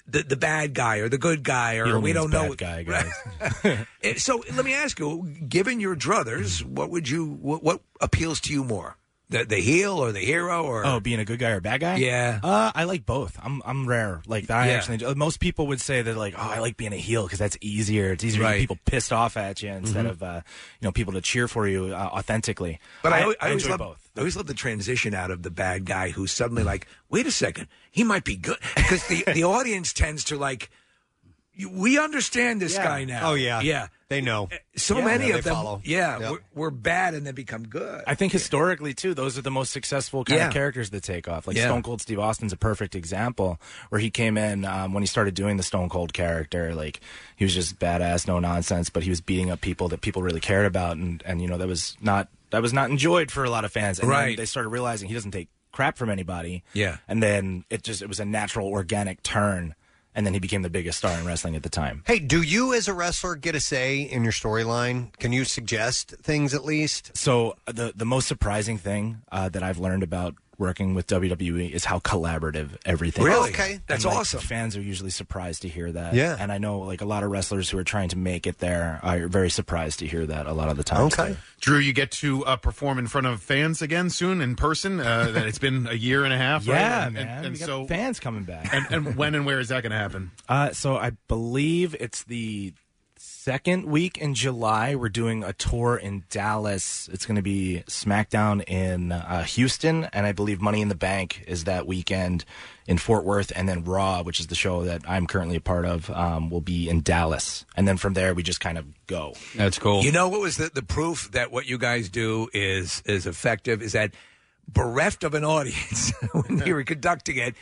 the the bad guy or the good guy or Heel we means don't know bad guy, guys. Eh, so let me ask you given your druthers Mm-hmm. what would you what, what appeals to you more the the heel or the hero or oh, being a good guy or a bad guy? Yeah. uh, I like both. I'm I'm rare like that. I Yeah. actually uh, most people would say they're like, oh, I like being a heel because that's easier. It's easier to Right. get people pissed off at you instead Mhm. of uh, you know people to cheer for you uh, authentically. But I, I, always enjoy love both. I Mm-hmm. always love the transition out of the bad guy who's suddenly like, wait a second, he might be good because the the audience tends to like, "You- we understand this Yeah. guy now. Oh, yeah. yeah. They know. Eh, So Yeah. many Yeah, they of them, follow. yeah, Yep. were, were bad and then become good. I think historically too, those are the most successful kind Yeah. of characters that take off. Like Yeah. Stone Cold Steve Austin's a perfect example, where he came in um, when he started doing the Stone Cold character. Like he was just badass, no nonsense, but he was beating up people that people really cared about, and and you know that was not that was not enjoyed for a lot of fans. And then Right. they started realizing he doesn't take crap from anybody. Yeah. and then it just it was a natural, organic turn, and then he became the biggest star in wrestling at the time. Hey, do you as a wrestler get a say in your storyline? Can you suggest things at least? So uh, the the most surprising thing uh, that I've learned about working with WWE is how collaborative everything. Really? is. Okay. And, That's like, awesome. Fans are usually surprised to hear that. Yeah. and I know like a lot of wrestlers who are trying to make it there are very surprised to hear that a lot of the time. Drew, you get to uh, perform in front of fans again soon in person. Uh, that it's been a year and a half. right? Yeah, And- and- man. And, We got so fans coming back. And, and when and where is that going to happen? Uh, so I believe it's the second week in July. We're doing a tour in Dallas. It's going to be SmackDown in uh, Houston, and I believe Money in the Bank is that weekend in Fort Worth, and then Raw, which is the show that I'm currently a part of, um, will be in Dallas. And then from there, we just kind of go. That's cool. You know what was the, the proof that what you guys do is is effective is that bereft of an audience when we were conducting it,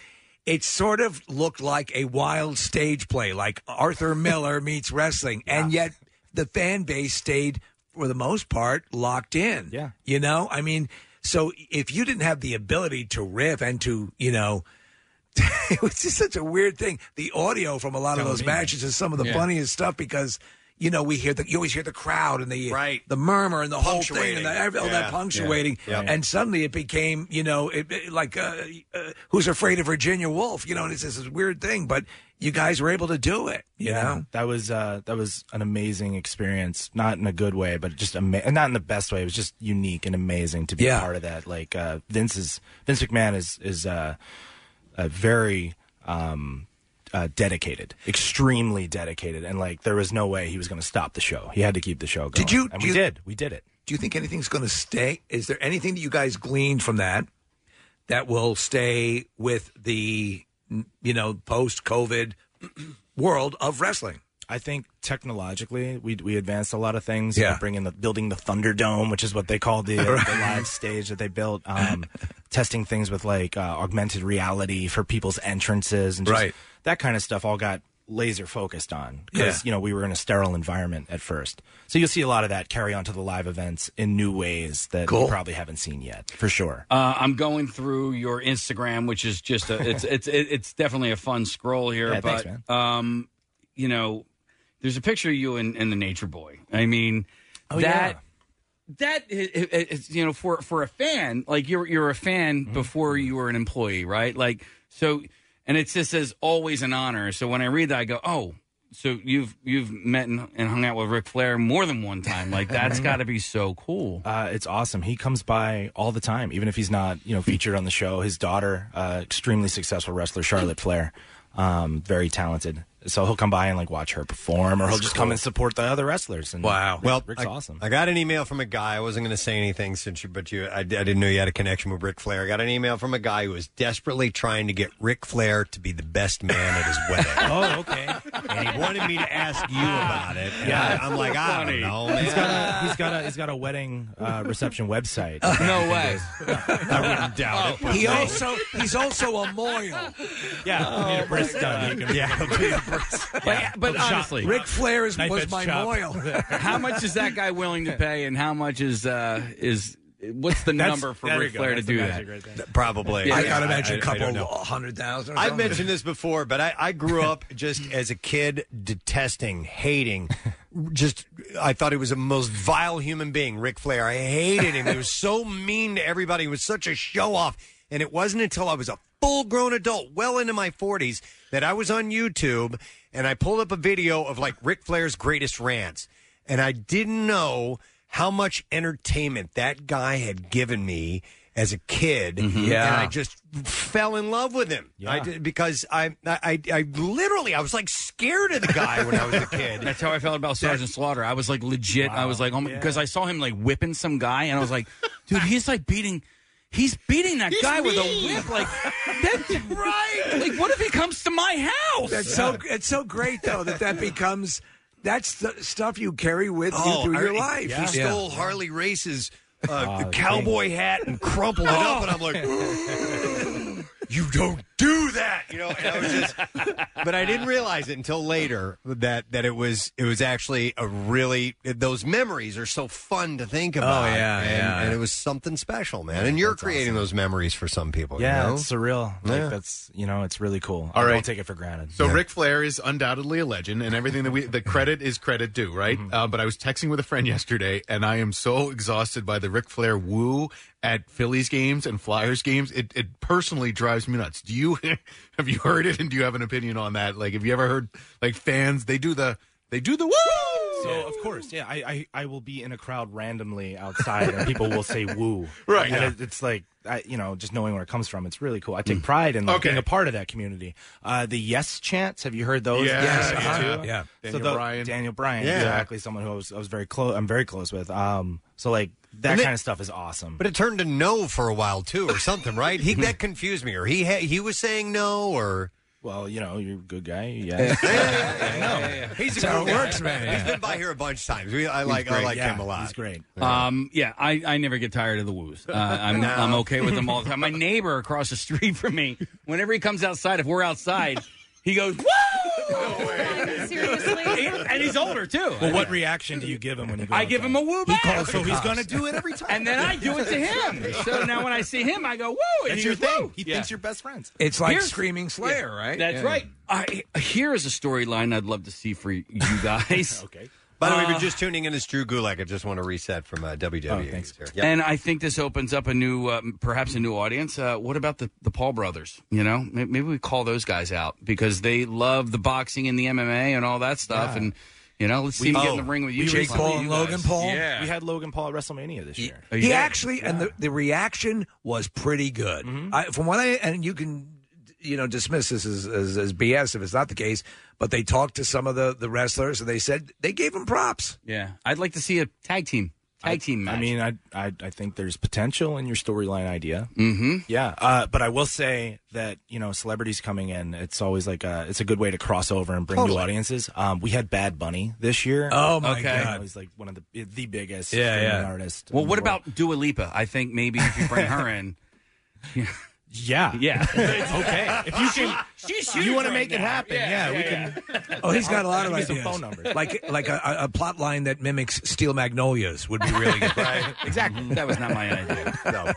it sort of looked like a wild stage play, like Arthur Miller meets wrestling, and yet the fan base stayed for the most part locked in. Yeah, you know, I mean, so if you didn't have the ability to riff and to you know. it was just such a weird thing. The audio from a lot of Tell those me. matches is some of the Yeah. funniest stuff because you know we hear the you always hear the crowd and the right. the murmur and the whole thing and the, every- all Yeah. that punctuating Yeah. Yep. and suddenly it became you know it, it- like uh, uh, who's afraid of Virginia Woolf you know and it's just this weird thing but you guys were able to do it you know that was uh, that was an amazing experience. Not in a good way, but just ama- not in the best way. It was just unique and amazing to be Yeah. a part of that. Like uh, Vince is Vince McMahon is is uh, a very um, uh, dedicated, extremely dedicated, and like there was no way he was going to stop the show. He had to keep the show going. Did you- And do we you- did. We did it. do you think anything's going to stay is there anything that you guys gleaned from that that will stay with the you know post COVID world of wrestling I think technologically we we advanced a lot of things. Yeah. bringing the building the Thunderdome, which is what they call the, the live stage that they built. Um, testing things with like uh, augmented reality for people's entrances and just Right. that kind of stuff. All got laser focused on Yeah. because you know we were in a sterile environment at first. So you'll see a lot of that carry on to the live events in new ways that Cool. we probably haven't seen yet for sure. Uh, I'm going through your Instagram, which is just a, it's it's it- it's definitely a fun scroll here. Yeah, but thanks, um, you know, there's a picture of you and, and the Nature Boy. I mean, Oh, that that i- i- i- it's you know for for a fan like you're you're a fan Mm-hmm. before you were an employee, right? Like so, and it just says always an honor. So when I read that, I go, oh. So you've you've met and, and hung out with Ric Flair more than one time. Like that's got to be so cool. Uh, it's awesome. He comes by all the time, even if he's not, you know, featured on the show. His daughter, uh, extremely successful wrestler Charlotte Flair, um, very talented, So he'll come by and like watch her perform, or he'll That's just cool. come and support the other wrestlers. And Well, Rick's I, awesome. I got an email from a guy. I wasn't going to say anything since you, but you, I, I didn't know you had a connection with Ric Flair. I got an email from a guy who was desperately trying to get Ric Flair to be the best man at his wedding. oh, okay. And he wanted me to ask you about it. And Yeah. I, am like, I don't know, man. He's got a he's got a he's got a wedding uh, reception website. No way. I wouldn't doubt Oh, it. He also he's also a moil. Yeah, need a breast done. You can- But, but Shot. honestly, Ric Flair is- Knife was edge my chop. moil. moil. How much is that guy willing to pay, and how much is uh, is what's the That's- number for there you Ric go. Flair to That's the do magic that? right there. Probably. I Yeah, gotta I- imagine a I don't couple know. hundred thousand. or I've something. mentioned this before, but I, I grew up just as a kid detesting, hating, just I thought he was the most vile human being, Ric Flair. I hated him. he was so mean to everybody. He was such a show off. And it wasn't until I was a full grown adult, well into my forties, that I was on YouTube and I pulled up a video of like Ric Flair's greatest rants. And I didn't know how much entertainment that guy had given me as a kid. And Yeah. I just fell in love with him. I did, because I, I, I I literally, I was like scared of the guy when I was a kid. That's how I felt about Sergeant Slaughter. I was like legit. I was like, oh my, because I saw him like whipping some guy, and I was like, dude, he's like beating, he's beating that guy with a whip. Like, that's right. Like, what if he comes to my house? That's so it's so great though that that becomes that's the stuff you carry with you through Oh, I- your life. He stole Harley Race's uh, cowboy hat and crumpled it up, and I'm like, you don't do that, you know. And I was just, but I didn't realize it until later that that it was it was actually a really those memories are so fun to think about. yeah, and, yeah. and it was something special, man. And you're creating those memories for some people. yeah, you know? it's surreal. Like Yeah. that's you know, it's really cool. All I right. don't take it for granted. So Ric Flair is undoubtedly a legend, and everything that we the credit is credit due, right? Uh, but I was texting with a friend yesterday, and I am so exhausted by the Ric Flair woo at Phillies games and Flyers games. It it personally drives me nuts. Do you have you heard it, and do you have an opinion on that? Like, have you ever heard like fans they do the they do the woo? So of course, yeah, I, I I will be in a crowd randomly outside, and people will say "woo," Right, And yeah. it, it's like I, you know, just knowing where it comes from, it's really cool. I take pride in like, Okay. being a part of that community. Uh, the yes chants, have you heard those? Yeah, Yes, yeah, uh-huh. yeah. So Daniel the- Bryan. Daniel Bryan, Yeah. exactly. Someone who I was, I was very close. I'm very close with. Um, so like that And it- kind of stuff is awesome. But it turned to no for a while too, or something, right? He that confused me, or he ha- he was saying no, or well, you know, you're a good guy. Yeah, He's That's how it guy. works, man. He's been by here a bunch of times. We, I like I great. like Yeah, him a lot. he's great. Um, yeah, I, I never get tired of the woos. Uh, I'm, No. I'm okay with them all the time. My neighbor across the street from me, whenever he comes outside, if we're outside, he goes, woo! Seriously? And he's older, too. Well, what reaction do you give him when you? Go I give him a woo He back. calls Oh, so he's gonna do it every time. And then I do it to him. So now when I see him, I go, woo! And That's he your goes, thing. "Woo!" He Yeah. thinks you're best friends. It's like Here's- screaming Slayer, right? That's Yeah. right. I, here is a storyline I'd love to see for you guys. Uh, okay. By the way, if uh, you're just tuning in, it's Drew Gulak. I just want to reset from uh, WWE. Oh, thanks. And uh, I think this opens up a new, uh, perhaps a new audience. Uh, what about the, the Paul brothers? You know, May- maybe we call those guys out because they love the boxing and the MMA and all that stuff. Yeah. And, you know, let's see him get in the ring with you. Jake guys. Paul and Logan Paul. Yeah. We had Logan Paul at WrestleMania this year. He Oh, actually, and the, the reaction was pretty good. Mm-hmm. I, from what I, and you can, you know, dismiss this as, as, as BS if it's not the case, but they talked to some of the, the wrestlers and they said they gave him props. Yeah. I'd like to see a tag team. Tag team match. I mean, I, I I think there's potential in your storyline idea. Mm-hmm. Yeah, uh, but I will say that you know celebrities coming in, it's always like a, it's a good way to cross over and bring new Totally. audiences. Um, we had Bad Bunny this year. Oh, my Okay. You know, God. he's like one of the the biggest Yeah, streaming yeah. artist. Well, in what the world. about Dua Lipa? I think maybe if you bring her in. yeah, Yeah. okay. If you can, She's you want to make it happen? Yeah, we can. Oh, he's got a lot of Give me ideas. some phone numbers. Like like a, a- a plot line that mimics Steel Magnolias would be really good. Exactly. That was not my idea.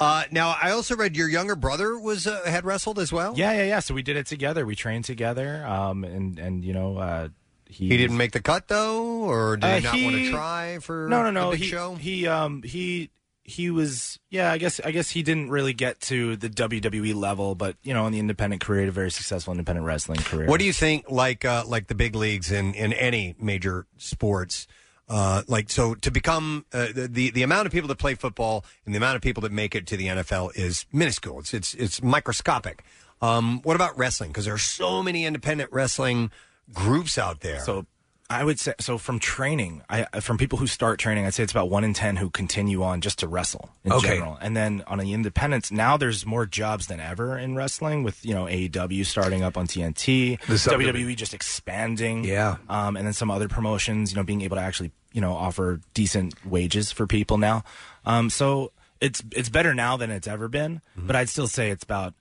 Uh, now, I also read your younger brother was uh, had wrestled as well. Yeah, yeah, yeah. So we did it together. We trained together. Um, and and you know, uh, he He didn't make the cut though, or did Uh, he not want to he- try for no, no, no. The big he, show? he, um, he, he was. Yeah, I guess. I guess he didn't really get to the WWE level, but you know, in the independent career, had a very successful independent wrestling career. What do you think? Like uh, like the big leagues in in any major sports. Uh, like so, to become uh, the, the the amount of people that play football and the amount of people that make it to the NFL is minuscule. It's it's it's microscopic. Um, what about wrestling? Because there are so many independent wrestling groups out there. So I would say so from training, I uh, from people who start training, I'd say it's about one in ten who continue on just to wrestle in Okay. general. And then on the independents, now there's more jobs than ever in wrestling with you know AEW starting up on TNT, The sub- WWE E just expanding, Yeah. um, and then some other promotions, you know, being able to actually you know offer decent wages for people now. Um, so it's it's better now than it's ever been, but I'd still say it's about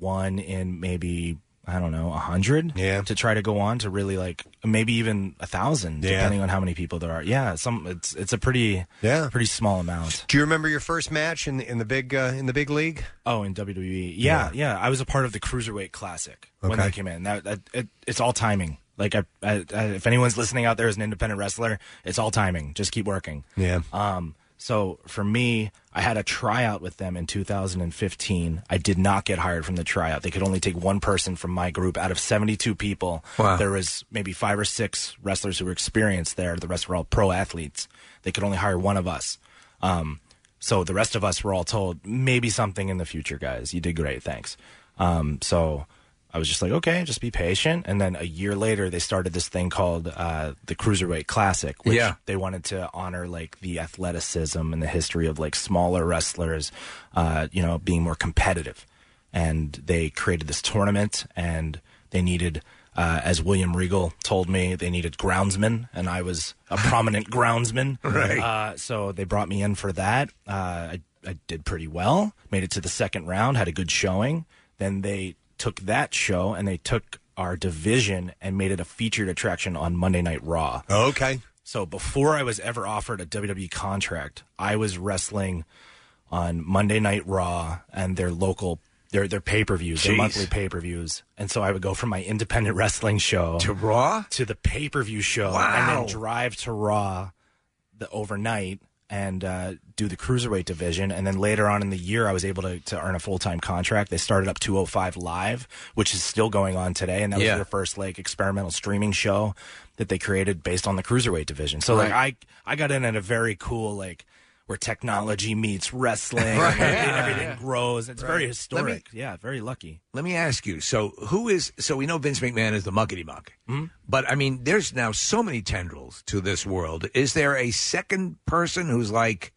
one in maybe I don't know a hundred. Yeah. To try to go on to really like maybe even a thousand, Yeah. depending on how many people there are. Yeah. Some it's it's a pretty yeah pretty small amount. Do you remember your first match in in the big uh, in the big league? Oh, in WWE. Yeah, yeah. I was a part of the cruiserweight classic when Okay. that came in. That, that it, it's all timing. Like I, I, I, if anyone's listening out there as an independent wrestler, it's all timing. Just keep working. Yeah. Um, so for me, I had a tryout with them in 2015. I did not get hired from the tryout. They could only take one person from my group out of 72 people. Wow. There was maybe five or six wrestlers who were experienced there. The rest were all pro athletes. They could only hire one of us. Um, so the rest of us were all told maybe something in the future, guys. You did great, thanks. Um, so I was just like, okay, just be patient. And then a year later, they started this thing called uh, the Cruiserweight Classic, which Yeah. they wanted to honor like the athleticism and the history of like smaller wrestlers, uh, you know, being more competitive. And they created this tournament, and they needed, uh, as William Regal told me, they needed groundsmen, and I was a prominent groundsman. Right. Uh, so they brought me in for that. Uh, I, I did pretty well, made it to the second round, had a good showing. Then they took that show and they took our division and made it a featured attraction on Monday Night Raw. Okay. So before I was ever offered a WWE contract, I was wrestling on Monday Night Raw and their local their their pay per views, their Jeez. monthly pay per views. And so I would go from my independent wrestling show To Raw? to the pay per view show, Wow. and then drive to Raw the overnight and uh, do the cruiserweight division. And then later on in the year, I was able to, to earn a full time contract. They started up 205 Live, which is still going on today, and that Yeah. was their first like experimental streaming show that they created based on the cruiserweight division. So like I I got in at a very cool like. Where technology meets wrestling, and Right. everything, Yeah. everything grows. It's Right. Let very me- historic. yeah, very lucky. Let me ask you. So, who is? So we know Vince McMahon is the muckety muck, Hmm? but I mean, there's now so many tendrils to this world. Is there a second person who's like,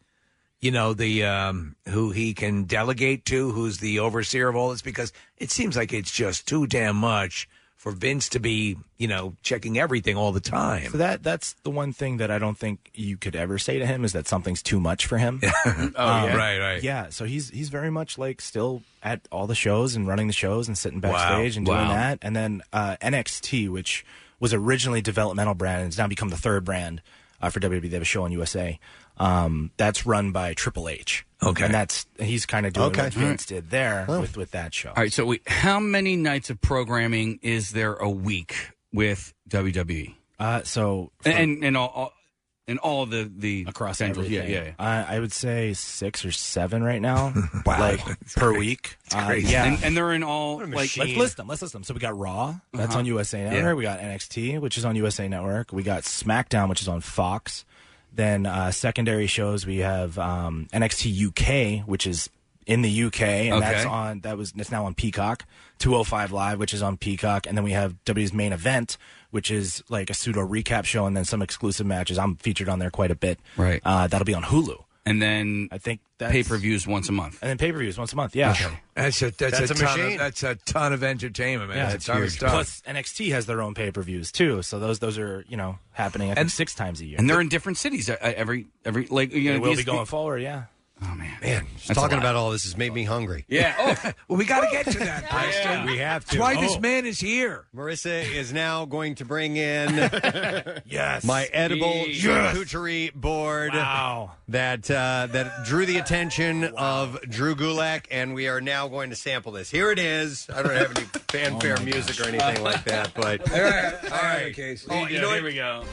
you know, the um, who he can delegate to, who's the overseer of all this? Because it seems like it's just too damn much for Vince to be, you know, checking everything all the time. So that that's the one thing that I don't think you could ever say to him is that something's too much for him. oh, yeah. Right, right. Yeah, so he's he's very much like still at all the shows and running the shows and sitting Wow, backstage and doing wow. that. And then uh, NXT, which was originally a developmental brand and has now become the third brand uh, for WWE. They have a show on USA. Um, that's run by Triple H. Okay. and that's he's kind of doing Okay. what Vince did there with with that show. All right, so we, how many nights of programming is there a week with WWE? Uh, so and and all, all and all the the across tendrils. Yeah, yeah, yeah. I, I would say six or seven right now, like per week. Uh, yeah, and, and they're in all like let's list them. Let's list them. So we got Raw, that's Uh-huh. on USA Yeah. Network. We got NXT, which is on USA Network. We got SmackDown, which is on Fox. Then uh, secondary shows, we have um, NXT UK, which is in the UK, and that's Okay. on that was that's now on Peacock. 205 Live, which is on Peacock, and then we have W's main event, which is like a pseudo recap show, and then some exclusive matches. I'm featured on there quite a bit. Right. Uh, that'll be on Hulu. And then I think pay per views once a month. And then pay per views once a month. Yeah. That's a that's, That's a, a ton machine. Of, that's a ton of entertainment, man. Yeah, That's a ton of stuff. Plus, NXT has their own pay per views too, so those those are you know happening I think, And- six times a year. And they're in different cities uh, uh, every every like you know They will these- be going forward. Yeah. Man, just That's a talking lot. about all this has made me hungry. Yeah. Oh, well, we got to get to that, Preston. We have to. That's why this Oh. man is here. Marissa is now going to bring in yes my edible Yes. charcuterie board Wow. that uh, that drew the attention of Drew Gulak, and we are now going to sample this. Here it is. I don't have any fanfare Oh my music gosh. or anything like that, but All right, all right, Case. Oh, you know what? go.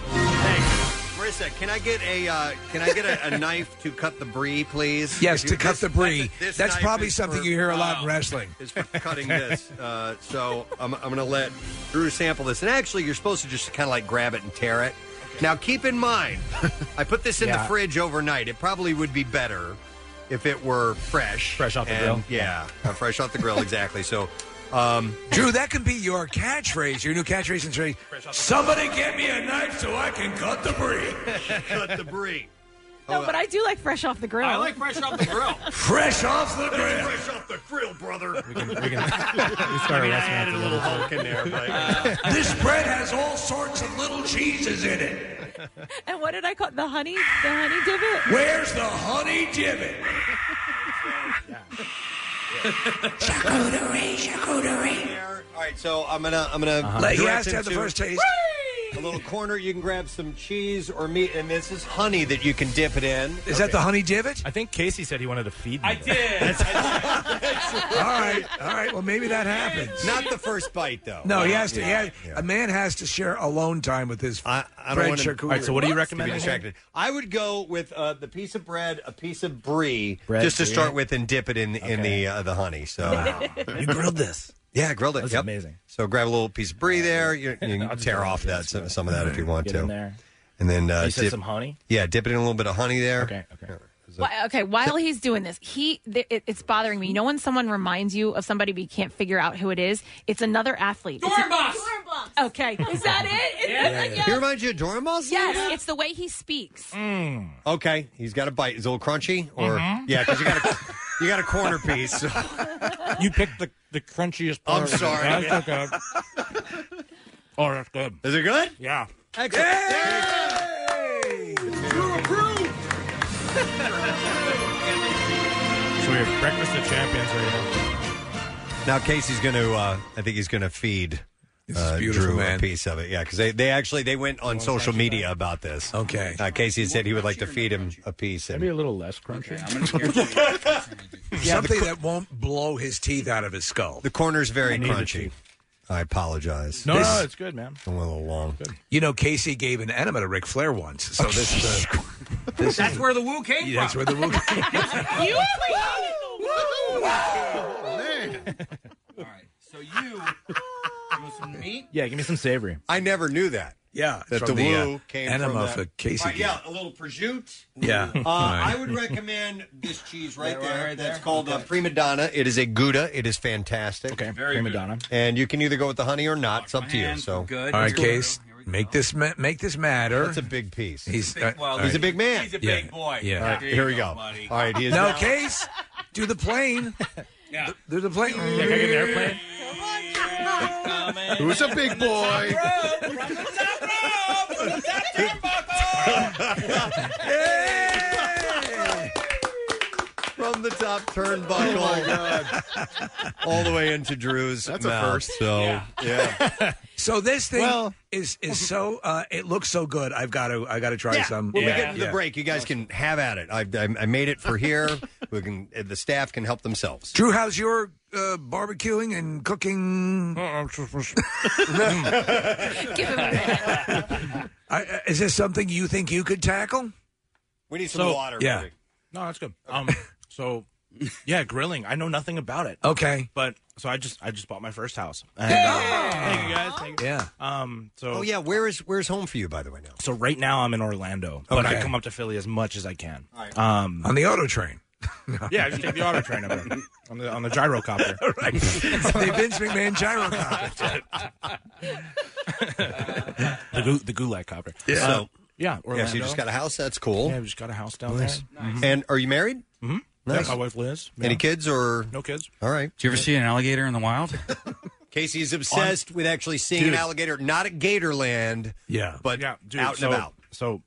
Marissa, can I get a uh, can I get a, a knife to cut the brie, please? Yes, If you- to cut this- the brie. this That's, knife probably is something for- you hear a lot wow. in wrestling. is for cutting this. Uh, so I'm, I'm going to let Drew sample this. And actually, you're supposed to just kind of like grab it and tear it. Now, keep in mind, I put this in Yeah. the fridge overnight. It probably would be better if it were fresh. Fresh off the and, grill? Yeah, uh, fresh off the grill, exactly. So. Um, Drew, that can be your catchphrase, your new catchphrase. and phrase. Somebody get me a knife so I can cut the brie. cut the brie. No, but I do like fresh off the grill. I like fresh off the grill. Fresh off the grill. Fresh off the grill, brother. We can, we can I mean, I added a little Hulk in there, but this bread has all sorts of little cheeses in it. and what did I call the honey? The honey divot. Where's the honey divot? charcuterie, charcuterie. All right, so I'm gonna, I'm gonna. Uh-huh. Like, he direct has to him have the first taste. A little corner, you can grab some cheese or meat, and this is honey that you can dip it in. Is that the honey divot? I think Casey said he wanted to feed me. I did. all right, all right. Well, maybe that happens. Not the first bite, though. No, he has to. Yeah, he has, A man has to share alone time with his I, I bread don't want charcuterie. to. To be distracted. I would go with uh, the piece of bread, a piece of brie, Bread, just to brie. start with, and dip it in in the uh, the honey. So you grilled this. Yeah, I grilled it. That's yep. amazing. So grab a little piece of brie there. You, you can tear off that some, some of that if you want Get to, in there. Oh, and then uh, You said dip- some honey? Yeah, dip it in a little bit of honey there. Okay, okay. Why- okay, while he's doing this, he th- it, it's bothering me. You know when someone reminds you of somebody but you can't figure out who it is? It's another athlete. It's a- Okay, is that it? Is that He reminds you of Dormouse? Yes, it's the way he speaks. Mm. Okay, he's got a bite. Is it a little crunchy or Mm-hmm. Mhm. yeah? Because you got a you got a corner piece. so- You picked the the crunchiest part. I'm sorry. That's okay. oh, that's good. Is it good? Yeah. Excellent. So we have breakfast of champions right Now Casey's going to. Uh, I think he's going to feed. Uh, beautiful, Drew man. a piece of it, yeah, because they, they actually they went on social media about this. Okay, uh, Casey had said he would like to feed him a piece. And, Maybe a little less crunchy. Something that won't blow his teeth out of his skull. The corner's very I need the crunchy. I apologize. No, no, This- it's good, man. A little long. Oh, You know, Casey gave an enema to Ric Flair once, so this is a, That's where the woo came Yeah, that's from. where the woo came from. you So you, some meat? Yeah, give me some savory. I never knew that. Yeah, that the, from the, woo uh, came enema from that. for Casey. Right, yeah, a little prosciutto. Yeah. Uh, Right. I would recommend this cheese right there. That's called uh, prima donna. It is a gouda. It is fantastic. Okay, Very prima good. donna. And you can either go with the honey or not. It's up to you. So All right, Case, make this ma- make this matter. That's a big piece. He's uh, well, all he's right. a big man. He's a big Yeah. boy. Yeah. All right, There here we you go, go. All right, he is no now- Case. Do the plane. yeah, there's a plane. I get an airplane? Who's a big boy? From the top Oh turnbuckle all the way into Drew's That's a mouth. first. So Yeah. yeah. So this thing is is so uh, it looks so good. I've got to I got to try Yeah, some. When Yeah. we get to the Yeah. break, you guys can have at it. I, I, I made it for here. we can. The staff can help themselves. Drew, how's your uh, barbecuing and cooking? Uh-uh, Give him I, uh, is this something you think you could tackle? We need some water, Yeah. Rick. No, that's good. Um, so yeah, grilling. I know nothing about it. Okay. But so I just I just bought my first house. And, Yeah. uh, thank you guys. Thank you. Yeah. Um. So Oh yeah. Where is where's home for you by the way now? So right now I'm in Orlando, but Okay. I come up to Philly as much as I can. Um, on the auto train. yeah, I just take the auto train up there on the on the gyrocopter. right. the Vince McMahon gyrocopter. the gu- the gulag copter. Yeah. Uh, So- yeah. Orlando. Yeah, so you just got a house. That's cool. Yeah, we just got a house down Nice. there. Mhm. And are you married? Mm-hmm. Nice. Yeah, my wife Liz. Any Yeah. kids or No kids. All right. Do you ever see an alligator in the wild? Casey's obsessed with actually seeing Dude. an alligator, not at Gatorland. Yeah. but yeah, dude, out and so, about. So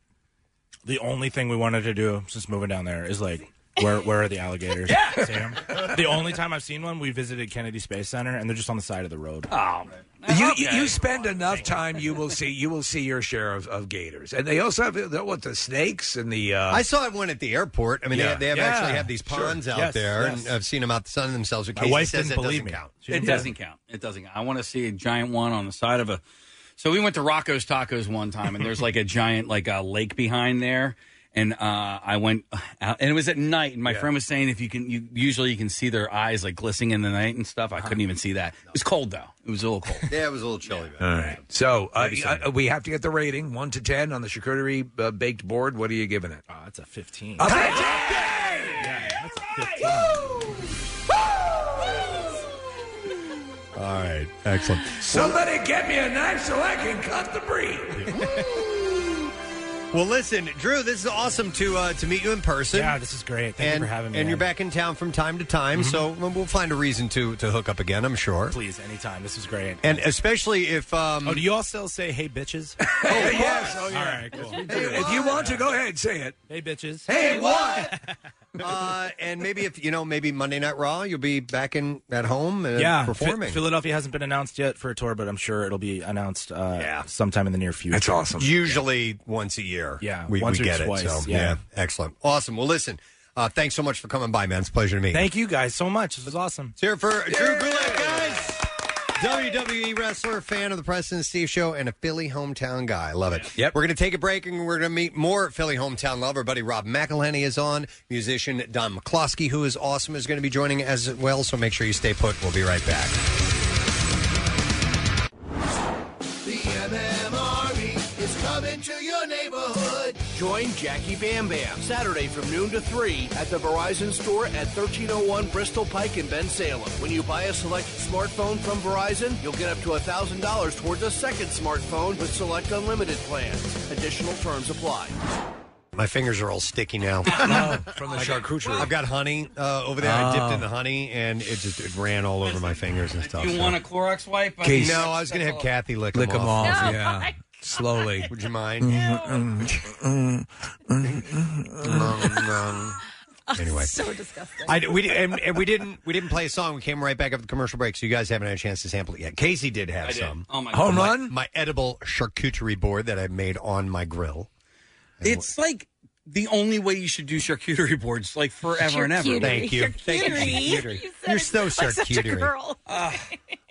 the only thing we wanted to do since moving down there is like. Where, where are the alligators? Sam? The only time I've seen one, we visited Kennedy Space Center, and they're just on the side of the road. Oh, You, you you spend enough time, you will see you will see your share of, of gators, and they also have uh, the, what the snakes and the. Uh, I saw one at the airport. I mean, Yeah. they, they have Yeah. actually have these Sure. ponds out Yes, there, yes. and I've seen them out the sun themselves. But My Casey wife says didn't it believe doesn't me. count. It doesn't count. It doesn't. count. I want to see a giant one on the side of a. So we went to Rocco's Tacos one time, and there's like a giant like a lake behind there. And uh, I went out, and it was at night. And my friend was saying, if you can, you usually you can see their eyes like glistening in the night and stuff. Uh-huh. I couldn't even see that. It was cold though. It was a little cold. yeah, it was a little chilly. All right, so uh, uh, we have to get the rating one to ten on the charcuterie uh, baked board. What are you giving it? Oh, that's a 15. A Yeah, that's a 15. All right, Ah, excellent. Somebody get me a knife so I can cut the Oh, breed. Well, listen, Drew, this is awesome to uh, to meet you in person. Yeah, this is great. Thank you and, for having me, And you're man. back in town from time to time, so we'll find a reason to to hook up again. I'm sure. Please, anytime. This is great. And especially if um, oh, do you all still say "Hey, bitches"? yes. All right, cool. if you want to, go ahead and say it. Hey, bitches. Hey, what? uh, and maybe if you know, maybe Monday Night Raw, you'll be back in at home and yeah, performing. Ph- Philadelphia hasn't been announced yet for a tour, but I'm sure it'll be announced uh, sometime in the near future. That's awesome. Usually once a year. Yeah, we, once we or get twice, it. So yeah. excellent, awesome. Well, listen, uh, thanks so much for coming by, man. It's a pleasure to meet. Thank you guys so much. This was awesome. It's here for Drew Goulet, guys. WWE wrestler, fan of the Preston and Steve Show, and a Philly hometown guy. I love it. Yep. We're going to take a break and we're going to meet more Philly hometown love. Our buddy Rob McElhenney is on. Musician Don McCloskey, who is awesome, is going to be joining as well. So make sure you stay put. We'll be right back. The MM E Army is coming to your neighborhood. Join Jackie Bam Bam Saturday from noon to 3 at the Verizon store at 1301 Bristol Pike in Ben Salem. When you buy a selected smartphone from Verizon, you'll get up to $1,000 towards a second smartphone with select unlimited plans. Additional terms apply. My fingers are all sticky now. from the charcuterie. I've got honey uh, over there. I dipped Oh. in the honey and it just it ran all over my fingers and stuff. You so- want a Clorox wipe? I mean, No, I was going to have that's Kathy lick, Lick 'em 'em off. off, No, yeah. my Slowly. Would you mind? anyway, So disgusting. I, we di- and, and we didn't we didn't play a song. We came right back up the commercial break, so you guys haven't had a chance to sample it yet. Casey did have I did. some. Oh, my Home God. run? My, my edible charcuterie board that I made on my grill. It's like the only way you should do charcuterie boards, like forever and ever. Thank you. Thank you. Charcuterie. You're so charcuterie. Ah.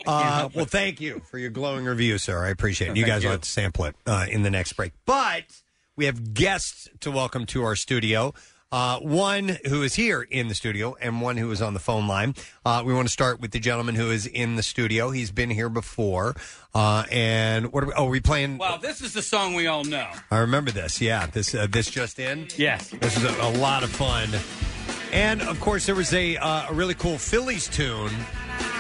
Uh, well, thank you for your glowing review, sir. I appreciate it. You Thank guys you. will have to sample it uh, in the next break. But we have guests to welcome to our studio. Uh, one who is here in the studio and one who is on the phone line. Uh, we want to start with the gentleman who is in the studio. He's been here before. Uh, and what are we? Oh, are we playing? Well, this is the song we all know. I remember this. Yeah, this uh, this just in. Yes, this is a, a lot of fun. And of course, there was a uh, a really cool Phillies tune,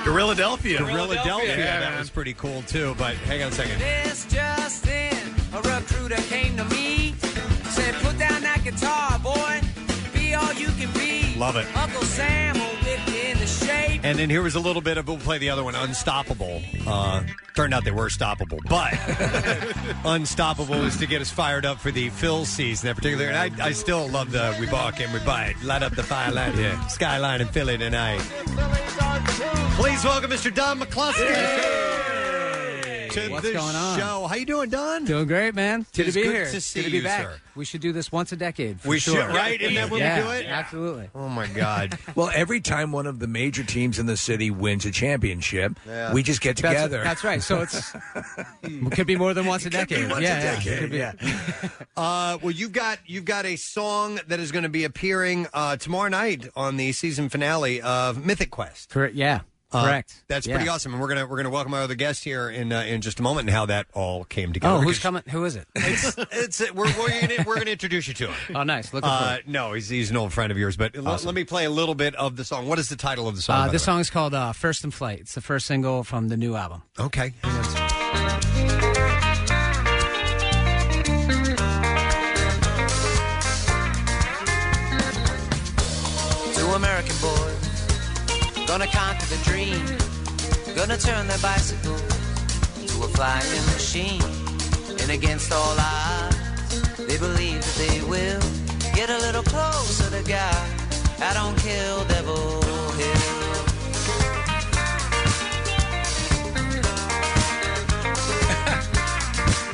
Gorilla-delphia. Gorilla-delphia. Yeah, that man. was pretty cool too. But hang on a second. This just in, a recruiter came to me, said, "Put down that guitar, boy. Be all you can be." Love it. Uncle Sam will whip you into shape. And then here was a little bit of we'll play the other one, Unstoppable. Uh, turned out they were stoppable, but Unstoppable was to get us fired up for the Phil season in particular. And I, I still love the We Balk and We Bite. Light up the fire light yeah. skyline in Philly tonight. Please welcome Mr. Don McCluskey. To What's the going on? show. How you doing, Don? Doing great, man. Good Tis to be good here. to see good to be you, back. sir. We should do this once a decade. For We sure. should, right? Isn't that when we yeah, do it? Absolutely. Oh my God! well, every time one of the major teams in the city wins a championship, Yeah. we just get That's- together. That's, right. So it's it could be more than once a decade. once a yeah, yeah, decade, could be. yeah. Uh, well, you've got you've got a song that is going to be appearing uh, tomorrow night on the season finale of Mythic Quest. Correct. Yeah. Uh, Correct. That's Yeah. pretty awesome, and we're gonna we're gonna welcome our other guest here in uh, in just a moment and how that all came together. Oh, who's Because coming? Who is it? It's, it's, we're, we're, gonna, we're gonna introduce you to him. Oh, nice. Looking for Uh, no, he's, he's an old friend of yours, but l- let me play a little bit of the song. What is the title of the song? Uh, by this the way? song is called uh, "First in Flight." It's the first single from the new album. Okay. Two American boys, gonna conquer the dream, gonna turn their bicycles to a flying machine. And against all odds, they believe that they will get a little closer to God. I don't kill Devil Hill.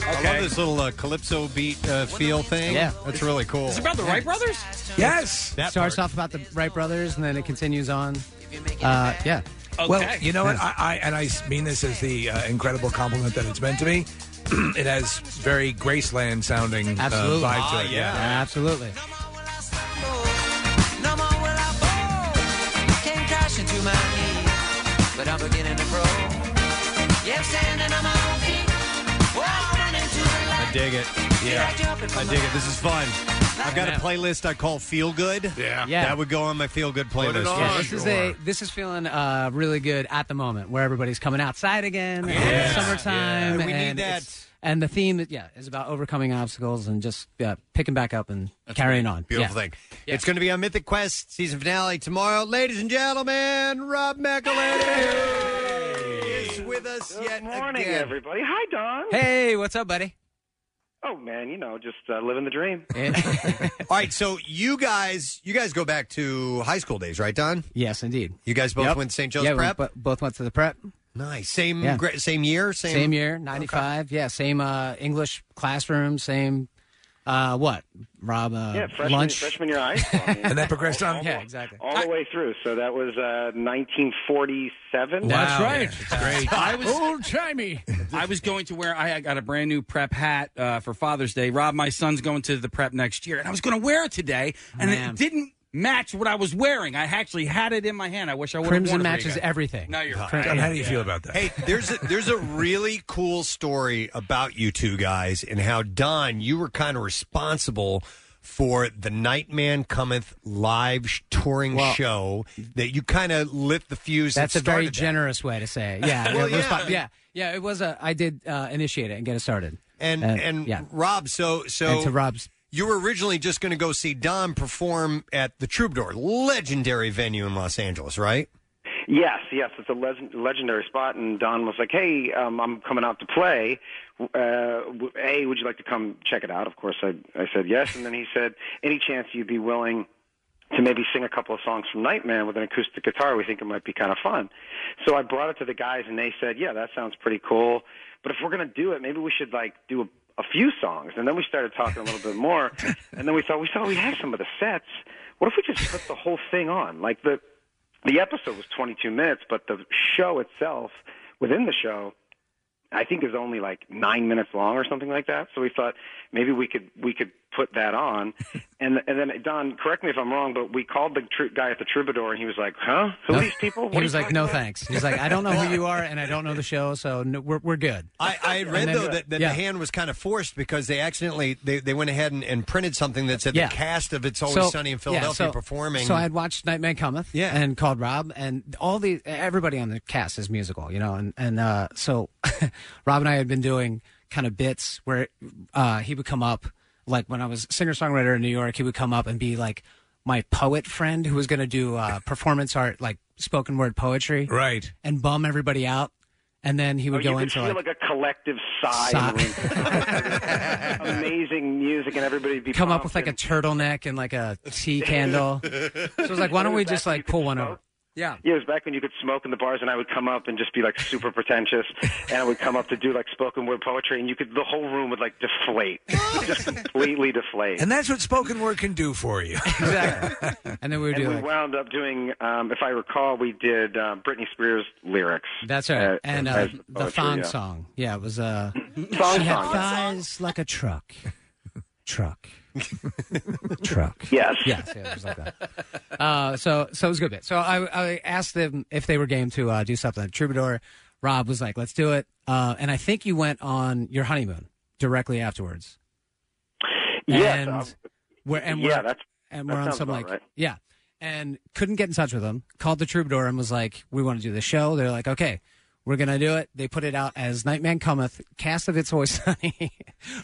I love this little uh, calypso beat uh, feel thing. Yeah. that's really cool. Is it about the Wright brothers? Yes. That starts part. off about the Wright brothers, and then it continues on. Uh, yeah. Well, you know what? Yeah. I, I and I mean this as the uh, incredible compliment that it's meant to me. it has very Graceland sounding uh, Absolutely. vibe Ah, to it. Absolutely. No more will I fall. Came crashing to my knees, but I'm beginning to grow. Yeah, I'm standing on my own feet. Whoa, running to the light. dig it. Yeah. I dig it. This is fun. I've got a playlist I call Feel Good. Yeah. Yeah. That would go on my Feel Good playlist. Yeah, this is a this is feeling uh, really good at the moment where everybody's coming outside again. and it's summertime. Yeah. We need and that. it's- And the theme, is- yeah, is about overcoming obstacles and just uh, picking back up and carrying on. Beautiful Yeah. thing. It's going to be on Mythic Quest season finale tomorrow. Ladies and gentlemen, Rob McElhenney is with us yet morning, again. everybody. Hi, Don. Hey, what's up, buddy? Oh man, you know, just uh, living the dream. All right, so you guys, you guys go back to high school days, right, Don? Yes, indeed. You guys both Yep. went to St. Joe's yeah, we Prep. bo- both went to the prep. nice. Same, Yeah. gra- same year. Same, Same, year, ninety five. Yeah, same uh, English classroom. Same uh, what? Rob uh, yeah, freshman, lunch. freshman year high school. I mean, And that progressed all- on? all- Yeah, exactly. All the way through. So that was uh, 1947. That's Wow. right. I was old chimey. I was going to wear. I got a brand new prep hat uh, for Father's Day. Rob, my son's going to the prep next year, and I was going to wear it today, and Man. it didn't match what I was wearing. I actually had it in my hand. I wish I would. Crimson matches everything. No, you're Crim- right. Don, how do you feel about that? Hey, there's a, there's a really cool story about you two guys and how Don, you were kind of responsible for the Nightman Cometh live sh- touring Well, show that you kind of lit the fuse. That's a that very started that. generous way to say it. Yeah, Well, it was yeah, fun. I mean- yeah, yeah. It was a. I did uh, initiate it and get it started. And Uh, and yeah. Rob, so so And to Rob's- you were originally just going to go see Don perform at the Troubadour, legendary venue in Los Angeles, right? Yes, yes, it's a leg- legendary spot. And Don was like, "Hey, um, I'm coming out to play. Uh, w- a, would you like to come check it out?" Of course, I, I said yes. And then he said, "Any chance you'd be willing to maybe sing a couple of songs from Nightman with an acoustic guitar? We think it might be kind of fun." So I brought it to the guys, and they said, "Yeah, that sounds pretty cool. But if we're gonna do it, maybe we should like do a." A few songs, and then we started talking a little bit more, and then we thought we thought we had some of the sets. What if we just put the whole thing on? Like the the episode was 22 minutes, but the show itself, within the show, I think is only like nine minutes long or something like that. So we thought maybe we could we could put that on, and and then Don, correct me if I'm wrong, but we called the tr- guy at the Troubadour, and he was like, "Huh? Who are these people?" He was like, "No thanks." He's like, "I don't know who you are, and I don't know the show, so no, we're we're good." I, I had And read then- though that, that Yeah. the hand was kind of forced because they accidentally they, they went ahead and, and printed something that said Yeah. the cast of It's Always So- Sunny in yeah, Philadelphia so- performing. So I had watched Nightman Cometh, yeah. and called Rob, and all the everybody on the cast is musical, you know, and and uh, so Rob and I had been doing kind of bits where uh, he would come up, like when I was singer songwriter in New York, he would come up and be like my poet friend who was going to do uh, performance art, like spoken word poetry, right, and bum everybody out, and then he Oh, would you go could into feel like, like, a collective sigh. in the room. Amazing music, and everybody would be come up with like a turtleneck and like a tea candle. so So I was like, why don't we just like pull one over? Yeah. Yeah, it was back when you could smoke in the bars, and I would come up and just be like super pretentious, and I would come up to do like spoken word poetry, and you could the whole room would like deflate, just completely deflate. And that's what spoken word can do for you. And then we would And do we like wound up doing, um, if I recall, we did uh, Britney Spears lyrics. that's right, uh, and uh, as the poetry, Fawn yeah. song. Yeah, it was uh, Fawn she had song, yeah. thighs like a truck, truck, truck. Yes, yes, yeah, it was like that. Uh, so so it was a good bit. So I, I asked them if they were game to uh, do something. Troubadour, Rob was like, "Let's do it," uh, and I think you went on your honeymoon directly afterwards. Yes, and um, we're and yeah, we're that's- and that we're on sounds some about like right. yeah, and couldn't get in touch with them. Called the Troubadour and was like, "We want to do the show." They're like, "Okay." We're gonna do it. They put it out as Nightman Cometh. Cast of It's Always Sunny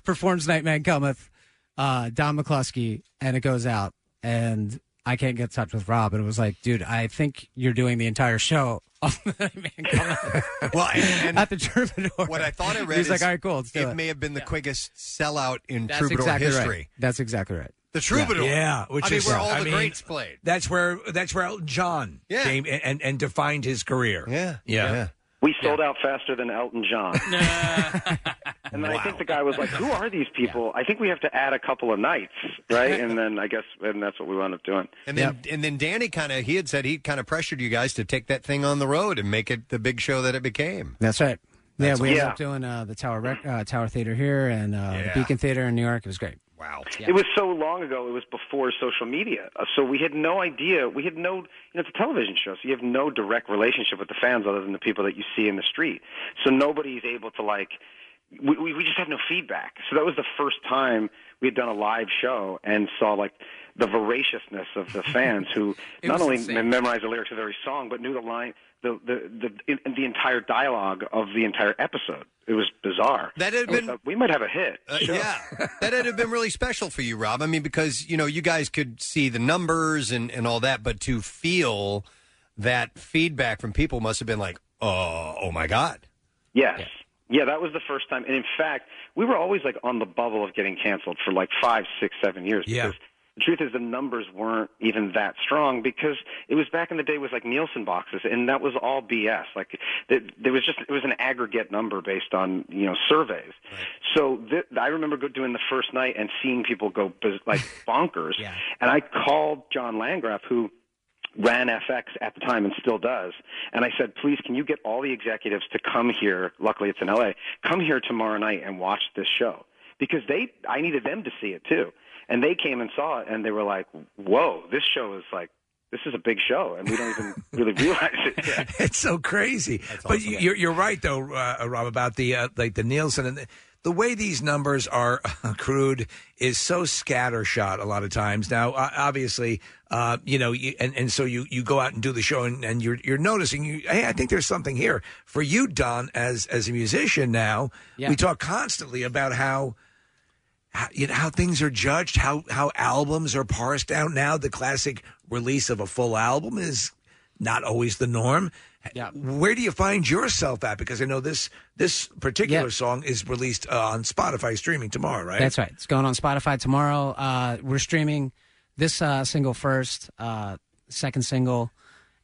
performs Nightman Cometh. Uh, Don McCluskey, and it goes out, and I can't get in touch with Rob. And it was like, dude, I think you're doing the entire show on the Nightman Cometh. well, and, and at the Troubadour. what I thought I read He's is like, all right, cool, let's do it, it. may have been the quickest sellout in That's Troubadour exactly history. right. That's exactly right. The Troubadour. Yeah, which I mean, is where all I the mean, greats played. That's where that's where Elton John Yeah. came and, and, and defined his career. Yeah. Yeah. We sold out faster than Elton John. and then I think the guy was like, "Who are these people? I think we have to add a couple of nights, right?" And then I guess, and that's what we wound up doing. And then and then Danny kind of he had said he kind of pressured you guys to take that thing on the road and make it the big show that it became. That's right. That's yeah, we ended awesome. up doing uh, the Tower Rec- uh, Tower Theater here and uh, Yeah. the Beacon Theater in New York. It was great. Wow. It was so long ago. It was before social media, Uh, so we had no idea. We had no, you know, it's a television show, so you have no direct relationship with the fans other than the people that you see in the street. So nobody's able to like we, we we just had no feedback. So that was the first time we had done a live show and saw like the voraciousness of the fans who It not was only insane. mem- memorized the lyrics of every song, but knew the line, the the the, in, the entire dialogue of the entire episode. It was bizarre. That had I been- thought, we might have a hit. Sure. yeah, that would have been really special for you, Rob. I mean, because you know you guys could see the numbers and and all that, but to feel that feedback from people must have been like, oh, oh my god. Yes. Yeah, that was the first time. And in fact, we were always like on the bubble of getting canceled for like five, six, seven years. Yeah. Because the truth is the numbers weren't even that strong because it was back in the day it was like Nielsen boxes and that was all BS. Like th- there was just, it was an aggregate number based on, you know, surveys. So th- I remember go- doing the first night and seeing people go biz- like bonkers. And I called John Landgraf who ran FX at the time and still does. And I said, please, can you get all the executives to come here? Luckily, it's in LA. Come here tomorrow night and watch this show because they, I needed them to see it too. And they came and saw it and they were like, whoa, this show is like, this is a big show and we don't even really realize it. yet." it's so crazy. but you- you're you're right though, uh, Rob, about the uh, like the Nielsen and the, the way these numbers are accrued is so scattershot a lot of times. Now, uh, obviously, uh, you know, you, and and so you you go out and do the show and, and you're you're noticing you. Hey, I think there's something here for you, Don, as as a musician. Now Yeah. we talk constantly about how how, you know, how things are judged, how how albums are parsed out now. The classic release of a full album is not always the norm. Yeah. Where do you find yourself at? Because I know this this particular song is released uh, on Spotify streaming tomorrow, right? That's right. It's going on Spotify tomorrow. Uh, we're streaming this uh, single first, uh, second single,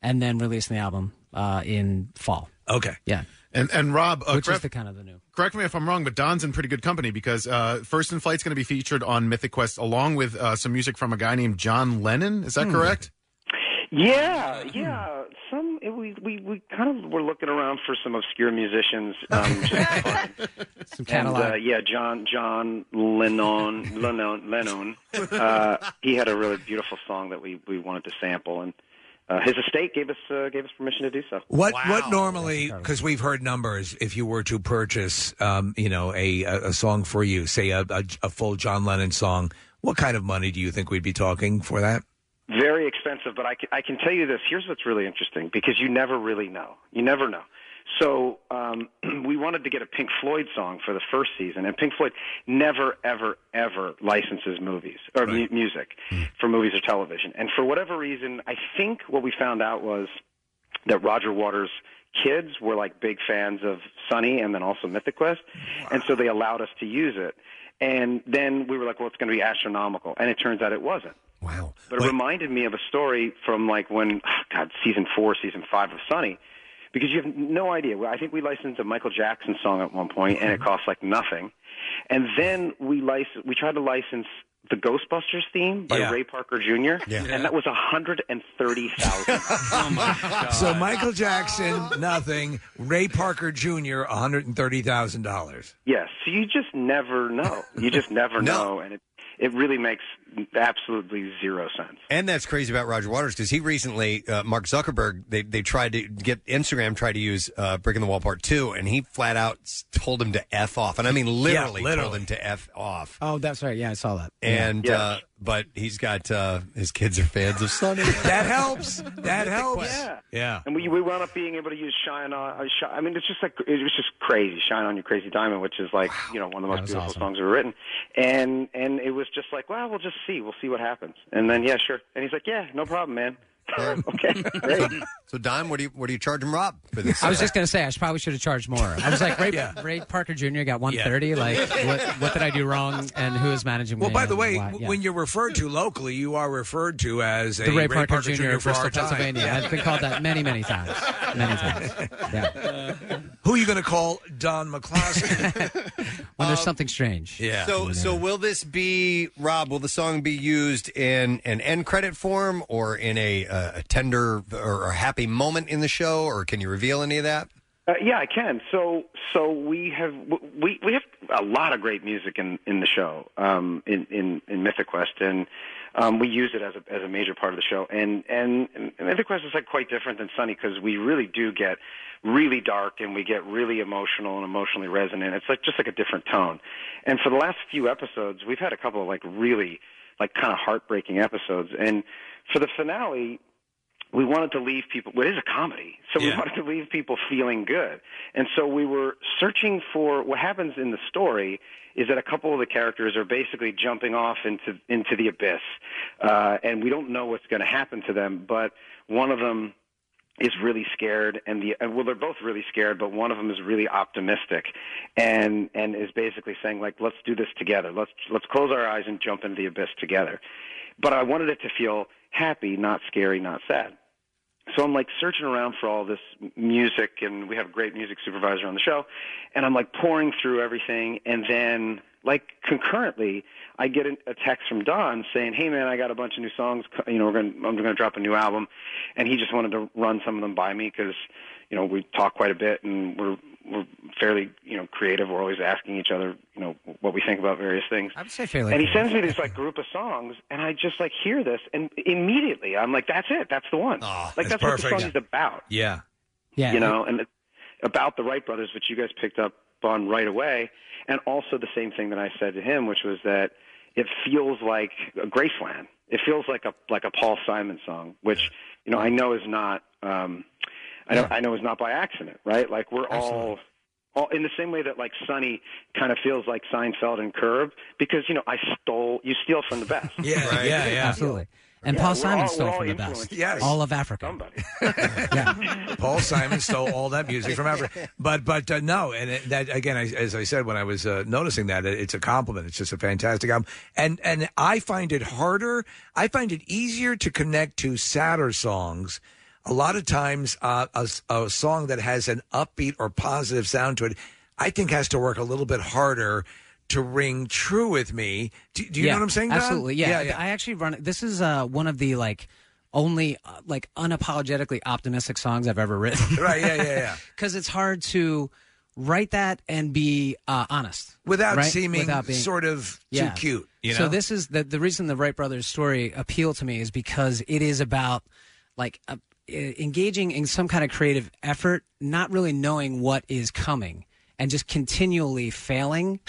and then releasing the album uh, in fall. Okay. Yeah. And and Rob, uh, which is correct- the kind of the new. Correct me if I'm wrong, but Don's in pretty good company because uh, First in Flight's going to be featured on Mythic Quest along with uh, some music from a guy named John Lennon. Is that Hmm. correct? Yeah, yeah. Some we we we kind of were looking around for some obscure musicians. Um, some catalog. And, uh, yeah, John John Lennon Lennon Lennon. Uh, he had a really beautiful song that we we wanted to sample, and uh, his estate gave us uh, gave us permission to do so. What what normally because we've heard numbers. If you were to purchase, um, you know, a a a song for you, say a, a a full John Lennon song, what kind of money do you think we'd be talking for that? Very expensive, but I can, I can tell you this. Here's what's really interesting because you never really know. You never know. So um, we wanted to get a Pink Floyd song for the first season, and Pink Floyd never, ever, ever licenses movies or mu- music for movies or television. And for whatever reason, I think what we found out was that Roger Waters' kids were like big fans of Sunny and then also Mythic Quest, and so they allowed us to use it. And then we were like, well, it's going to be astronomical, and it turns out it wasn't. Wow! But it reminded me of a story from like when ah, God season four, season five of Sunny, because you have no idea. Well, I think we licensed a Michael Jackson song at one point, and it cost like nothing. And then we license, we tried to license the Ghostbusters theme by Yeah. Ray Parker Jr. and that was a hundred and thirty thousand. So Michael Jackson, nothing. Ray Parker Jr., one hundred and thirty thousand dollars. Yes, so you just never know. You just never know, and it it really makes absolutely zero sense. And that's crazy about Roger Waters because he recently, uh, Mark Zuckerberg, they, they tried to get Instagram tried to use uh, Brick in the Wall Part 2, and he flat out s- told him to F off. And I mean, literally, told him to F off. Oh, that's right. Yeah, I saw that. And, Yeah. uh, but he's got, uh, his kids are fans of Sunny. that helps. That helps. Yeah. Yeah. And we we wound up being able to use Shine on. Uh, Shi- I mean, it's just like it was just crazy. Shine on your crazy diamond, which is like you know one of the most beautiful songs ever written. And and it was just like, well, we'll just see. We'll see what happens. And then yeah, sure. And he's like, yeah, no problem, man. okay, great. So Don, what do you what do you charge him, Rob, for this? uh, I was just gonna say I probably should have charged more. I was like, Ray, Ray Parker Jr. got one thirty. Like, what, what did I do wrong? And who is managing Well, me? by the and way, why- w- yeah. when you're referred to locally, you are referred to as a the Ray, Parker, Jr. of for Bristol, our time. Pennsylvania. I've been called that many, many times. Many times. Um, Who are you going to call Don McCloskey? When there's something strange. So so will this be Rob? Will the song be used in an end credit form or in a, uh, a tender or, or happy moment in the show, or can you reveal any of that? Uh, yeah, I can. So, so we have we we have a lot of great music in in the show um, in in in Mythic Quest, and um, we use it as a as a major part of the show. And and, and Mythic Quest is like quite different than Sunny because we really do get really dark and we get really emotional and emotionally resonant. It's like just like a different tone. And for the last few episodes, we've had a couple of like really like kind of heartbreaking episodes. And for the finale, we wanted to leave people. Well, it is a comedy, so we wanted to leave people feeling good. And so we were searching for what happens in the story is that a couple of the characters are basically jumping off into into the abyss, uh, and we don't know what's going to happen to them. But one of them is really scared and the and, well they're both really scared but one of them is really optimistic and and is basically saying like let's do this together let's let's close our eyes and jump into the abyss together but i wanted it to feel happy not scary not sad so i'm like searching around for all this m- music and we have a great music supervisor on the show and i'm like pouring through everything and then like concurrently i get an- a text from don saying hey man i got a bunch of new songs co- you know we're going to i'm going to drop a new album and he just wanted to run some of them by me because you know we talk quite a bit and we're we're fairly you know creative we're always asking each other you know what we think about various things I would say fairly. and he sends me this like group of songs, and I just like hear this, and immediately I'm like, "That's it, that's the one." like that's that's, perfect. what the song is about, Yeah. Yeah. you know, and it's about the Wright brothers, which you guys picked up on right away, and also the same thing that I said to him, which was that it feels like a Graceland. It feels like a like a Paul Simon song, which you know I know is not. Um, I know I know is not by accident, right? Like we're all all in the same way that like Sunny kind of feels like Seinfeld and Curb because you know I stole you steal from the best. yeah, yeah, yeah. Absolutely. And Paul we're Simon all- stole we're all from the best. influenced by All of Africa. Paul Simon stole all that music from Africa. But but uh, no, and it, that again, I, as I said when I was uh, noticing that, it, it's a compliment. It's just a fantastic album, and and I find it harder. I find it easier to connect to sadder songs. A lot of times, uh, a, s- a song that has an upbeat or positive sound to it, I think, has to work a little bit harder to ring true with me. Do, do you Yeah, know what I'm saying? Don? Absolutely. Yeah. I actually run. This is uh, one of the like only uh, like unapologetically optimistic songs I've ever written. Right, yeah, yeah, yeah. Because it's hard to write that and be uh, honest Without right? seeming Without being- sort of Yeah. too cute. You know? So this is the the reason the Wright brothers story appealed to me is because it is about like uh, engaging in some kind of creative effort, not really knowing what is coming, and just continually failing,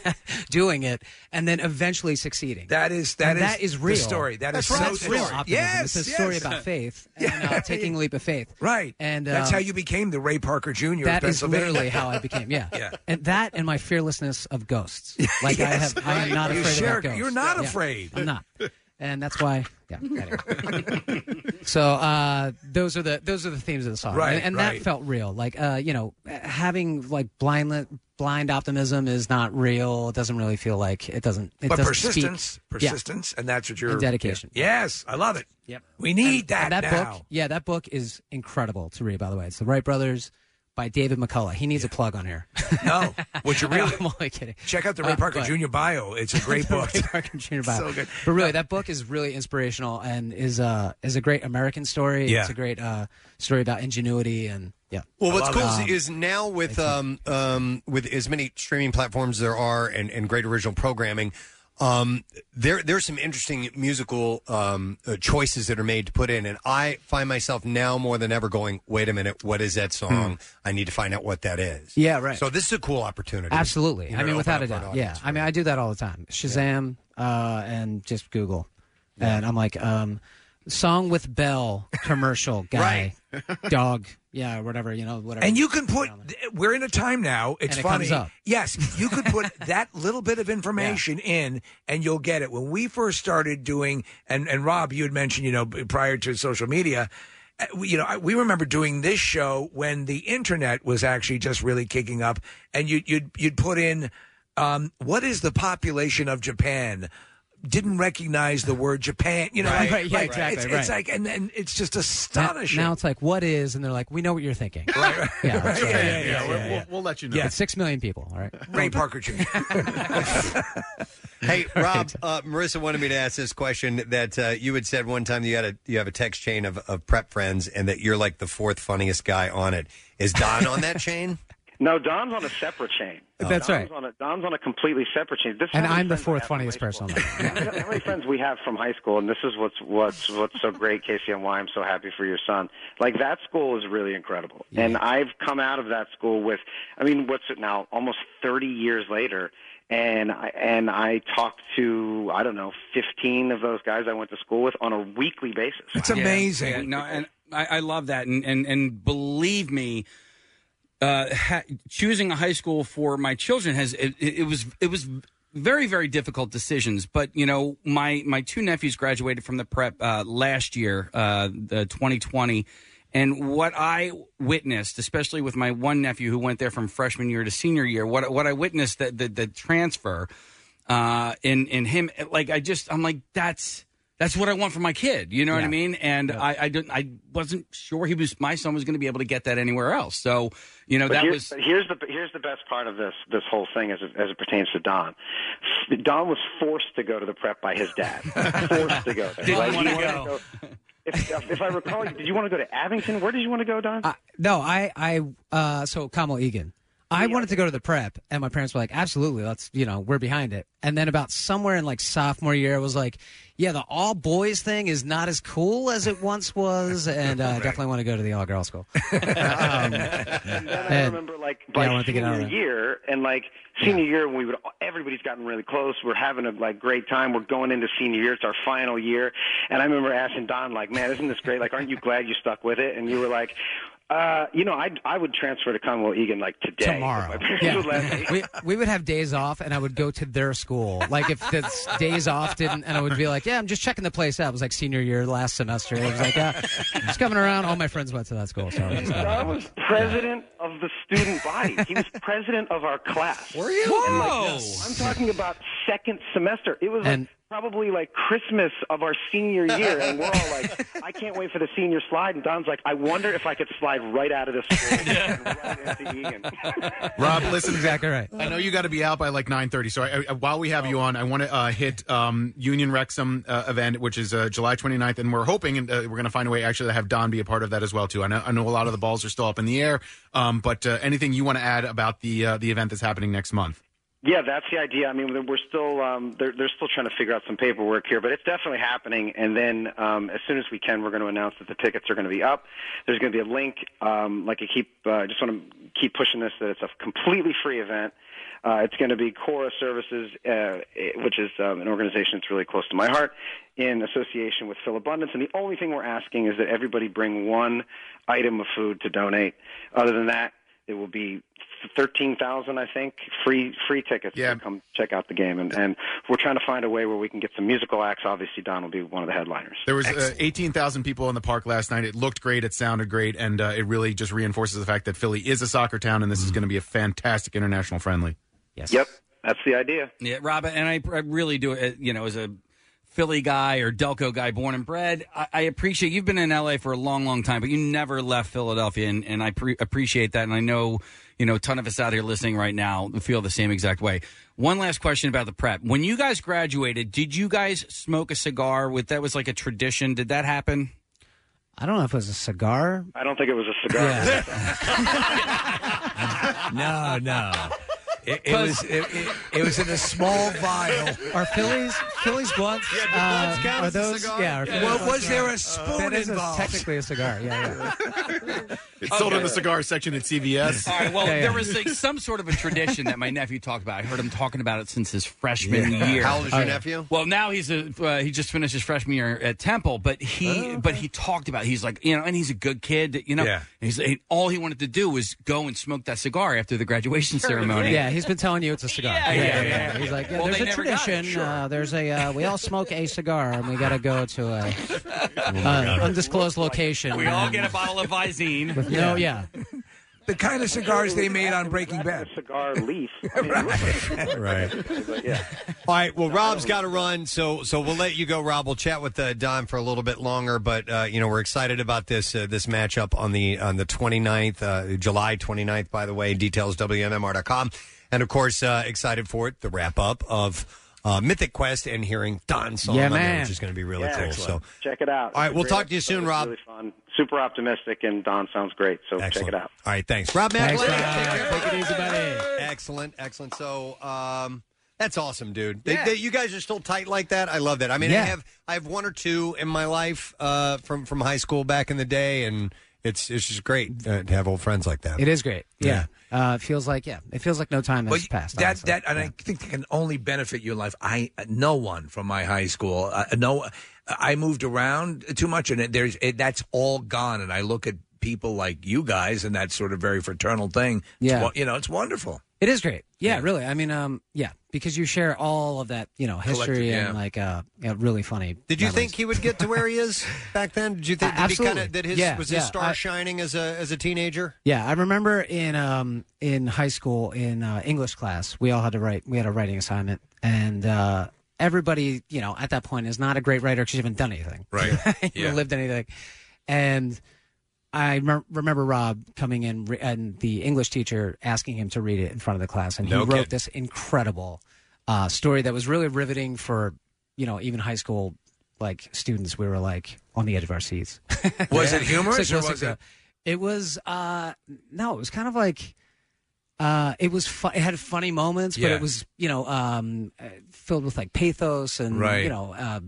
doing it, and then eventually succeeding. That is that and is that is the real story. That That's is so right. That's real story. optimism. Yes, it's a story yes. about faith and uh, taking a leap of faith. Right, and that's um, how you became the Ray Parker Jr. that of is Pennsylvania. literally how I became. Yeah. Yeah. And that and my fearlessness of ghosts. Like Yes, I have, I am right. not You afraid share- of ghosts. you're not Yeah. afraid. I'm not. And that's why. Yeah. anyway. so uh, those are the those are the themes of the song, Right, And, and right. that felt real. Like uh, you know, having like blind blind optimism is not real. It doesn't really feel like it doesn't. It but doesn't persistence, speak. Yeah. persistence, and that's what you're And dedication. Yes, I love it. Yep, we need that And that now. book, yeah, that book is incredible to read. By the way, it's the Wright Brothers by David McCullough. He needs a plug on here. No, what you really? I'm only kidding. Check out the Ray Uh, Parker but- Jr. bio. It's a great The book. Ray Parker Jr. bio. So good. But really, that book is really inspirational and is uh, is a great American story. Yeah. It's a great uh, story about ingenuity and yeah. Well, what's cool Um, is, is now with um, um, with as many streaming platforms there are and, and great original programming, um, there there's some interesting musical um, uh, choices that are made to put in, and I find myself now more than ever going, "Wait a minute, what is that song? I need to find out what that is." Yeah, right. So Oh, this is a cool opportunity. Uh, absolutely. You know, I to mean, open without up a for an doubt. audience. Yeah. I mean, I do that all the time. Shazam uh, and just Google, and I'm like, um, song with bell commercial guy, dog, yeah, whatever you know, whatever. And you can put. We're in a time now. It's And it funny. comes up. Yes, you could put that little bit of information in, and you'll get it. When we first started doing, and and Rob, you had mentioned, you know, b- prior to social media. uh, we- You know, I- we remember doing this show when the internet was actually just really kicking up, and you, you'd you'd put in, um, what is the population of Japan? didn't recognize the word Japan. You know, Right, like- right, yeah, like, exactly, It's, it's right. like, and, and it's just Now, astonishing. now it's like, what is? And they're like, we know what you're thinking. Right, right. Yeah, that's Yeah, right. yeah, yeah, we'll- we'll- we'll let you know. It's six million people. All right. Ray Parker Jr. Hey, Rob, uh, Marissa wanted me to ask this question that uh, you had said one time you had a you have a text chain of, of prep friends and that you're like the fourth funniest guy on it. Is Don on that chain? No, Don's on a separate chain. That's Don's right. On a, Don's on a completely separate chain. This is And how many I'm the friends I fourth have. funniest person. on there. how many friends we have from high school, and this is what's what's what's so great, Casey, and why I'm so happy for your son. Like that school is really incredible, and I've come out of that school with, I mean, what's it now? Almost 30 years later, and I, and I talked to I don't know 15 of those guys I went to school with on a weekly basis. It's Yeah. Yeah, no, and I, I love that, and and and believe me, uh, ha- choosing a high school for my children has it, it it was it was very very difficult decisions. But you know, my my two nephews graduated from the prep uh, last year, uh, the 2020. And what I witnessed, especially with my one nephew who went there from freshman year to senior year, what what I witnessed that the, the transfer uh, in in him, like I just I'm like that's that's what I want for my kid. You know what I mean? And I I, didn't, I wasn't sure he was my son was going to be able to get that anywhere else. So you know But that here- was but here's the here's the best part of this this whole thing as it, as it pertains to Don. Don was forced to go to the prep by his dad. forced to go. There. Didn't Like, wanna he wanted go. to If, if I recall, did you want to go to Abington? Where did you want to go, Don? No, I, I, uh, so Kamal Egan. Oh, I wanted to go to the prep, and my parents were like, absolutely, let's, you know, we're behind it. And then about somewhere in like sophomore year, I was like, yeah, the all boys thing is not as cool as it once was, and uh, I definitely want to go to the all girl school. and then I Um, and- remember, like, yeah, by I wanna think it out of senior there. year, and like senior year, when we would everybody's gotten really close. We're having a like great time. We're going into senior year. It's our final year, and I remember asking Don, like, "Man, isn't this great? Like, aren't you glad you stuck with it?" And you were like. Uh, you know, I I would transfer to Commonwealth Egan like today. Tomorrow. My parents Yeah. would let me. we, we would have days off, and I would go to their school. Like, if the s- days off didn't, and I would be like, yeah, I'm just checking the place out. It was like senior year, last semester. It was like, uh, just coming around. All my friends went to that school. So I was just going. Don was president of the student body. He was president of our class. Were you? Whoa. I'm talking about second semester. It was like, And- probably like Christmas of our senior year, and we're all like, "I can't wait for the senior slide." And Don's like, "I wonder if I could slide right out of this." School and right into Egan. Rob, listen. Exactly right. I know you got to be out by like nine thirty. So I, I, while we have you on, I want to uh, hit um, Union Wrexham uh, event, which is uh, July 29th, and we're hoping and uh, we're going to find a way actually to have Don be a part of that as well too. I know, I know a lot of the balls are still up in the air, um, but uh, anything you want to add about the uh, the event that's happening next month? Yeah, that's the idea. I mean, we're still um, they're they're still trying to figure out some paperwork here, but it's definitely happening. And then um, as soon as we can, we're going to announce that the tickets are going to be up. There's going to be a link. Um, like I keep, uh, I just want to keep pushing this that it's a completely free event. Uh, it's going to be Cora Services, uh, it- which is um, an organization that's really close to my heart, in association with Phil Abundance. And the only thing we're asking is that everybody bring one item of food to donate. Other than that, it will be thirteen thousand, I think, free free tickets to come check out the game, and and we're trying to find a way where we can get some musical acts. Obviously, Don will be one of the headliners. There was uh, 18,000 people in the park last night. It looked great. It sounded great. And uh, it really just reinforces the fact that Philly is a soccer town and this Mm-hmm. is going to be a fantastic international friendly. Yes. Yep. That's the idea. Yeah, Rob, and I, I really do. uh, You know, as a Philly guy or Delco guy, born and bred, I, I appreciate you've been in LA for a long, long time, but you never left Philadelphia, and, and I pre- appreciate that. And I know, you know, a ton of us out here listening right now feel the same exact way. One last question about the prep: When you guys graduated, did you guys smoke a cigar? With that was like a tradition. Did that happen? I don't know if it was a cigar. I don't think it was a cigar. No, no. It, it Plus- was it, it, it was in a small vial. Are Phillies Phillies blunts? Yeah, blunts count are as a those? cigar? Yeah. Are Yeah. Phillies Well, blunts was there count? a spoon that is a- involved? technically a cigar. Yeah. yeah. It's sold Okay. in the cigar section at CVS. All right. Well, there was like, some sort of a tradition that my nephew talked about. I heard him talking about it since his freshman Yeah. year. How old is your Oh, yeah. nephew? Well, now he's a uh, he just finished his freshman year at Temple, but he Oh, but he talked about he's like you know, and he's a good kid, you know. Yeah. He's and all he wanted to do was go and smoke that cigar after the graduation ceremony. Yeah, he's been telling you it's a cigar. Yeah, yeah, yeah. He's like, yeah, Well, there's they a never got it, tradition. sure. uh, there's a uh, we all smoke a cigar, and we got to go to a uh, Oh God. undisclosed location. We all and- get a bottle of Visine. with no, Oh, yeah. the kind of cigars they made on Breaking Bad. Cigar leaf. right. But yeah. All right. Well, Rob's got to run, so so we'll let you go, Rob. We'll chat with uh, Don for a little bit longer, but uh, you know we're excited about this uh, this matchup on the on the 29th, uh, July 29th. By the way, details wmmr.com, and of course uh, excited for it. The wrap up of uh, Mythic Quest and hearing Don Solomon, Yeah, on there, man. which is going to be really Yeah, cool. excellent. So Check it out. All right, It's we'll a great talk to you episode. soon, It's Rob. Really fun. Super optimistic, and Don sounds great. So check it out. All right, thanks, Rob Thanks, Macklin. Rob. Take it easy, buddy. Excellent, excellent. So, um, that's awesome, dude. They, Yeah. they, you guys are still tight like that. I love that. I mean, I Yeah. have I have one or two in my life uh, from from high school back in the day, and it's it's just great uh, to have old friends like that. It is great. Yeah. Uh, it feels like, yeah, it feels like no time has But passed. that honestly. that and I think that can only benefit your life. I no one from my high school. Uh, no, I moved around too much, and it, there's it, that's all gone. And I look at people like you guys and that sort of very fraternal thing. It's Yeah. wo- you know, it's wonderful. It is great. Yeah, really. I mean, um, yeah, because you share all of that, you know, history Collective, yeah. and like uh, yeah, really funny. Did you memories. think he would get to where he is back then? Did you think Uh, did he kinda- absolutely. that his Yeah, was his yeah. star I- shining as a as a teenager? Yeah, I remember in um, in high school in uh, English class, we all had to write. We had a writing assignment, and uh, everybody, you know, at that point is not a great writer because you haven't done anything, right? you haven't lived anything. And I me- remember Rob coming in re- and the English teacher asking him to read it in front of the class, and No he wrote kidding. this incredible uh, story that was really riveting for you know even high school like students. We were like on the edge of our seats. Was it humorous Six or oh was six it- oh. It was uh, no, it was kind of like uh, it was. Fu- it had funny moments, but Yeah. it was you know um, uh, filled with like pathos and Right. you know uh,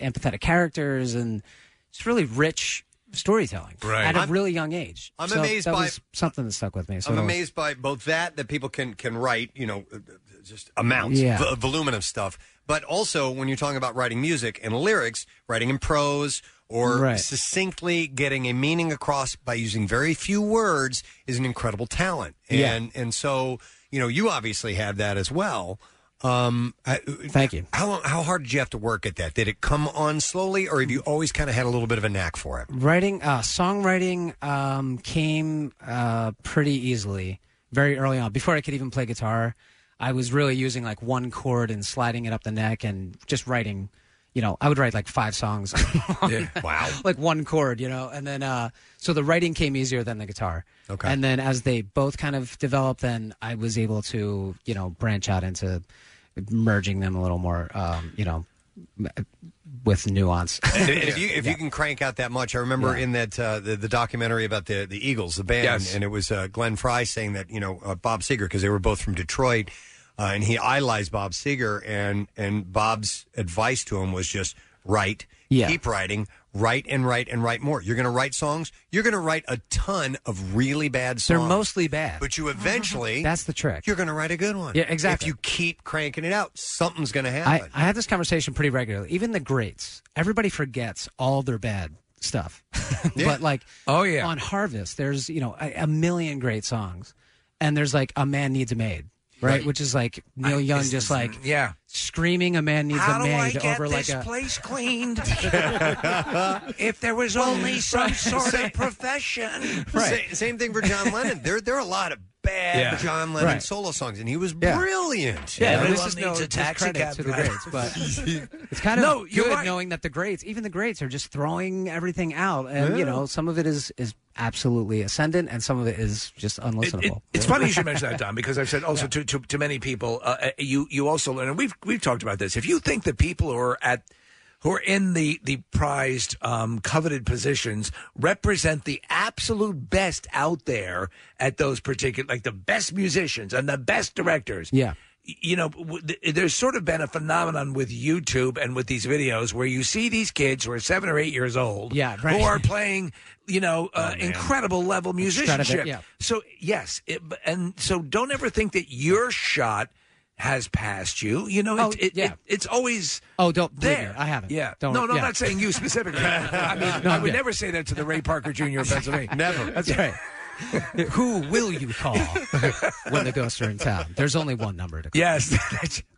empathetic characters and just really rich storytelling Right. at a I'm- really young age. I'm So amazed that by- was something that stuck with me. So I'm that was- amazed by both that that people can can write, you know, uh, just amounts, Yeah. v- volumen of stuff, but also when you're talking about writing music and lyrics, writing in prose or Right. succinctly getting a meaning across by using very few words is an incredible talent. Yeah. And and so, you know, you obviously have that as well. Um, I, Thank you. How long, how hard did you have to work at that? Did it come on slowly, or have you always kind of had a little bit of a knack for it? writing uh, songwriting um, came uh, pretty easily very early on before i could even play guitar i was really using like one chord and sliding it up the neck and just writing you know i would write like five songs wow like one chord you know and then uh, so the writing came easier than the guitar Okay. and then as they both kind of developed then i was able to you know branch out into merging them a little more um, you know m- with nuance And if you if you can crank out that much, I remember in that uh, the, the documentary about the the Eagles, the band, Yes. and it was uh, Glenn Fry saying that you know uh, Bob Seger because they were both from Detroit, uh, and he idolized Bob Seger, and and Bob's advice to him was just write, Yeah. keep writing. Write and write and write more. You're going to write songs. You're going to write a ton of really bad songs. they're mostly bad but you eventually that's the trick you're going to write a good one. Yeah, exactly. If you keep cranking it out, something's going to I, happen. I have this conversation pretty regularly. Even the greats, everybody forgets all their bad stuff. but like, oh yeah, on Harvest, there's you know a, a million great songs, and there's like a man needs a maid, right? Right. Which is like Neil Young just like yeah. screaming a man needs How a do I maid get over this like a place cleaned? if there was only some sort of profession. Sa- same thing for John Lennon. There, there are a lot of bad Yeah. John Lennon Right. solo songs, and he was Yeah. brilliant. Yeah, You know? this is no discredit to the greats, but it's kind of No, you're good right. knowing that the greats, even the greats, are just throwing everything out, and Yeah. you know some of it is is absolutely ascendant, and some of it is just unlistenable. It's funny you should mention that, Don, because I've said also to, to to many people, uh, uh, you you also learn, and we've we've talked about this. If you think that people who are at who are in the the prized, um, coveted positions represent the absolute best out there at those particular, like the best musicians and the best directors. Yeah. you know, w- th- there's sort of been a phenomenon with YouTube and with these videos where you see these kids who are seven or eight years old, Yeah, right. who are playing, you know, uh, incredible level musicianship. Stradivari- yeah. So yes, it, b- and so don't ever think that your shot has passed you. You know, it, Oh, it, yeah. it, it's always Oh, don't believe there. me. I haven't. Yeah. Don't- no, no, yeah. I'm not saying you specifically. I mean, No, I would yeah. never say that to the Ray Parker Jr. of Pennsylvania. Never. That's right. Who will you call when the ghosts are in town? There's only one number to call. Yes.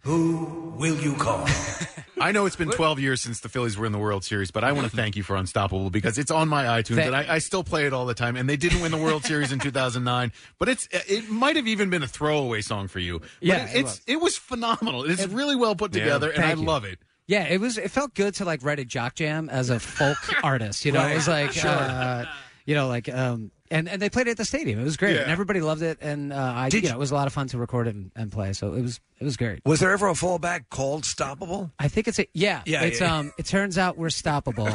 Who will you call? I know it's been 12 years since the Phillies were in the World Series, but I want to thank you for Unstoppable because it's on my iTunes Thank- and I, I still play it all the time. And they didn't win the World Series in 2009, but it's it might have even been a throwaway song for you. But Yeah, it, it it's was. it was phenomenal. It's really well put Yeah. together, and I Thank you. love it. Yeah, it was. It felt good to like write a jock jam as a folk artist. You know, it was Right. like, Sure. uh, you know, like, um, and and they played it at the stadium. It was great, Yeah. and everybody loved it. And uh, I, Did you know, you- it was a lot of fun to record and, and play. So it was it was great. Was there ever a fallback called stoppable? I think it's a yeah. Yeah, it's yeah. um. It turns out we're stoppable.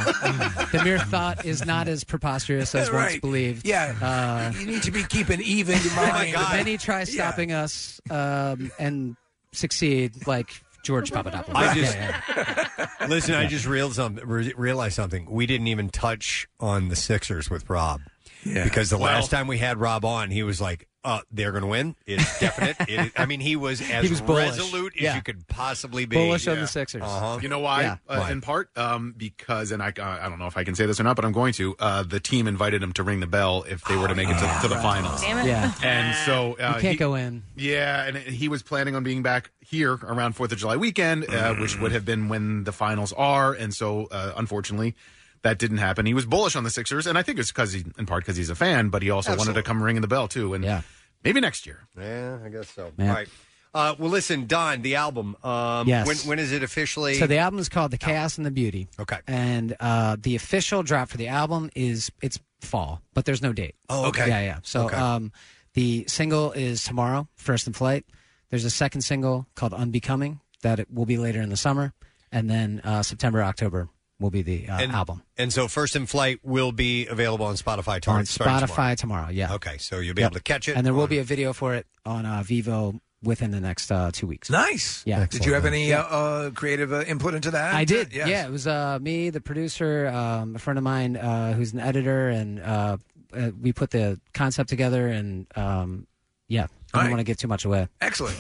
the mere thought is not as preposterous as once Right. believed. Yeah. Uh, Oh you need to be keeping even Oh mind. Many try stopping us um, and succeed, like George Papadopoulos. I just- Yeah, yeah. Listen, I Yeah. just realized something, re- realized something. We didn't even touch on the Sixers with Rob. Yeah. Because the Well- last time we had Rob on, he was like, uh, they're going to win. It's definite. It is- I mean, he was as He was bullish. resolute as Yeah. you could possibly be. Bullish on the Sixers. Uh-huh. You know why? Uh, In part um, because, and I, uh, I don't know if I can say this or not, but I'm going to. Uh, the team invited him to ring the bell if they were to make it to, to the finals. Damn it. Yeah. And so uh, you can't he- go in. Yeah, and he was planning on being back here around Fourth of July weekend, uh, which would have been when the finals are, and so uh, unfortunately. That didn't happen. He was bullish on the Sixers, and I think it's because he, in part, because he's a fan, but he also wanted Absolutely. to come ringing the bell too, and maybe next year. Yeah, I guess so. Yeah. All right. Uh, well, listen, Don, the album. Um, Yes. when, when is it officially? So the album is called The Chaos and the Beauty. Okay. And uh, the official drop for the album is it's fall, but there's no date. Oh, okay. Yeah, yeah. So Okay. um, the single is tomorrow, First in Flight. There's a second single called Unbecoming that it will be later in the summer, and then uh, September, October will be the uh, and, album And so First in Flight will be available on Spotify tar- on starting Spotify tomorrow. Yeah. Okay, so you'll be Yep. able to catch it. and there will be a video for it on uh, Vivo within the next uh, two weeks. Nice. Yeah. Did you have any uh, uh, creative uh, input into that? I did. Yes. Yeah, it was uh, me, the producer, um, a friend of mine uh, who's an editor, and uh, uh, we put the concept together. And um, yeah, I don't want to give too much away. Excellent.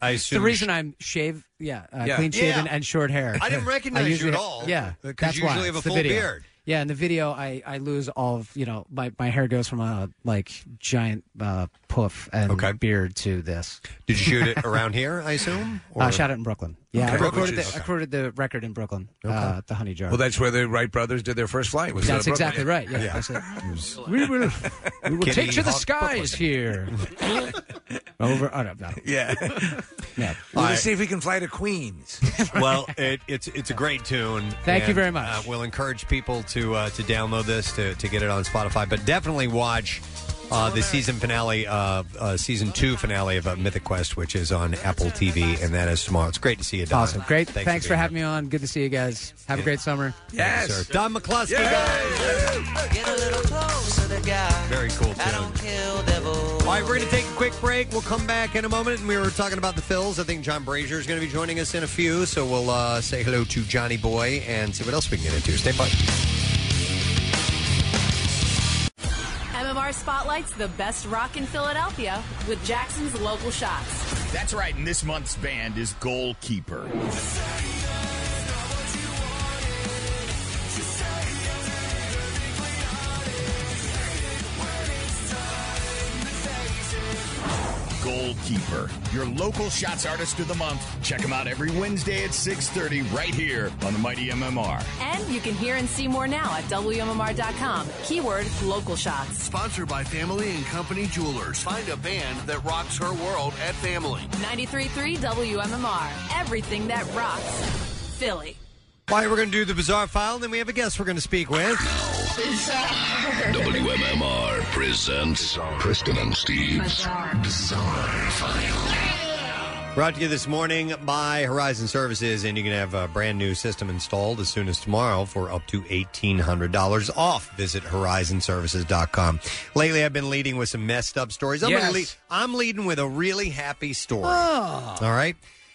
I It's the reason I'm shave, yeah, uh, Yeah. clean shaven Yeah. and short hair. I didn't recognize you usually at ha- all, Yeah, because that's you usually why. have a It's the full video. beard. Yeah, in the video, I, I lose all of you know my, my hair goes from a like giant uh, puff and beard to this. Uh, Did you shoot it around here? I assume. I shot it in Brooklyn. Yeah, Okay. I recorded Which is- the, I recorded the record in Brooklyn, uh, at the Honey Jar. Well, that's where the Wright brothers did their first flight. Was That's uh, Brooklyn. exactly right. Yeah, that's it. we will, we will Kitty take to the Hawk skies here. Over. oh, I don't know. Yeah. Yeah. Well, All right. Let's see if we can fly to Queens. well, it, it's it's a great tune. Thank you very much. Uh, we'll encourage people to uh, to download this to to get it on Spotify, but definitely watch. Uh, the season finale, uh, uh, season two finale of uh, Mythic Quest, which is on Apple TV, and that is tomorrow. It's great to see you, Don. Awesome. Great. Thanks, for, being having me on. Good to see you guys. Have a great summer. Yes. Yes, sir. Don McCluskey. Get a little closer to here. God. Very cool I tune. don't kill devils. All right, we're going to take a quick break. We'll come back in a moment, and we were talking about the Phils. I think John Brazier is going to be joining us in a few, so we'll uh, say hello to Johnny Boy and see what else we can get into. Stay put. MMR spotlights the best rock in Philadelphia with Jackson's local shots. That's right, and this month's band is Goalkeeper. Goalkeeper, your local shots artist of the month. Check them out every Wednesday at 6:30 right here on the Mighty MMR. And you can hear and see more now at WMMR.com. Keyword local shots. Sponsored by Family and Company Jewelers. Find a band that rocks her world at Family. 93.3 WMMR. Everything that rocks. Philly. All right, we're going to do the bizarre file, and then we have a guest we're going to speak with. WMMR presents Kristen and Steve's Bizarre File. Brought to you this morning by Horizon Services, and you can have a brand new system installed as soon as tomorrow for up to $1,800 off. Visit horizonservices.com. Lately, I've been leading with some messed up stories. I'm, gonna Yes. lead- I'm leading with a really happy story. Oh. All right.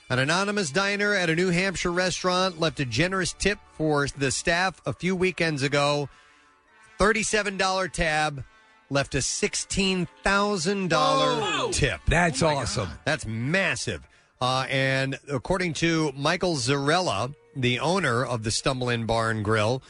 An anonymous diner at a New Hampshire restaurant left a generous tip for the staff a few weekends ago. $37 tab left a $16,000 tip. That's awesome. That's massive. Uh, and according to Michael Zarella, the owner of the Stumble In Bar and Grill,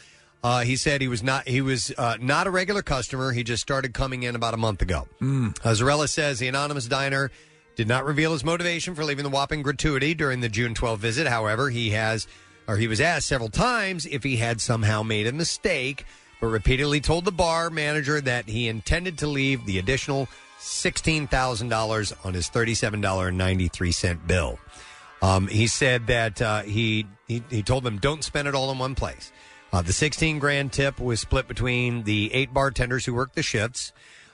uh, he said he was not he was uh, not a regular customer. He just started coming in about a month ago. Uh, Zarella says the anonymous diner did not reveal his motivation for leaving the whopping gratuity during the June 12 visit. However, he has or he was asked several times if he had somehow made a mistake, but repeatedly told the bar manager that he intended to leave the additional $16,000 on his $37.93 bill. Um, he said that uh, he, he he told them don't spend it all in one place. Uh, the 16 grand tip was split between the eight bartenders who worked the shifts.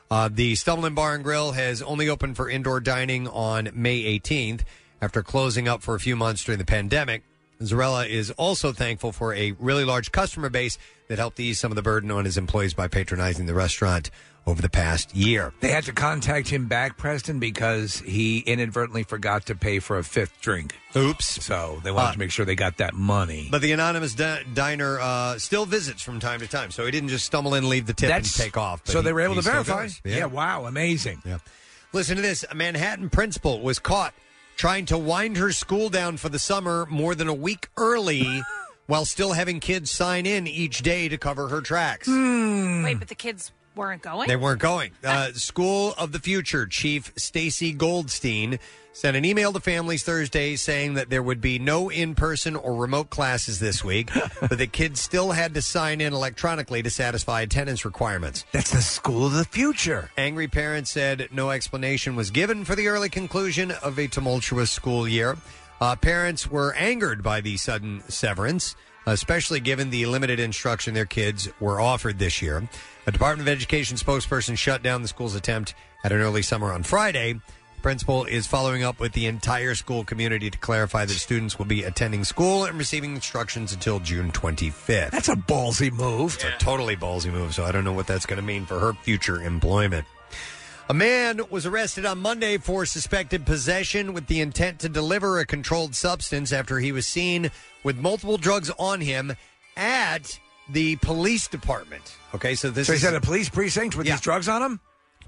Uh, the Stumbling Bar and Grill has only opened for indoor dining on May 18th after closing up for a few months during the pandemic. Zarella is also thankful for a really large customer base that helped ease some of the burden on his employees by patronizing the restaurant over the past year. They had to contact him back, Preston, because he inadvertently forgot to pay for a fifth drink. Oops. So they wanted Uh, to make sure they got that money. But the anonymous di- diner uh, still visits from time to time, so he didn't just stumble in, leave the tip, That's- and take off. but so he- they were able he to still verify? goes. Yeah, wow, amazing. Yeah. Listen to this: a Manhattan principal was caught trying to wind her school down for the summer more than a week early, while still having kids sign in each day to cover her tracks. Hmm. Wait, but the kids weren't going? They weren't going. Uh, School of the Future Chief Stacy Goldstein sent an email to families Thursday saying that there would be no in-person or remote classes this week, but the kids still had to sign in electronically to satisfy attendance requirements. That's the school of the future. Angry parents said no explanation was given for the early conclusion of a tumultuous school year. Uh, parents were angered by the sudden severance, especially given the limited instruction their kids were offered this year. A Department of Education spokesperson shut down the school's attempt at an early summer on Friday. The principal is following up with the entire school community to clarify that students will be attending school and receiving instructions until June 25th. That's a ballsy move. It's a totally ballsy move, so I don't know what that's going to mean for her future employment. A man was arrested on Monday for suspected possession with the intent to deliver a controlled substance after he was seen with multiple drugs on him at the police department. Okay, so this so is he's at a police precinct with these drugs on him?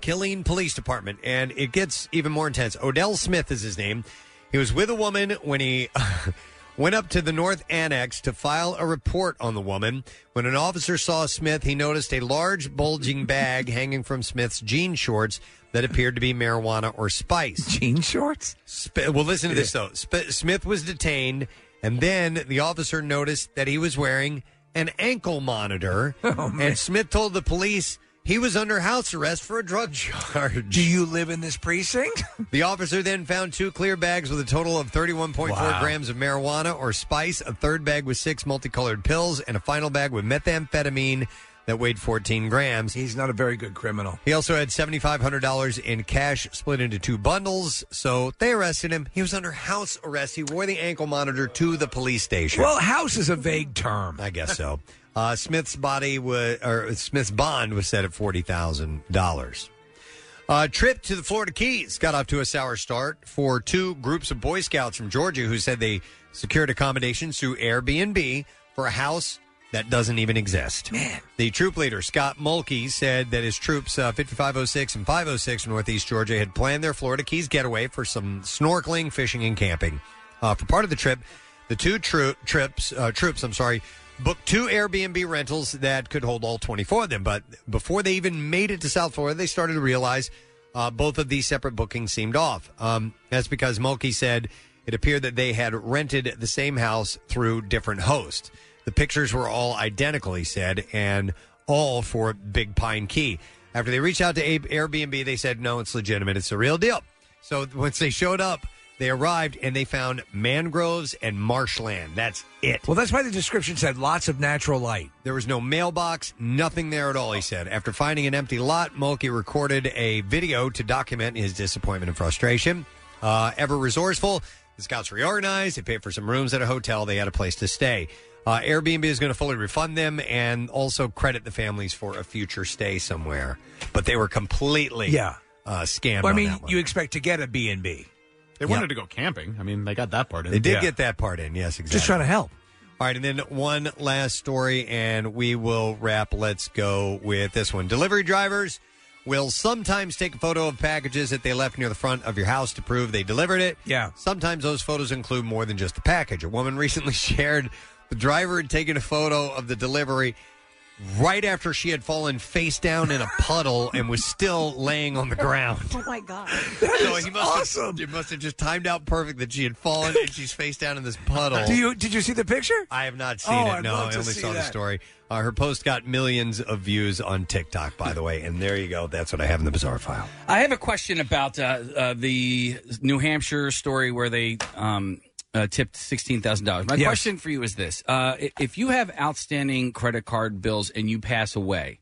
Killeen Police Department, and it gets even more intense. Odell Smith is his name. He was with a woman when he went up to the North Annex to file a report on the woman. When an officer saw Smith, he noticed a large, bulging bag hanging from Smith's jean shorts that appeared to be marijuana or spice. Jean shorts? Sp- well, listen to this, though. Sp- Smith was detained, and then the officer noticed that he was wearing an ankle monitor. Oh, and Smith told the police he was under house arrest for a drug charge. Do you live in this precinct? The officer then found two clear bags with a total of 31.4 Wow. grams of marijuana or spice, a third bag with six multicolored pills, and a final bag with methamphetamine that weighed 14 grams. He's not a very good criminal. He also had $7,500 in cash split into two bundles, so they arrested him. He was under house arrest. He wore the ankle monitor to the police station. Well, house is a vague term. I guess so. Uh, Smith's body was, or Smith's bond was set at forty thousand dollars. Uh, trip to the Florida Keys got off to a sour start for two groups of Boy Scouts from Georgia who said they secured accommodations through Airbnb for a house that doesn't even exist. Man. The troop leader, Scott Mulkey, said that his troops, uh, 5506 and 506 from Northeast Georgia, had planned their Florida Keys getaway for some snorkeling, fishing, and camping. Uh, for part of the trip, the two tro- trips, uh, troops, I'm sorry, booked two Airbnb rentals that could hold all 24 of them. But before they even made it to South Florida, they started to realize uh, both of these separate bookings seemed off. Um, that's because Mulkey said it appeared that they had rented the same house through different hosts. The pictures were all identical, he said, and all for Big Pine Key. After they reached out to A- Airbnb, they said, no, it's legitimate. It's the real deal. So once they showed up, they arrived and they found mangroves and marshland. That's it. Well, that's why the description said lots of natural light. There was no mailbox, nothing there at all, he said. After finding an empty lot, Mulkey recorded a video to document his disappointment and frustration. Uh, ever resourceful, the scouts reorganized. They paid for some rooms at a hotel. They had a place to stay. Uh, Airbnb is going to fully refund them and also credit the families for a future stay somewhere. But they were completely Yeah. uh, scammed. Well, I on mean, that one. you expect to get a B&B. They wanted to go camping. I mean, they got that part in. They did Yeah. get that part in. Yes, exactly. Just trying to help. All right, and then one last story, and we will wrap. Let's go with this one. Delivery drivers will sometimes take a photo of packages that they left near the front of your house to prove they delivered it. Yeah. Sometimes those photos include more than just the package. A woman recently shared the driver had taken a photo of the delivery right after she had fallen face down in a puddle and was still laying on the ground. Oh my god! so he must Have, he must have just timed out perfect that she had fallen and she's face down in this puddle. Do you did you see the picture? I have not Oh, seen it. No, I only saw the story. Uh, her post got millions of views on TikTok, by the way. And there you go. That's what I have in the bizarre file. I have a question about uh, uh, the New Hampshire story where they um, uh, tipped sixteen thousand dollars. My Yes. question for you is this: uh, i- If you have outstanding credit card bills and you pass away,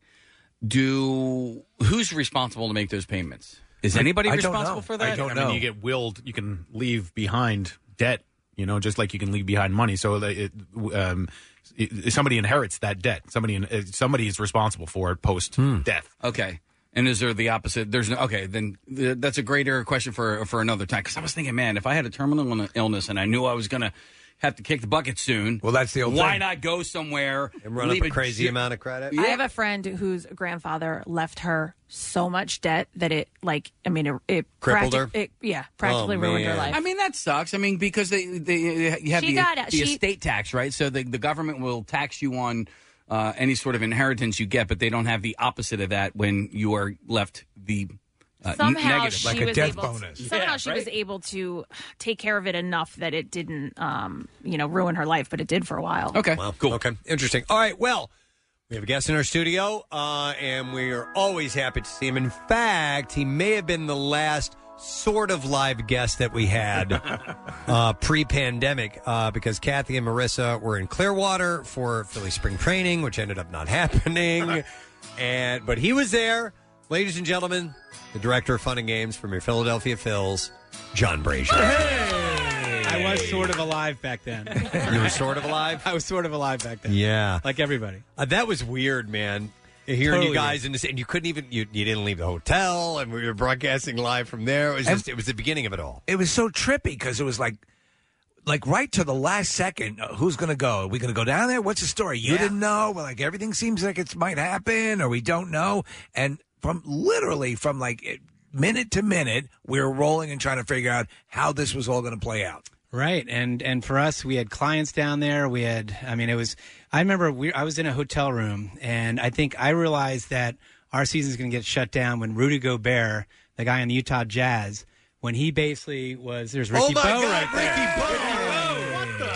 do who's responsible to make those payments? Is anybody responsible for that? I don't know. mean, you get willed. You can leave behind debt. You know, just like you can leave behind money. So that it, um, it- somebody inherits that debt. Somebody in- uh, somebody is responsible for it post death. Okay. And is there the opposite? There's no okay. Then th- that's a greater question for for another time. Because I was thinking, man, if I had a terminal ill- illness and I knew I was going to have to kick the bucket soon, well, that's the old why thing. not go somewhere and run up a crazy amount of credit? I have a friend whose grandfather left her so much debt that it, like, I mean, it, it Crippled practic- her? It, yeah, practically Oh, ruined her man. life. I mean, that sucks. I mean, because they, they you have She the, got it. the She- estate tax, right? So the, the government will tax you on uh, any sort of inheritance you get, but they don't have the opposite of that when you are left the uh, n- somehow negative, she was able To, somehow she was able to take care of it enough that it didn't, um, you know, ruin her life, but it did for a while. Okay. Wow. Cool. Okay. Interesting. All right. Well, we have a guest in our studio, uh, and we are always happy to see him. In fact, he may have been the last sort of live guest that we had uh, pre pandemic uh, because Kathy and Marissa were in Clearwater for Philly spring training, which ended up not happening. and But he was there. Ladies and gentlemen, the director of Fun and Games from your Philadelphia Phils, John Brazier. I was sort of alive back then. You were sort of alive? I was sort of alive back then. Yeah. Like everybody. Uh, that was weird, man. Hearing Totally you guys in this, and you couldn't even you, you didn't leave the hotel, and we were broadcasting live from there. It was And- just it was the beginning of it all. It was so trippy because it was like, like right to the last second. uh, who's going to go? Are we going to go down there? What's the story? You didn't know. Well, like everything seems like it might happen, or we don't know. And from literally from like it, minute to minute, we were rolling and trying to figure out how this was all going to play out. Right, and and for us, we had clients down there. We had, I mean, it was. I remember we, I was in a hotel room, and I think I realized that our season's going to get shut down when Rudy Gobert, the guy on the Utah Jazz, when he basically was. There's Oh Ricky Bowe right there. Dude,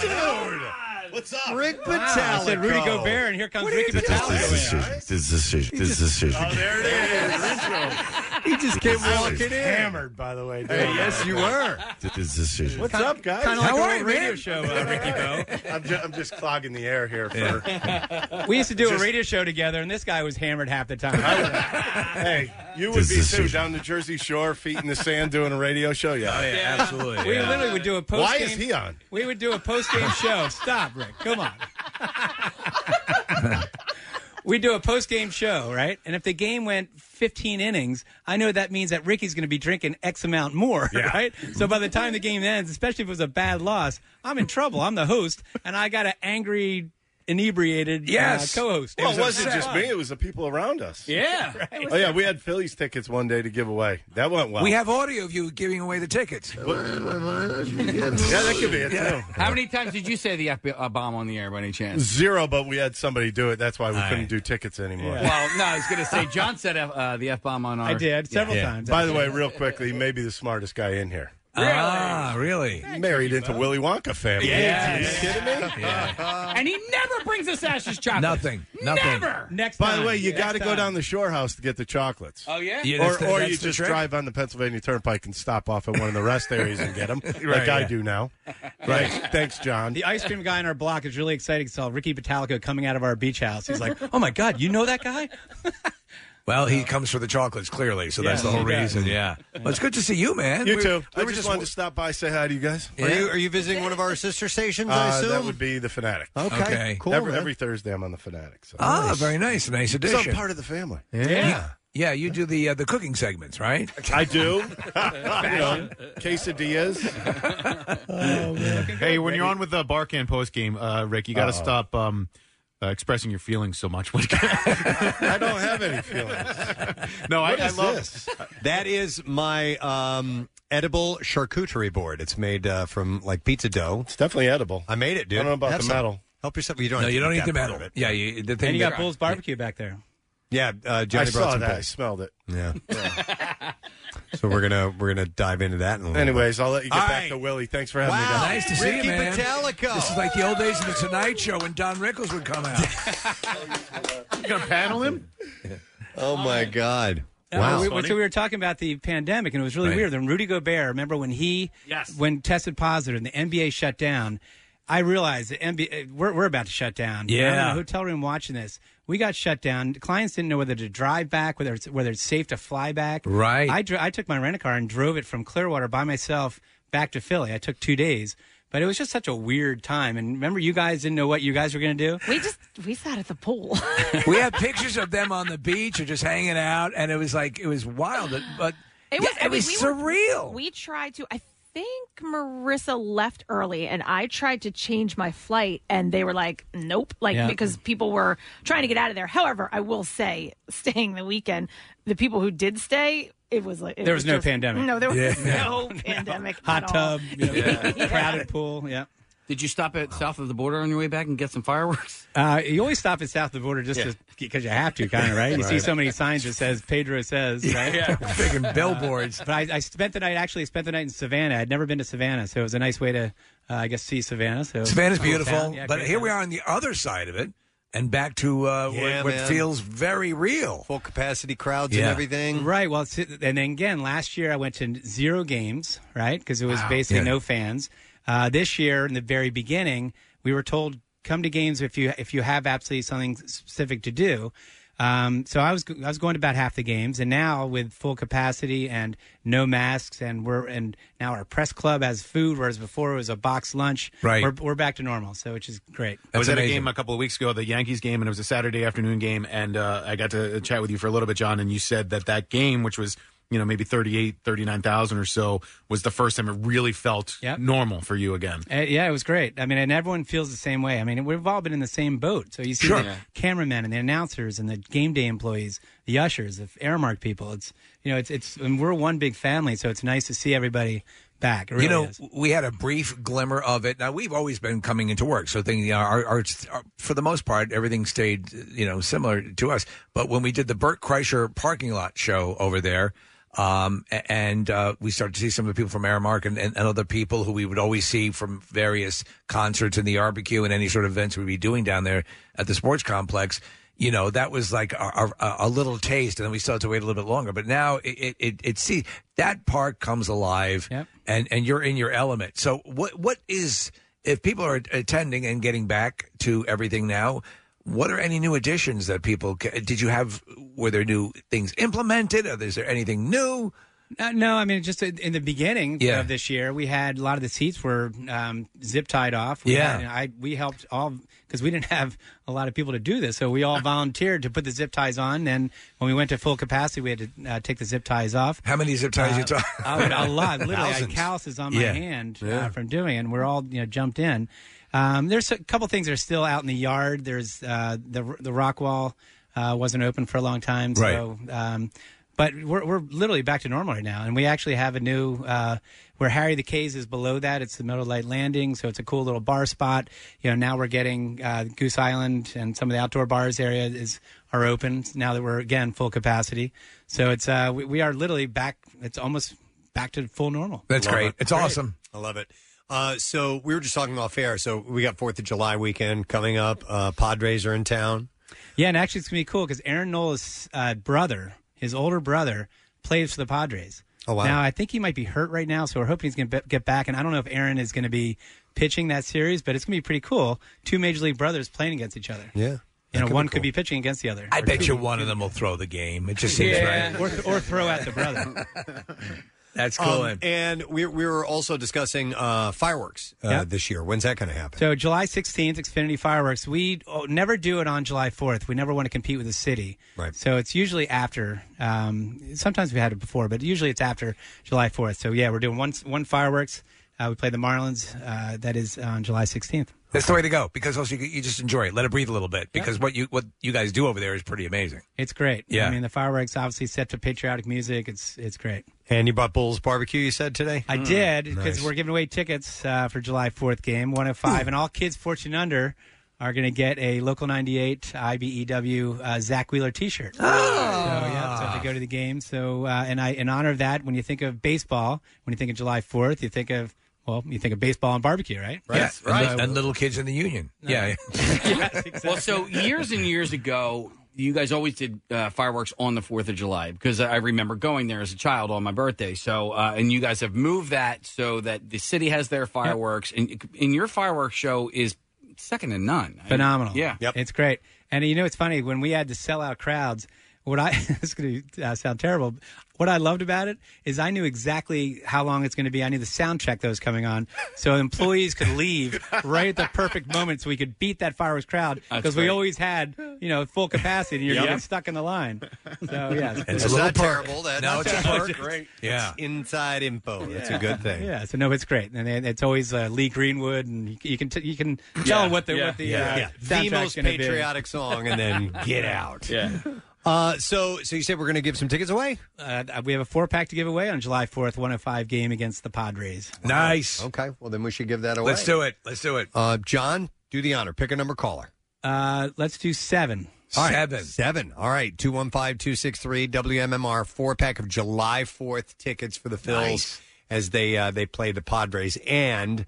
what's up? Rick Wow, I said Rudy Gobert, and here comes Ricky Metallico. This decision. This decision. Oh, there it He just came I was walking in. hammered, by the way. dude. yes, you were. is. This decision. What's Kinda- up, guys? kinda like How a are little you, radio show, uh, Ricky Bowe. I'm, ju- I'm just clogging the air here. For We used to do Just- a radio show together, and this guy was hammered half the time. hey, you would This be too decision. down the Jersey Shore, feet in the sand, doing a radio show. Yeah, Yeah. We literally would do a uh, post. Why is he on? We would do a post game show. Stop, Rick. Come on. we do a post game show, right? And if the game went 15 innings, I know that means that Ricky's going to be drinking X amount more, right? So by the time the game ends, especially if it was a bad loss, I'm in trouble. I'm the host, and I got an angry, inebriated Yes. uh, co-host. Well, it wasn't just me; it was the people around us. Yeah. Right. Oh yeah, we had Phillies tickets one day to give away. That went well. We have audio of you giving away the tickets. yeah, that could be it too. How many times did you say the FBI bomb on the air by any chance? Zero, but we had somebody do it. That's why we couldn't do tickets anymore. Well, no, I was going to say John said F, uh, the f bomb on our. Yeah. Yeah. By the way, real quickly, maybe the smartest guy in here. Ah, really? Married into Willy Wonka family. Yeah. Are you kidding me? and he never brings us Ash's chocolate. Never. By the way, you got to go down the Shore House to get the chocolates. Oh yeah. or or you just drive on the Pennsylvania Turnpike and stop off at one of the rest areas and get them, like Right, I yeah. do now. Right. Thanks, John. The ice cream guy on our block is really excited. He saw Ricky Batalico coming out of our beach house. He's like, "Oh my god, you know that guy?" Well, he comes for the chocolates clearly, so that's Yeah. the whole Yeah. reason. Yeah. Well, it's good to see you, man. You We- too. we I were just just wanted to stop by, say hi to you guys. Are you are you visiting one of our sister stations? I Uh, assume that would be the Fanatic. Okay, Okay. cool, Every, man. every Thursday, I'm on the Fanatic. So. Ah, very nice. Nice So I'm addition. part of the family. Yeah. Yeah, you do the uh, the cooking segments, right? I do. you know, quesadillas. Hey, when you're on with the Barkan post game, uh, Rick, you got to Uh-oh. stop um, uh, expressing your feelings so much. What- I don't have any feelings. no, I, What I is love this? Uh, That is my um, edible charcuterie board. It's made uh, from like pizza dough. It's definitely edible. I made it, dude. I don't know about Have the some. metal. Help yourself. You don't. no, have to you don't eat eat that the part metal. of it. Yeah, you, the thing and you got that- Bulls barbecue back there. Yeah, uh, Johnny I brought saw some that. Bulls. I smelled it. Yeah. so we're gonna we're gonna dive into that. In a little Anyways, bit. I'll let you get All back right. to Willie. Thanks for having Wow. me. Nice to see you, Ricky man. Metallico. This is like the old days of the Tonight Show when Don Rickles would come out. you gonna panel him? Oh my God! Uh, Wow. we- so we were talking about the pandemic, and it was really Right. weird. Then Rudy Gobert, remember when he Yes. when tested positive and the NBA shut down, I realized the NBA uh, we're, we're about to shut down. I'm in Yeah. a hotel room watching this. We got shut down. Clients didn't know whether to drive back, whether it's whether it's safe to fly back. Right. I dro- I took my rental car and drove it from Clearwater by myself back to Philly. I took two days. But it was just such a weird time. And remember, you guys didn't know what you guys were going to do? We just we sat at the pool. we had pictures of them on the beach or just hanging out, and it was like it was wild, but, but It yeah, was, I it mean, was we were- surreal. we tried to. I think Marissa left early, and I tried to change my flight, and they were like, "Nope," like Yeah. because people were trying to get out of there. However, I will say, staying the weekend, the people who did stay, it was like it There was no just- pandemic. No, there was Yeah. no pandemic. Hot at all. tub, you know, Yeah. crowded pool. Yeah. Did you stop at south of the border on your way back and get some fireworks? Uh, you always stop at south of the border just because you have to, kind of, right? You see Right. so many signs that says Pedro says, right? Yeah, freaking billboards. but I, I spent the night, actually spent the night in Savannah. I'd never been to Savannah, so it was a nice way to, uh, I guess, see Savannah. So Savannah's Cool beautiful, town. Yeah, but great here we town. are on the other side of it, and back to uh, Yeah, what, what man. feels very real. Full capacity crowds Yeah. everything. Right. Well, it's- and then again, last year I went to zero games, right? Because it was Wow. basically Yeah. no fans. Uh, this year, in the very beginning, we were told come to games if you if you have absolutely something specific to do. Um, so I was I was going to about half the games, and now with full capacity and no masks, and we're and now our press club has food, whereas before it was a box lunch. Right. We're, we're back to normal, so which is great. I was at a game a couple of weeks ago, the Yankees game, and it was a Saturday afternoon game. And uh, I got to chat with you for a little bit, John, and you said that that game, which was you know maybe 38, 39,000 or so, was the first time it really felt normal for you again. Uh, yeah, it was great. I mean, and everyone feels the same way. I mean, we've all been in the same boat. So you see Sure. the cameramen and the announcers and the game day employees, the ushers, the Airmark people. It's you know, it's it's and we're one big family. So it's nice to see everybody back. It really you know, is. we had a brief glimmer of it. Now we've always been coming into work, so thinking you know, our, our, our for the most part everything stayed you know similar to us. But when we did the Burt Kreischer parking lot show over there. Um, a- and uh, we started to see some of the people from Aramark and, and, and other people who we would always see from various concerts and the barbecue and any sort of events we'd be doing down there at the sports complex. You know, that was like our, our, a little taste, and then we still had to wait a little bit longer. But now it it, it, it see that park comes alive and and you're in your element. So what what is if people are attending and getting back to everything now? What are any new additions that people ca- did you have? Were there new things implemented? Or is there anything new? Uh, no, I mean, just in in the beginning Yeah. of this year, we had a lot of the seats were um, zip tied off. We Yeah. had- and I we helped all because we didn't have a lot of people to do this, so we all volunteered to put the zip ties on. And when we went to full capacity, we had to uh, take the zip ties off. How many zip ties Uh, you talk? I would- a lot. Literally, I had calluses on my Yeah. hand uh, Yeah. from doing, it, and we're all you know jumped in. Um, there's a couple things that are still out in the yard. There's uh, the the rock wall uh, wasn't open for a long time, so. Um, but we're, we're literally back to normal right now, and we actually have a new uh, where Harry the K's is below that. It's the Meadow Light Landing, so it's a cool little bar spot. You know, now we're getting uh, Goose Island and some of the outdoor bars area is are open now that we're again full capacity. So it's uh, we, we are literally back. It's almost back to full normal. Love it. I love it. Uh, so we were just talking off air. So we got Fourth of July weekend coming up. Uh, Padres are in town. Yeah, and actually, it's gonna be cool because Aaron Nola's uh, brother, his older brother, plays for the Padres. Oh, wow. Now I think he might be hurt right now, so we're hoping he's gonna be- get back. And I don't know if Aaron is gonna be pitching that series, but it's gonna be pretty cool. Two major league brothers playing against each other. Yeah. You know, one could be pitching against the other. I Or bet two- you one of them will throw the game. It just seems right. Or, or throw out the brother. That's cool. Um, and we, we were also discussing uh, fireworks uh, Yeah. this year. When's that going to happen? So July 16th, Xfinity Fireworks. We oh, never do it on July 4th. We never want to compete with the city. Right. So it's usually after. Um, sometimes we had it before, but usually it's after July 4th. So yeah, we're doing one one fireworks. Uh, we play the Marlins. Uh, that is on July 16th. That's the way to go because also you, you just enjoy it. Let it breathe a little bit because what you what you guys do over there is pretty amazing. It's great. Yeah. I mean, the fireworks obviously set to patriotic music. It's it's great. And you bought Bulls barbecue. You said today. I did did because Hmm. Nice. we're giving away tickets uh, for July 4th game, 105, and all kids 14 under are going to get a Local 98 IBEW uh, Zach Wheeler T-shirt. Oh, so, yeah, so have to go to the game. So, uh, and I, in honor of that, when you think of baseball, when you think of July Fourth, you think of well, you think of baseball and barbecue, right? Yes, right. And And, so- little kids in the union. Yeah. Well, so years and years ago, you guys always did uh, fireworks on the Fourth of July because I remember going there as a child on my birthday. So, uh, and you guys have moved that so that the city has their fireworks, and, and your fireworks show is second to none. I- Phenomenal. yeah. It's great. And you know, it's funny when we had to sell out crowds. What I it's going to uh, sound terrible. What I loved about it is I knew exactly how long it's going to be. I knew the sound check that was coming on, so employees could leave right at the perfect moment, so we could beat that fireworks crowd That's because we great. always had you know full capacity, and you're Yep. getting stuck in the line. So yeah, And it's, a little not perk. terrible. That No, it's a perk. great. Yeah. it's inside info. That's a good thing. Yeah, so no, it's great, and it- it's always uh, Lee Greenwood, and you, you can t- you can tell Yeah, what the yeah, what the yeah. uh, Yeah. The soundtrack's most gonna be. patriotic song, and then get out. Yeah. Uh, so, so you said we're going to give some tickets away? Uh, we have a four pack to give away on July fourth, one oh five game against the Padres. Nice. Okay. Well, then we should give that away. Let's do it. Let's do it. Uh, John, do the honor. Pick a number caller. Uh, let's do seven. All right. Seven. All right. 215 263 WMMR, four pack of July 4th tickets for the Phils Nice. as they uh, they play the Padres. And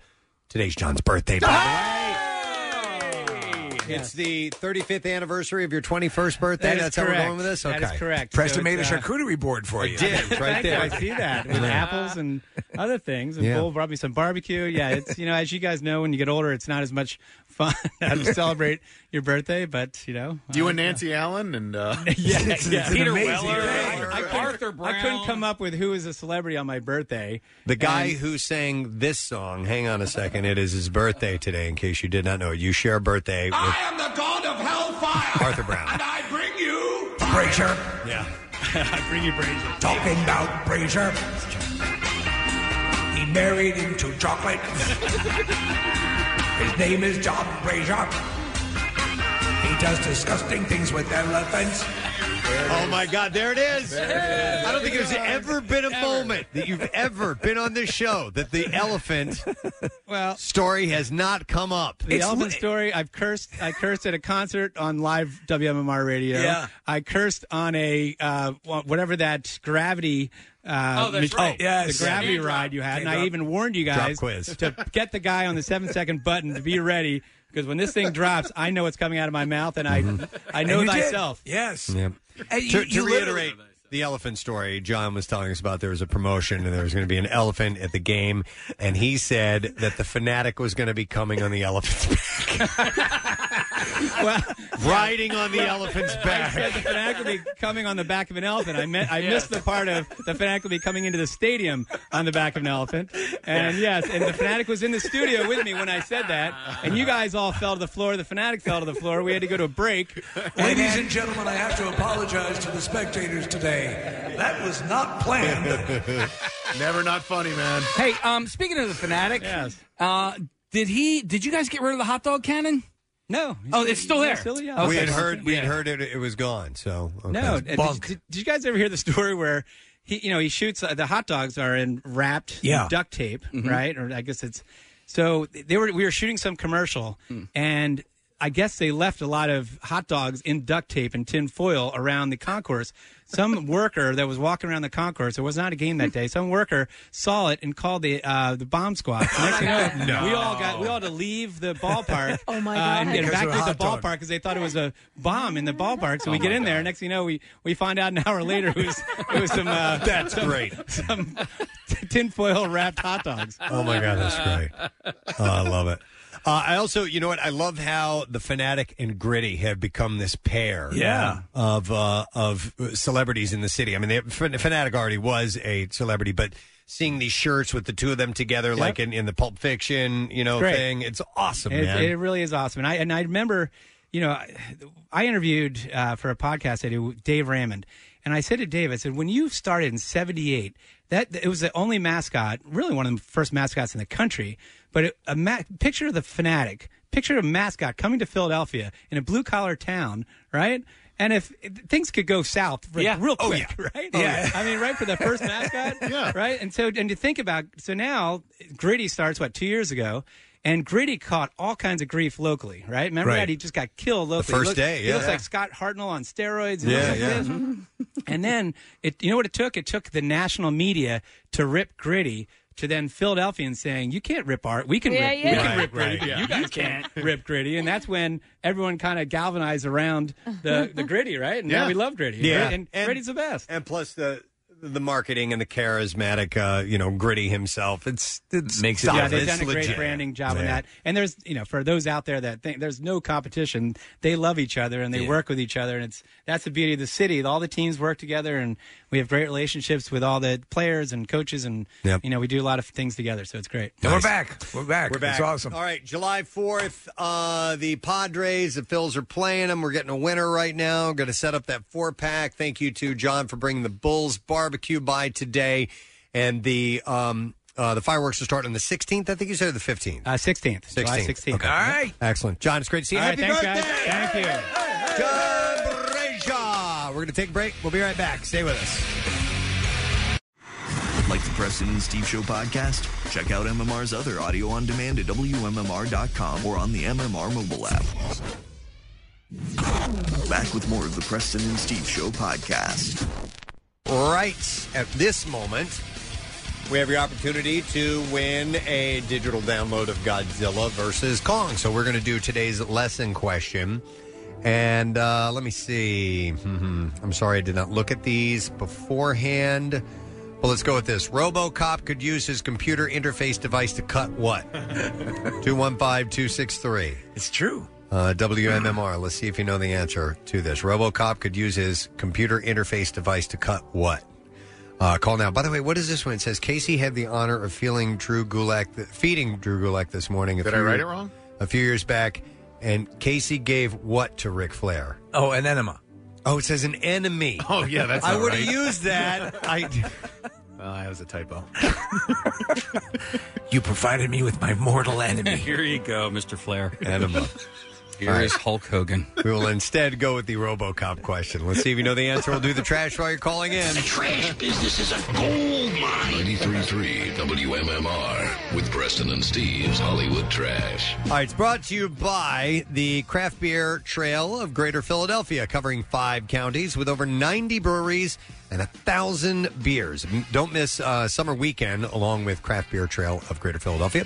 today's John's birthday, by the Ah! way. It's the 35th anniversary of your 21st birthday. That is That's how correct. we're going with this? Okay. That is correct. Preston So made it's, a uh, charcuterie board for I you. did, right Thank you. there. I see that with apples and other things, and Yeah. bowl probably some barbecue. Yeah, it's you know, as you guys know, when you get older, it's not as much fun to celebrate your birthday, but you know, You uh, and Nancy Allen and uh, yeah, yeah. Peter Weller, Arthur I couldn't come up with who is a celebrity on my birthday. The guy And- who sang this song, hang on a second, it is his birthday today, in case you did not know it. You share a birthday with I am the god of hellfire, Arthur Brown. and I bring you Brazier. Yeah. I bring you Brazier. Talking about Brazier. He married into chocolate. His name is John Brazier. He does disgusting things with elephants. Oh my God! There it is. I don't think there's ever been a moment that you've ever been on this show that the elephant well story has not come up. The elephant story. I've cursed. I cursed at a concert on live WMMR radio. Yeah. I cursed on a uh, wha- whatever that gravity. Uh, Oh, that's mach- right. Yes. The gravity Name drop. ride you had, Name and I drop. even warned you Drop guys quiz. to get the guy on the seven second button to be ready because when this thing drops, I know what's coming out of my mouth, and I I know And you did. thyself. Yes. Yeah. And you- to to you literally- reiterate the elephant story, John was telling us about there was a promotion and there was going to be an elephant at the game, and he said that the fanatic was going to be coming on the elephant's back. Riding on the elephant's I said the back. fanatic will be coming on the back of an elephant. I meant I missed the part of the fanatic will be coming into the stadium on the back of an elephant. And yes, and the fanatic was in the studio with me when I said Uh, that. And you guys all fell to the floor. The fanatic fell to the floor. We had to go to a break. Ladies and gentlemen, I have to apologize to the spectators today. That was not planned. Never not funny, man. Hey, um, speaking of the fanatic, uh, did he? Did you guys get rid of the hot dog cannon? No. Oh, it's still there. Okay. We had heard we had heard it, it was gone. So okay. No, did, did- did you guys ever hear the story where he, you know, he shoots uh, the hot dogs are in wrapped Yeah. duct tape, Mhm. right? Or I guess it's so they were we were shooting some commercial and. I guess they left a lot of hot dogs in duct tape and tin foil around the concourse. Some worker that was walking around the concourse, it was not a game that day. Some worker saw it and called the uh, the bomb squad. The next thing you know, No. we all got we all had to leave the ballpark Oh, my uh, and God. get Because of a evacuated hot the dog. ballpark because they thought it was a bomb in the ballpark. So Oh we get my in there. Next thing you know, we, we find out an hour later it was, it was some uh, That's some- great. some tinfoil wrapped hot dogs. Oh my god, that's great! Oh, I love it. Uh, I also, you know what? I love how the fanatic and gritty have become this pair. Yeah. of uh, of celebrities in the city. I mean, the fanatic already was a celebrity, but seeing these shirts with the two of them together, like in, in the Pulp Fiction, you know, Great. thing, it's awesome, It, man. it really is awesome. And I and I remember, you know, I, I interviewed uh, for a podcast I do with Dave Raymond, and I said to Dave, I said, when you started in '78, that it was the only mascot, really one of the first mascots in the country. But it, a ma- picture of the fanatic, picture of a mascot coming to Philadelphia in a blue collar town, right? And if things could go south like, Yeah. real Oh, quick, yeah. right? Oh, yeah. I mean, right for the first mascot, yeah. right? And so, and to think about, so now Gritty starts what two years ago, And Gritty caught all kinds of grief locally, right? Remember Right. that he just got killed locally. first He looked- day, he yeah. looks Yeah. like Scott Hartnell on steroids. He Yeah, looks like yeah. Mm-hmm. this. and then it, you know what it took? It took the national media to rip Gritty. To then Philadelphians saying, "You can't rip art. We can Yeah, rip. yeah. We can Right, rip Gritty. right, but yeah. You guys You can't rip Gritty." And that's when everyone kind of galvanized around the, the Gritty, right? And now we love Gritty. Yeah, right? and, Gritty's the best. And plus the the marketing and the charismatic, uh, you know, Gritty himself. It's it's solid. yeah, they've It's done a great legit. branding job on Yeah. that. And there's you know for those out there that think there's no competition, they love each other and they work with each other, and it's that's the beauty of the city. All the teams work together, and we have great relationships with all the players and coaches, and Yep. you know we do a lot of things together, so it's great. And we're Nice. back. We're back. We're back. It's awesome. All right, July 4th, uh, the Padres, the Phils are playing them. We're getting a winner right now. Going to set up that four pack. Thank you to John for bringing the Bulls barbecue by today. And the um, uh, the fireworks are starting on the 16th, I think you said, or the 15th? Uh, 16th. 16th. July 16th. Okay. All right. Excellent. John, it's great to see you. All right, Happy thanks, birthday. guys. Thank you. John Brescia. Ah, We're going to take a break. We'll be right back. Stay with us. Like the Preston and Steve Show podcast? Check out MMR's other audio on demand at WMMR.com or on the MMR mobile app. Back with more of the Preston and Steve Show podcast. Right at this moment, we have your opportunity to win a digital download of Godzilla versus Kong. So we're going to do today's lesson question. And uh, let me see. Hmm, I'm sorry I did not look at these beforehand. Well, let's go with this. RoboCop could use his computer interface device to cut what? 215 263. It's true. Uh, WMMR. Let's see if you know the answer to this. RoboCop could use his computer interface device to cut what? Uh, call now. By the way, what is this one? It says Casey had the honor of feeling Drew Gulak, feeding Drew Gulak this morning. a Did I few- write it wrong? A few years back, and Casey gave what to Ric Flair? Oh, an enema. Oh, it says an enemy. Oh, yeah, that's I not would have right. used that. I. Well, that was a typo. You provided me with my mortal enemy. Here you go, Mr. Flair. Enema. Here All right. is Hulk Hogan. We will instead go with the RoboCop question. Let's see if you know the answer. We'll do the trash while you're calling in. The trash business is a gold mine. 93.3 WMMR with Preston and Steve's Hollywood Trash. All right, it's brought to you by the Craft Beer Trail of Greater Philadelphia, covering five counties with over 90 breweries and a thousand beers. M- Don't miss uh, summer weekend along with Craft Beer Trail of Greater Philadelphia.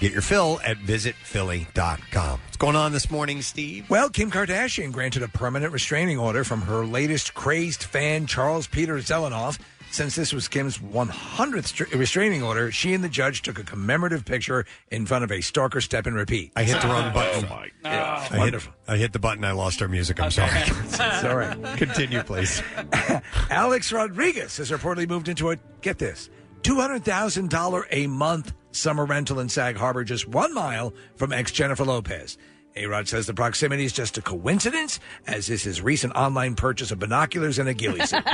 Get your fill at visitphilly.com. What's going on this morning, Steve? Well, Kim Kardashian granted a permanent restraining order from her latest crazed fan, Charles Peter Zelenoff. Since this was Kim's 100th str- restraining order, she and the judge took a commemorative picture in front of a stalker step and repeat. I hit the wrong Oh, button. Yeah, I, hit, wonderful. I hit the button. I lost our music. I'm sorry. it's all right. Continue, please. Alex Rodriguez has reportedly moved into a get this two hundred thousand dollar a month summer rental in Sag Harbor, just one mile from ex Jennifer Lopez. A Rod says the proximity is just a coincidence, as is his recent online purchase of binoculars and a ghillie suit. and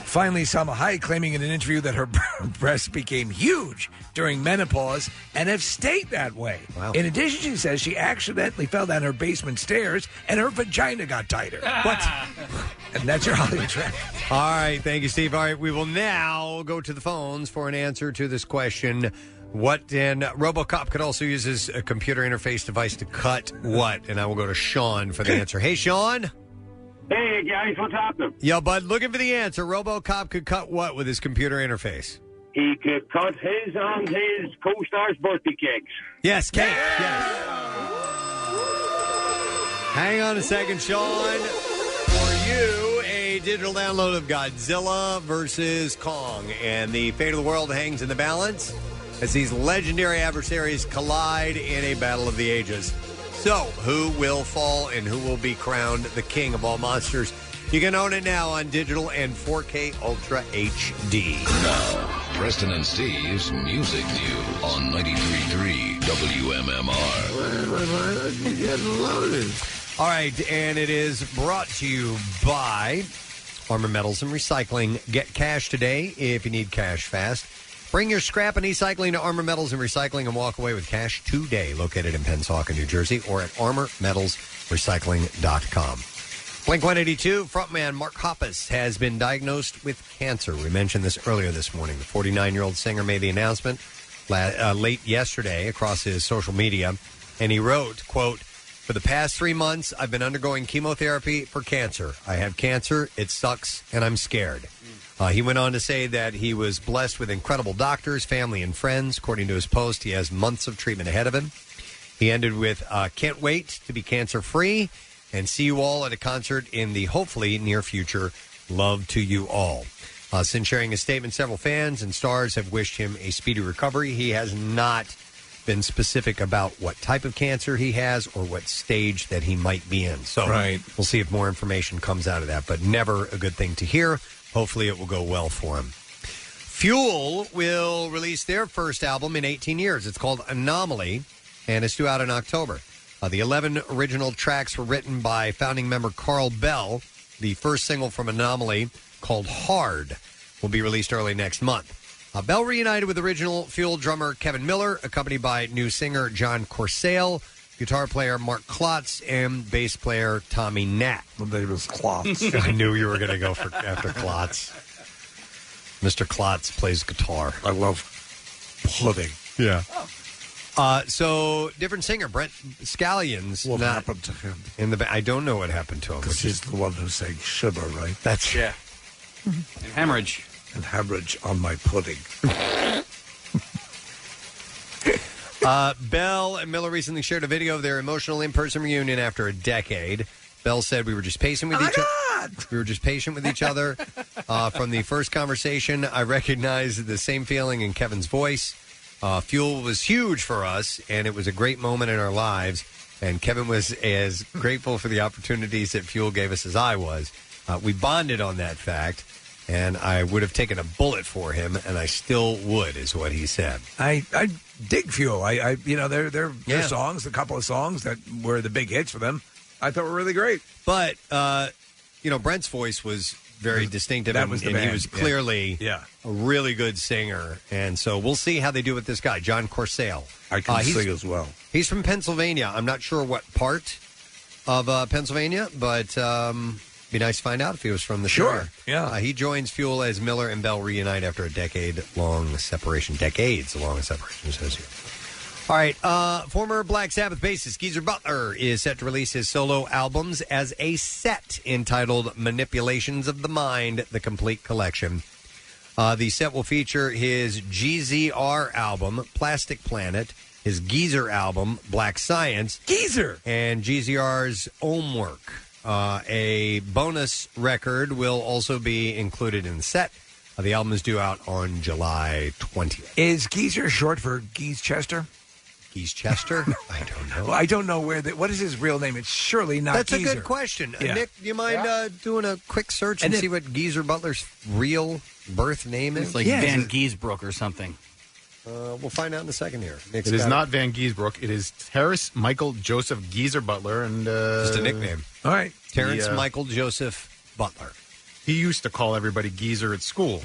finally, Salma Hayek claiming in an interview that her breasts became huge during menopause and have stayed that way. In addition, she says she accidentally fell down her basement stairs and her vagina got tighter. what? And that's your Hollywood track. All right, thank you, Steve. All right, we will now go to the phones for an answer to this question. What and RoboCop could also use his uh, computer interface device to cut what? And I will go to Sean for the answer. Hey, Sean. Hey guys, what's happening? Yeah, bud, looking for the answer. RoboCop could cut what with his computer interface? He could cut his and his co-star's birthday cakes. Yes, Kate. Yes. Hang on a second, Sean. For you, a digital download of Godzilla versus Kong, and the fate of the world hangs in the balance as these legendary adversaries collide in a battle of the ages. So, who will fall and who will be crowned the king of all monsters? You can own it now on digital and 4K Ultra HD. Now, Preston and Steve's Music News on 93.3 WMMR. Get loaded. All right, and it is brought to you by Armor Metals and Recycling. Get cash today if you need cash fast. Bring your scrap and e-cycling to Armor Metals and Recycling and walk away with cash today. Located in Pensauken, New Jersey, or at armormetalsrecycling.com. Blink 182 frontman Mark Hoppus has been diagnosed with cancer. We mentioned this earlier this morning. The 49 year old singer made the announcement la- uh, late yesterday across his social media, and he wrote, "quote For the past three months, I've been undergoing chemotherapy for cancer. I have cancer. It sucks, and I'm scared." Uh, he went on to say that he was blessed with incredible doctors, family, and friends. According to his post, he has months of treatment ahead of him. He ended with, uh, "Can't wait to be cancer free." and see you all at a concert in the hopefully near future. Love to you all. Uh, since sharing his statement, several fans and stars have wished him a speedy recovery. He has not been specific about what type of cancer he has or what stage that he might be in. So Right. we'll see if more information comes out of that, but never a good thing to hear. Hopefully, it will go well for him. Fuel will release their first album in 18 years. It's called Anomaly, and it's due out in October. Uh, the 11 original tracks were written by founding member Carl Bell. The first single from Anomaly, called Hard, will be released early next month. Uh, Bell reunited with original Fuel drummer Kevin Miller, accompanied by new singer John Corsale, guitar player Mark Klotz, and bass player Tommy Knack. The name is Klotz. I knew you were going to go for after Klotz. Mr. Klotz plays guitar. I love plumbing. Yeah. Uh, so different singer Brent Scallions. What happened to him? In the ba- I don't know what happened to him. Because he's the one who sang "Shiver," right? That's yeah. And hemorrhage. And hemorrhage on my pudding. uh, Bell and Miller recently shared a video of their emotional in-person reunion after a decade. Bell said, "We were just pacing with each other. We were just patient with each other. Uh, from the first conversation, I recognized the same feeling in Kevin's voice. Uh, Fuel was huge for us, and it was a great moment in our lives. And Kevin was as grateful for the opportunities that Fuel gave us as I was. Uh, we bonded on that fact, and I would have taken a bullet for him, and I still would, is what he said. I, I dig Fuel. I, I you know, their their their Yeah. songs, a couple of songs that were the big hits for them, I thought were really great. But uh, you know, Brent's voice was very distinctive. that and, was the and he band, was yeah. clearly a really good singer. And so we'll see how they do with this guy, John Corsale. I can he's- sing as well. He's from Pennsylvania. I'm not sure what part of uh, Pennsylvania, but um, be nice to find out if he was from the Sure, area. Yeah. Uh, he joins Fuel as Miller and Bell reunite after a decade long separation, decades long separation, it says here. All right. Uh, former Black Sabbath bassist Geezer Butler is set to release his solo albums as a set entitled Manipulations of the Mind, the complete collection. Uh, the set will feature his GZR album, Plastic Planet, his Geezer album, Black Science, Geezer, and GZR's Ohmwork. Uh, a bonus record will also be included in the set. Uh, the album is due out on July 20th. Is Geezer short for Geese Chester? Geese Chester? I don't know. Well, I don't know where. The, what is his real name? It's surely not. That's a Geezer. good question. Uh, Yeah. Nick, do you mind Yeah. uh, doing a quick search and, And if- see what Geezer Butler's real birth name is? It's like Van Giesbrook or something. Uh, we'll find out in a second here. It Nick's is got not Van Giesbrook. It is Terrace Michael Joseph Geezer Butler, and uh, Just a nickname. All right, Terrence Michael Joseph Butler. He used to call everybody geezer at school.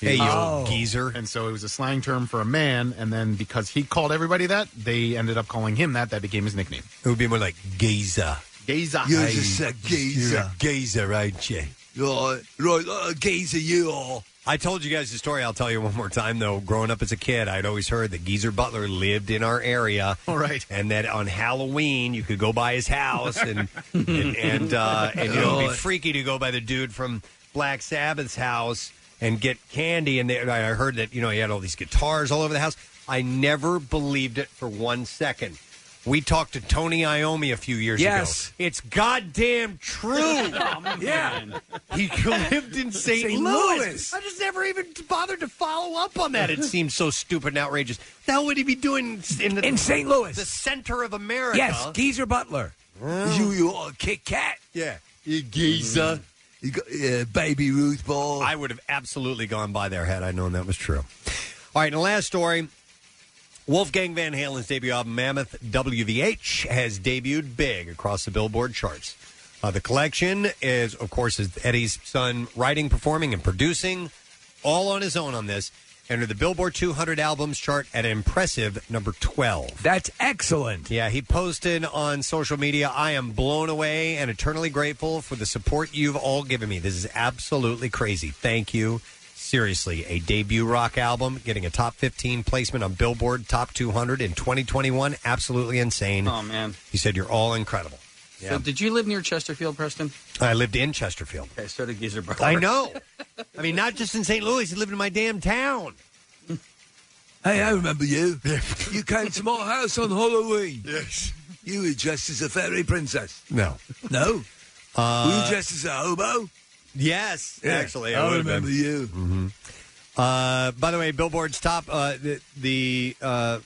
Hey, you old Oh. geezer! And so it was a slang term for a man. And then because he called everybody that, they ended up calling him that. That became his nickname. It would be more like Geezer. Geezer. You're just a geezer. You're a geezer, ain't you? Right, right, a geezer you are. I told you guys the story. I'll tell you one more time, though. Growing up as a kid, I'd always heard that Geezer Butler lived in our area. All right. And that on Halloween, you could go by his house and and, and, uh, and you know, it'd be Right. freaky to go by the dude from Black Sabbath's house and get candy. And they, I heard that, you know, he had all these guitars all over the house. I never believed it for one second. We talked to Tony Iommi a few years Yes. Oh, ago. It's goddamn true. yeah. He lived in St. St. Louis. Louis. I just never even bothered to follow up on that. It seems so stupid and outrageous. The hell would he be doing in, the, In St. Louis. the center of America? Yes, Geezer Butler. You, you uh, are a Kit Kat. Yeah. You geezer. You got, uh, baby Ruth Ball. I would have absolutely gone by there had I known that was true. All right, and the last story. Wolfgang Van Halen's debut album, Mammoth WVH, has debuted big across the Billboard charts. Uh, the collection is, of course, is Eddie's son writing, performing, and producing all on his own on this. Entered the Billboard 200 albums chart at an impressive number 12. That's excellent. Yeah, he posted on social media, I am blown away and eternally grateful for the support you've all given me. This is absolutely crazy. Thank you seriously, a debut rock album getting a top 15 placement on Billboard Top 200 in 2021. Absolutely insane. Oh, man. He said, You're all incredible. Yeah. So, did you live near Chesterfield, Preston? I lived in Chesterfield. Okay, so did Geezer Butler. I know. I mean, not just in St. Louis, he lived in my damn town. Hey, I remember you. you came to my house on Halloween. Yes. You were dressed as a fairy princess. No. No? were Uh, you dressed as a hobo? Yes, Yeah, actually, I, I would've remember been. you. Mm-hmm. Uh, by the way, Billboard's top uh, the the, uh,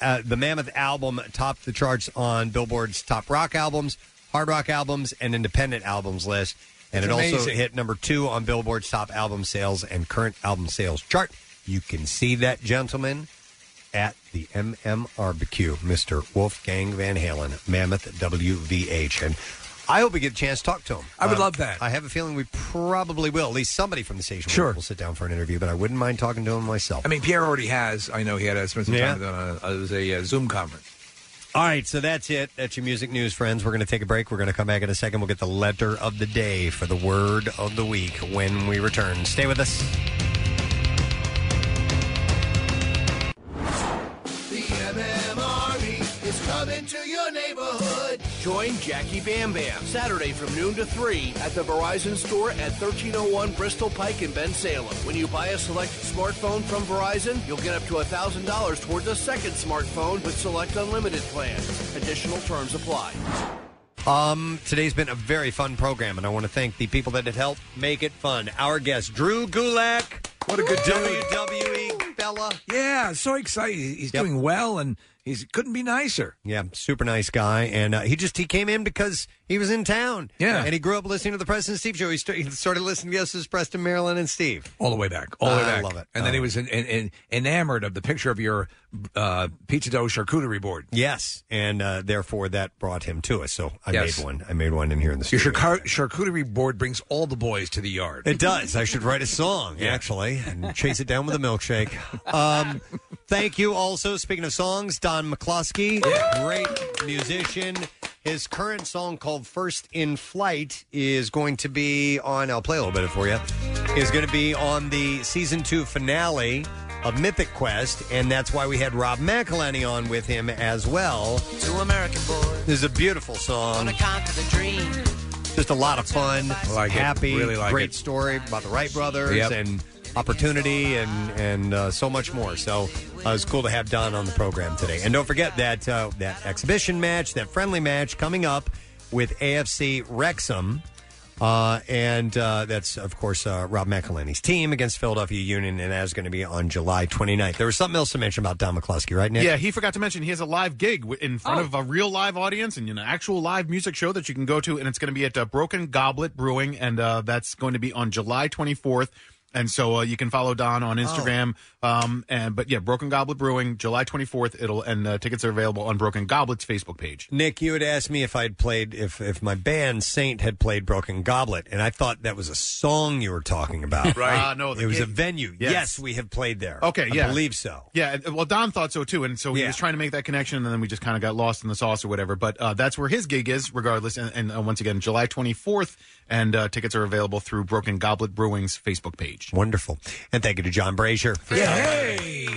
uh, the Mammoth album topped the charts on Billboard's top rock albums, hard rock albums, and independent albums list, and It's it also amazing. hit number two on Billboard's top album sales and current album sales chart. You can see that, gentlemen. At the MMRBQ, Mr. Wolfgang Van Halen, Mammoth WVH. And I hope we get a chance to talk to him. I would Um, love that. I have a feeling we probably will. At least somebody from the station will- will sit down for an interview, but I wouldn't mind talking to him myself. I mean, Pierre already has. I know he had to spend some Yeah. time with him on a, it was a, uh Zoom conference. All right, so that's it. That's your music news, friends. We're going to take a break. We're going to come back in a second. We'll get the letter of the day for the word of the week when we return. Stay with us. The MM E Army is coming to your neighborhood. Join Jackie Bam Bam Saturday from noon to 3 at the Verizon store at 1301 Bristol Pike in Ben Salem. When you buy a select smartphone from Verizon, you'll get up to $1,000 towards a second smartphone with select unlimited plans. Additional terms apply. Um, today's been a very fun program, and I want to thank the people that have helped make it fun. Our guest, Drew Gulak. What a good WWE fella. Yeah, so excited. He's E, Yep. doing well, and he couldn't be nicer. Yeah, super nice guy, and uh, he just he came in because he was in town. Yeah. and he grew up listening to the Preston and Steve show. He, st- he started listening to us as Preston, Maryland, and Steve. All the way back. All the way I back. love it. Oh. And then he was in, in, in, enamored of the picture of your uh, pizza dough charcuterie board. Yes, and uh, therefore that brought him to us. So I Yes. made one. I made one in here in the Your studio. charcu- charcuterie board brings all the boys to the yard. It does. I should write a song, actually, and chase it down with a milkshake. Um, thank you also. Speaking of songs, Don McCluskey, great musician. His current song called First in Flight is going to be on, I'll play a little bit of it for you, is going to be on the season two finale of Mythic Quest, and that's why we had Rob McElhenney on with him as well. To American boy, This is a beautiful song. gonna conquer the dream. Just a lot of fun, like it. happy, Really like great it. story about the Wright brothers Yep. and opportunity and and uh, so much more. So uh, it's cool to have Don on the program today. And don't forget that uh, that exhibition match, that friendly match coming up with AFC Wrexham. Uh, and uh, that's, of course, uh, Rob McElhenney's team against Philadelphia Union, and that is going to be on July 29th. There was something else to mention about Don McCluskey, right, Nick? Yeah, he forgot to mention he has a live gig wi- in front of a real live audience and an actual live music show that you can go to, and it's going to be at uh, Broken Goblet Brewing, and uh, that's going to be on July 24th. And so uh, you can follow Don on Instagram. Um, and but yeah, Broken Goblet Brewing, July 24th. It'll and uh, tickets are available on Broken Goblet's Facebook page. Nick, you had asked me if I'd played if if my band Saint had played Broken Goblet, and I thought that was a song you were talking about. Right. Uh, no, the it was a gig. venue. Yes. Yes. we have played there. Okay, I yeah. believe so. Yeah, and- well, Don thought so too, and so he was trying to make that connection, and then we just kind of got lost in the sauce or whatever. But uh, that's where his gig is, regardless. And, and uh, once again, July 24th, and uh, tickets are available through Broken Goblet Brewing's Facebook page. Wonderful, and thank you to John Brazier. For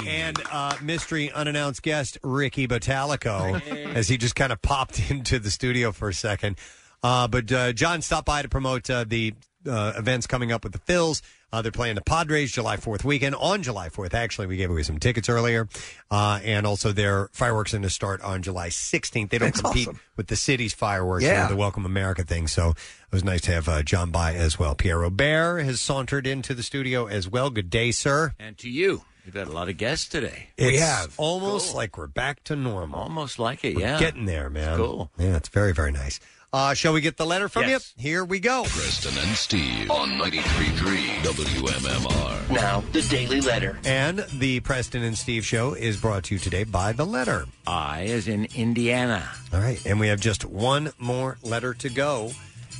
And uh, mystery unannounced guest Ricky Botalico, as he just kind of popped into the studio for a second. Uh, but uh, John stopped by to promote uh, the uh, events coming up with the Phils. Uh, they're playing the Padres July 4th weekend. On July 4th, actually, we gave away some tickets earlier. Uh, and also their fireworks going to start on July 16th. They don't compete with the city's fireworks Yeah. or the Welcome America thing. So it was nice to have uh, John by as well. Pierre Robert has sauntered into the studio as well. Good day, sir. And to you. We've had a lot of guests today. It's almost like we're back to normal. Almost like it, We're yeah. getting there, man. cool. Yeah, it's very, very nice. Uh, shall we get the letter from Yes. you? Here we go. Preston and Steve on 93.3 WMMR. Now, the Daily Letter. And the Preston and Steve show is brought to you today by the letter I, is in Indiana. All right, and we have just one more letter to go,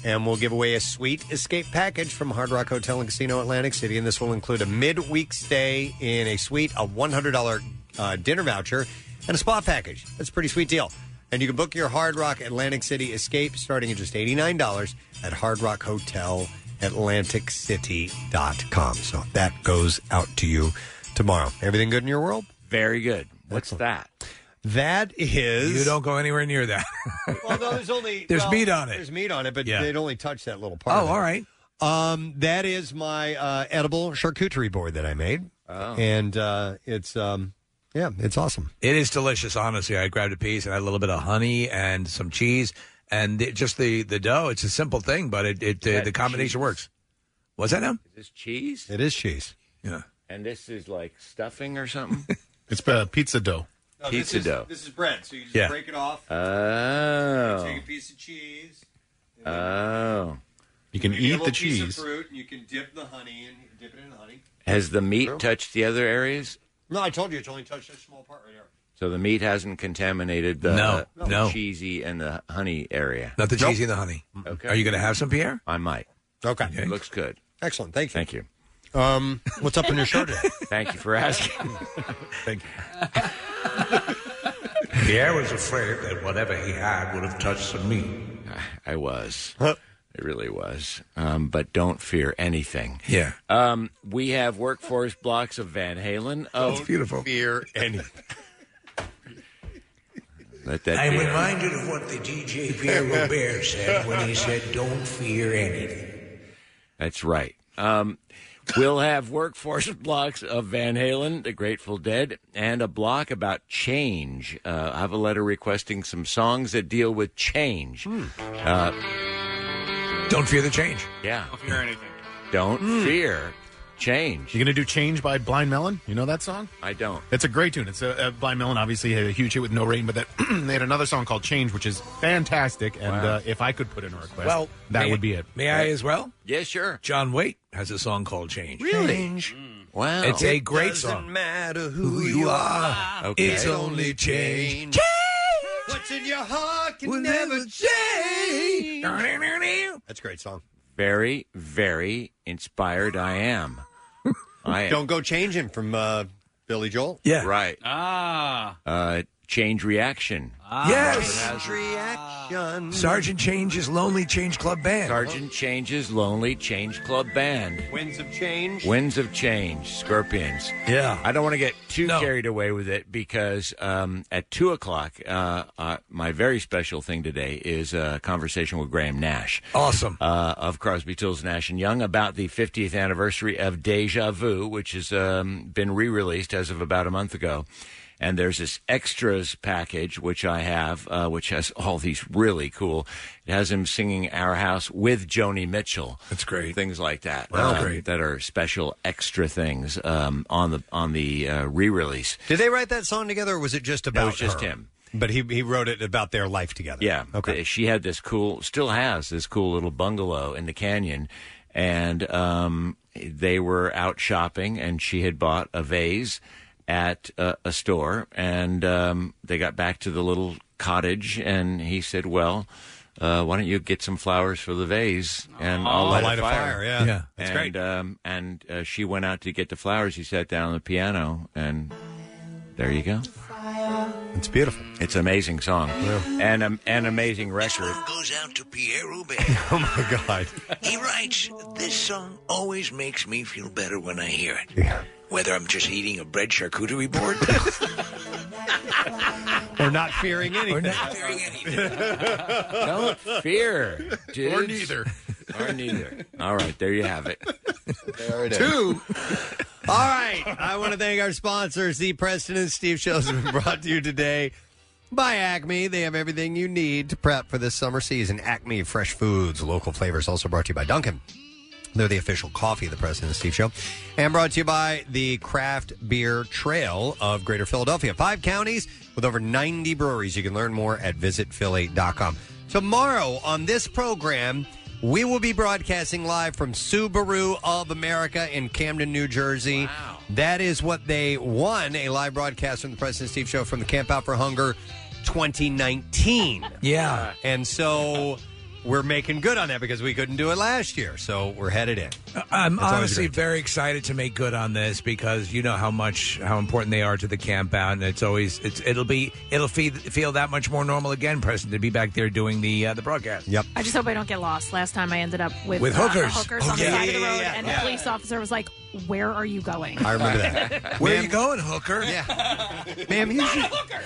and we'll give away a sweet escape package from Hard Rock Hotel and Casino Atlantic City, and this will include a midweek stay in a suite, a one hundred dollar uh, dinner voucher, and a spa package. That's a pretty sweet deal. And you can book your Hard Rock Atlantic City escape starting at just eighty nine dollars at Hard Rock Hotel atlanticcity.com. So that goes out to you tomorrow. Everything good in your world? Very good. What's that? That is. You don't go anywhere near that. well, no, there's only There's well, meat on it. There's meat on it, but Yeah. they'd only touch that little part. Oh, all right. Um, that is my uh, edible charcuterie board that I made, Oh. and uh, it's um, yeah, it's awesome. It is delicious, honestly. I grabbed a piece and had a little bit of honey and some cheese and it, just the, the dough. It's a simple thing, but it, it uh, That the combination cheese. works. What's that now? Is this cheese? It is cheese. Yeah. And this is like stuffing or something? It's uh, pizza dough. Pizza dough. This is bread, so you just Yeah. break it off. Oh. piece of cheese. Oh. You can get a little piece of fruit, and you can dip the honey and dip it in honey. Has the meat touched the other areas? No, I told you it's only touched a small part right here. So the meat hasn't contaminated the, No, the no. cheesy and the honey area. Not the cheesy and the honey. Okay. Are you going to have some, Pierre? I might. Okay. It looks good. Excellent. Thank you. Thank you. Um, what's up in your show today? Thank you for asking. Thank you. Pierre was afraid that whatever he had would have touched some meat. I was. It really was. Um, but don't fear anything. Yeah. Um, we have workforce blocks of Van Halen. Oh, That's beautiful. Fear anything. Let that. I'm be- reminded of what the DJ Pierre Robert said when he said, Don't fear anything. That's right. Um, we'll have workforce blocks of Van Halen, The Grateful Dead, and a block about change. Uh, I have a letter requesting some songs that deal with change. Hmm. Uh, Don't fear the change. Yeah. Don't fear anything. Don't Hmm. fear change. You gonna do "Change" by Blind Melon? You know that song? I don't. It's a great tune. It's a, uh Blind Melon obviously had a huge hit with No Rain, but that they had another song called "Change," which is fantastic. And Wow. uh, if I could put in a request, Well, that may- would be it. May I as well? Yeah, sure. John Waite has a song called Change. Really? Mm. Wow. It's a great Doesn't song. matter who you are, Okay. it's only change. What's in your heart can Will never change. That's a great song. Very, very inspired I am. I am. Don't go change him from uh, Billy Joel. Yeah. Right. Ah. Uh, change reaction. Ah. Yes. Reaction. Sergeant Change's Lonely Change Club Band. Sergeant Change's Lonely Change Club Band. Winds of change. Winds of Change, Scorpions. Yeah. I don't want to get too carried away with it because um, at 2 o'clock, uh, uh, my very special thing today is a conversation with Graham Nash. Awesome. Uh, of Crosby, Tills, Nash and Young about the 50th anniversary of Deja Vu, which has um, been re-released as of about a month ago. And there's this extras package which I have, uh, which has all these really cool. It has him singing "Our House" with Joni Mitchell. That's great. Things like that. Wow, um, great. That are special extra things um, on the on the uh, re-release. Did they write that song together, or was it just about? No, it's just her? him. But he he wrote it about their life together. Yeah. Okay. She had this cool, still has this cool little bungalow in the canyon, and um, they were out shopping, and she had bought a vase at a, a store, and um, they got back to the little cottage, and he said, "Well." Uh, why don't you get some flowers for the vase and I'll I'll light, Oh. light a fire, yeah. Yeah, that's and, great. Um, and uh, she went out to get the flowers. He sat down on the piano, and there you go. It's beautiful. It's an amazing song and um, an amazing record. Goes out to Pierre Robert. Oh my God. He writes, This song always makes me feel better when I hear it. Whether I'm just eating a bread charcuterie board Or not fearing anything. or not fearing anything. Don't fear. dudes. Or neither. Or neither. All right, there you have it. There it is. Two. All right. I want to thank our sponsors. The Preston and Steve shows have been brought to you today by Acme. They have everything you need to prep for this summer season. Acme Fresh Foods, local flavors, also brought to you by Duncan. They're the official coffee of the President and Steve Show. And brought to you by the Craft Beer Trail of Greater Philadelphia. Five counties with over 90 breweries. You can learn more at visitphilly.com. Tomorrow on this program, we will be broadcasting live from Subaru of America in Camden, New Jersey. That is what they won a live broadcast from the President and Steve Show from the Camp Out for Hunger 2019. Yeah. And so we're making good on that because we couldn't do it last year, so we're headed in. I'm It's always honestly very excited to make good on this because you know how much how important they are to the camp out, and it's always it's it'll be it'll feel feel that much more normal again, Preston, to be back there doing the uh, the broadcast. Yep. I just hope I don't get lost. Last time I ended up with, With uh, hookers. hookers Oh, on yeah, the side of yeah, the road, yeah, and yeah. the police officer was like, "Where are you going?" I remember that. Where are you going, hooker? Yeah. Ma'am, you should,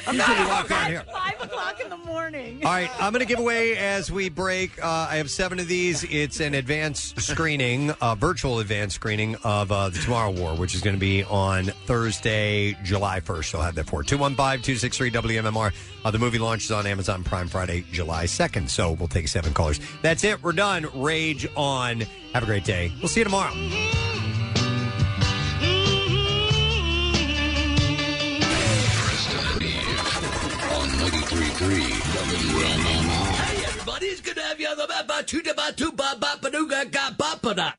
I'm you not should a walk hooker. down here. It's five o'clock in the morning. All right, uh, I'm going to give away as we break. Uh, I have seven of these. It's an advanced screening, uh, virtual advanced screening of uh, The Tomorrow War, which is going to be on Thursday, July 1st. I'll have that for 215 263 WMMR. Uh, the movie launches on Amazon Prime Friday, July 2nd. So we'll take seven callers. That's it. We're done. Rage on. Have a great day. We'll see you tomorrow. Preston and Eve on 93.3 WMMR. Hey, everybody, it's good to have you on the map. Ba- choo- da- ba- choo- ba- ba- ba- doo- ga- ga- ba- ba- da.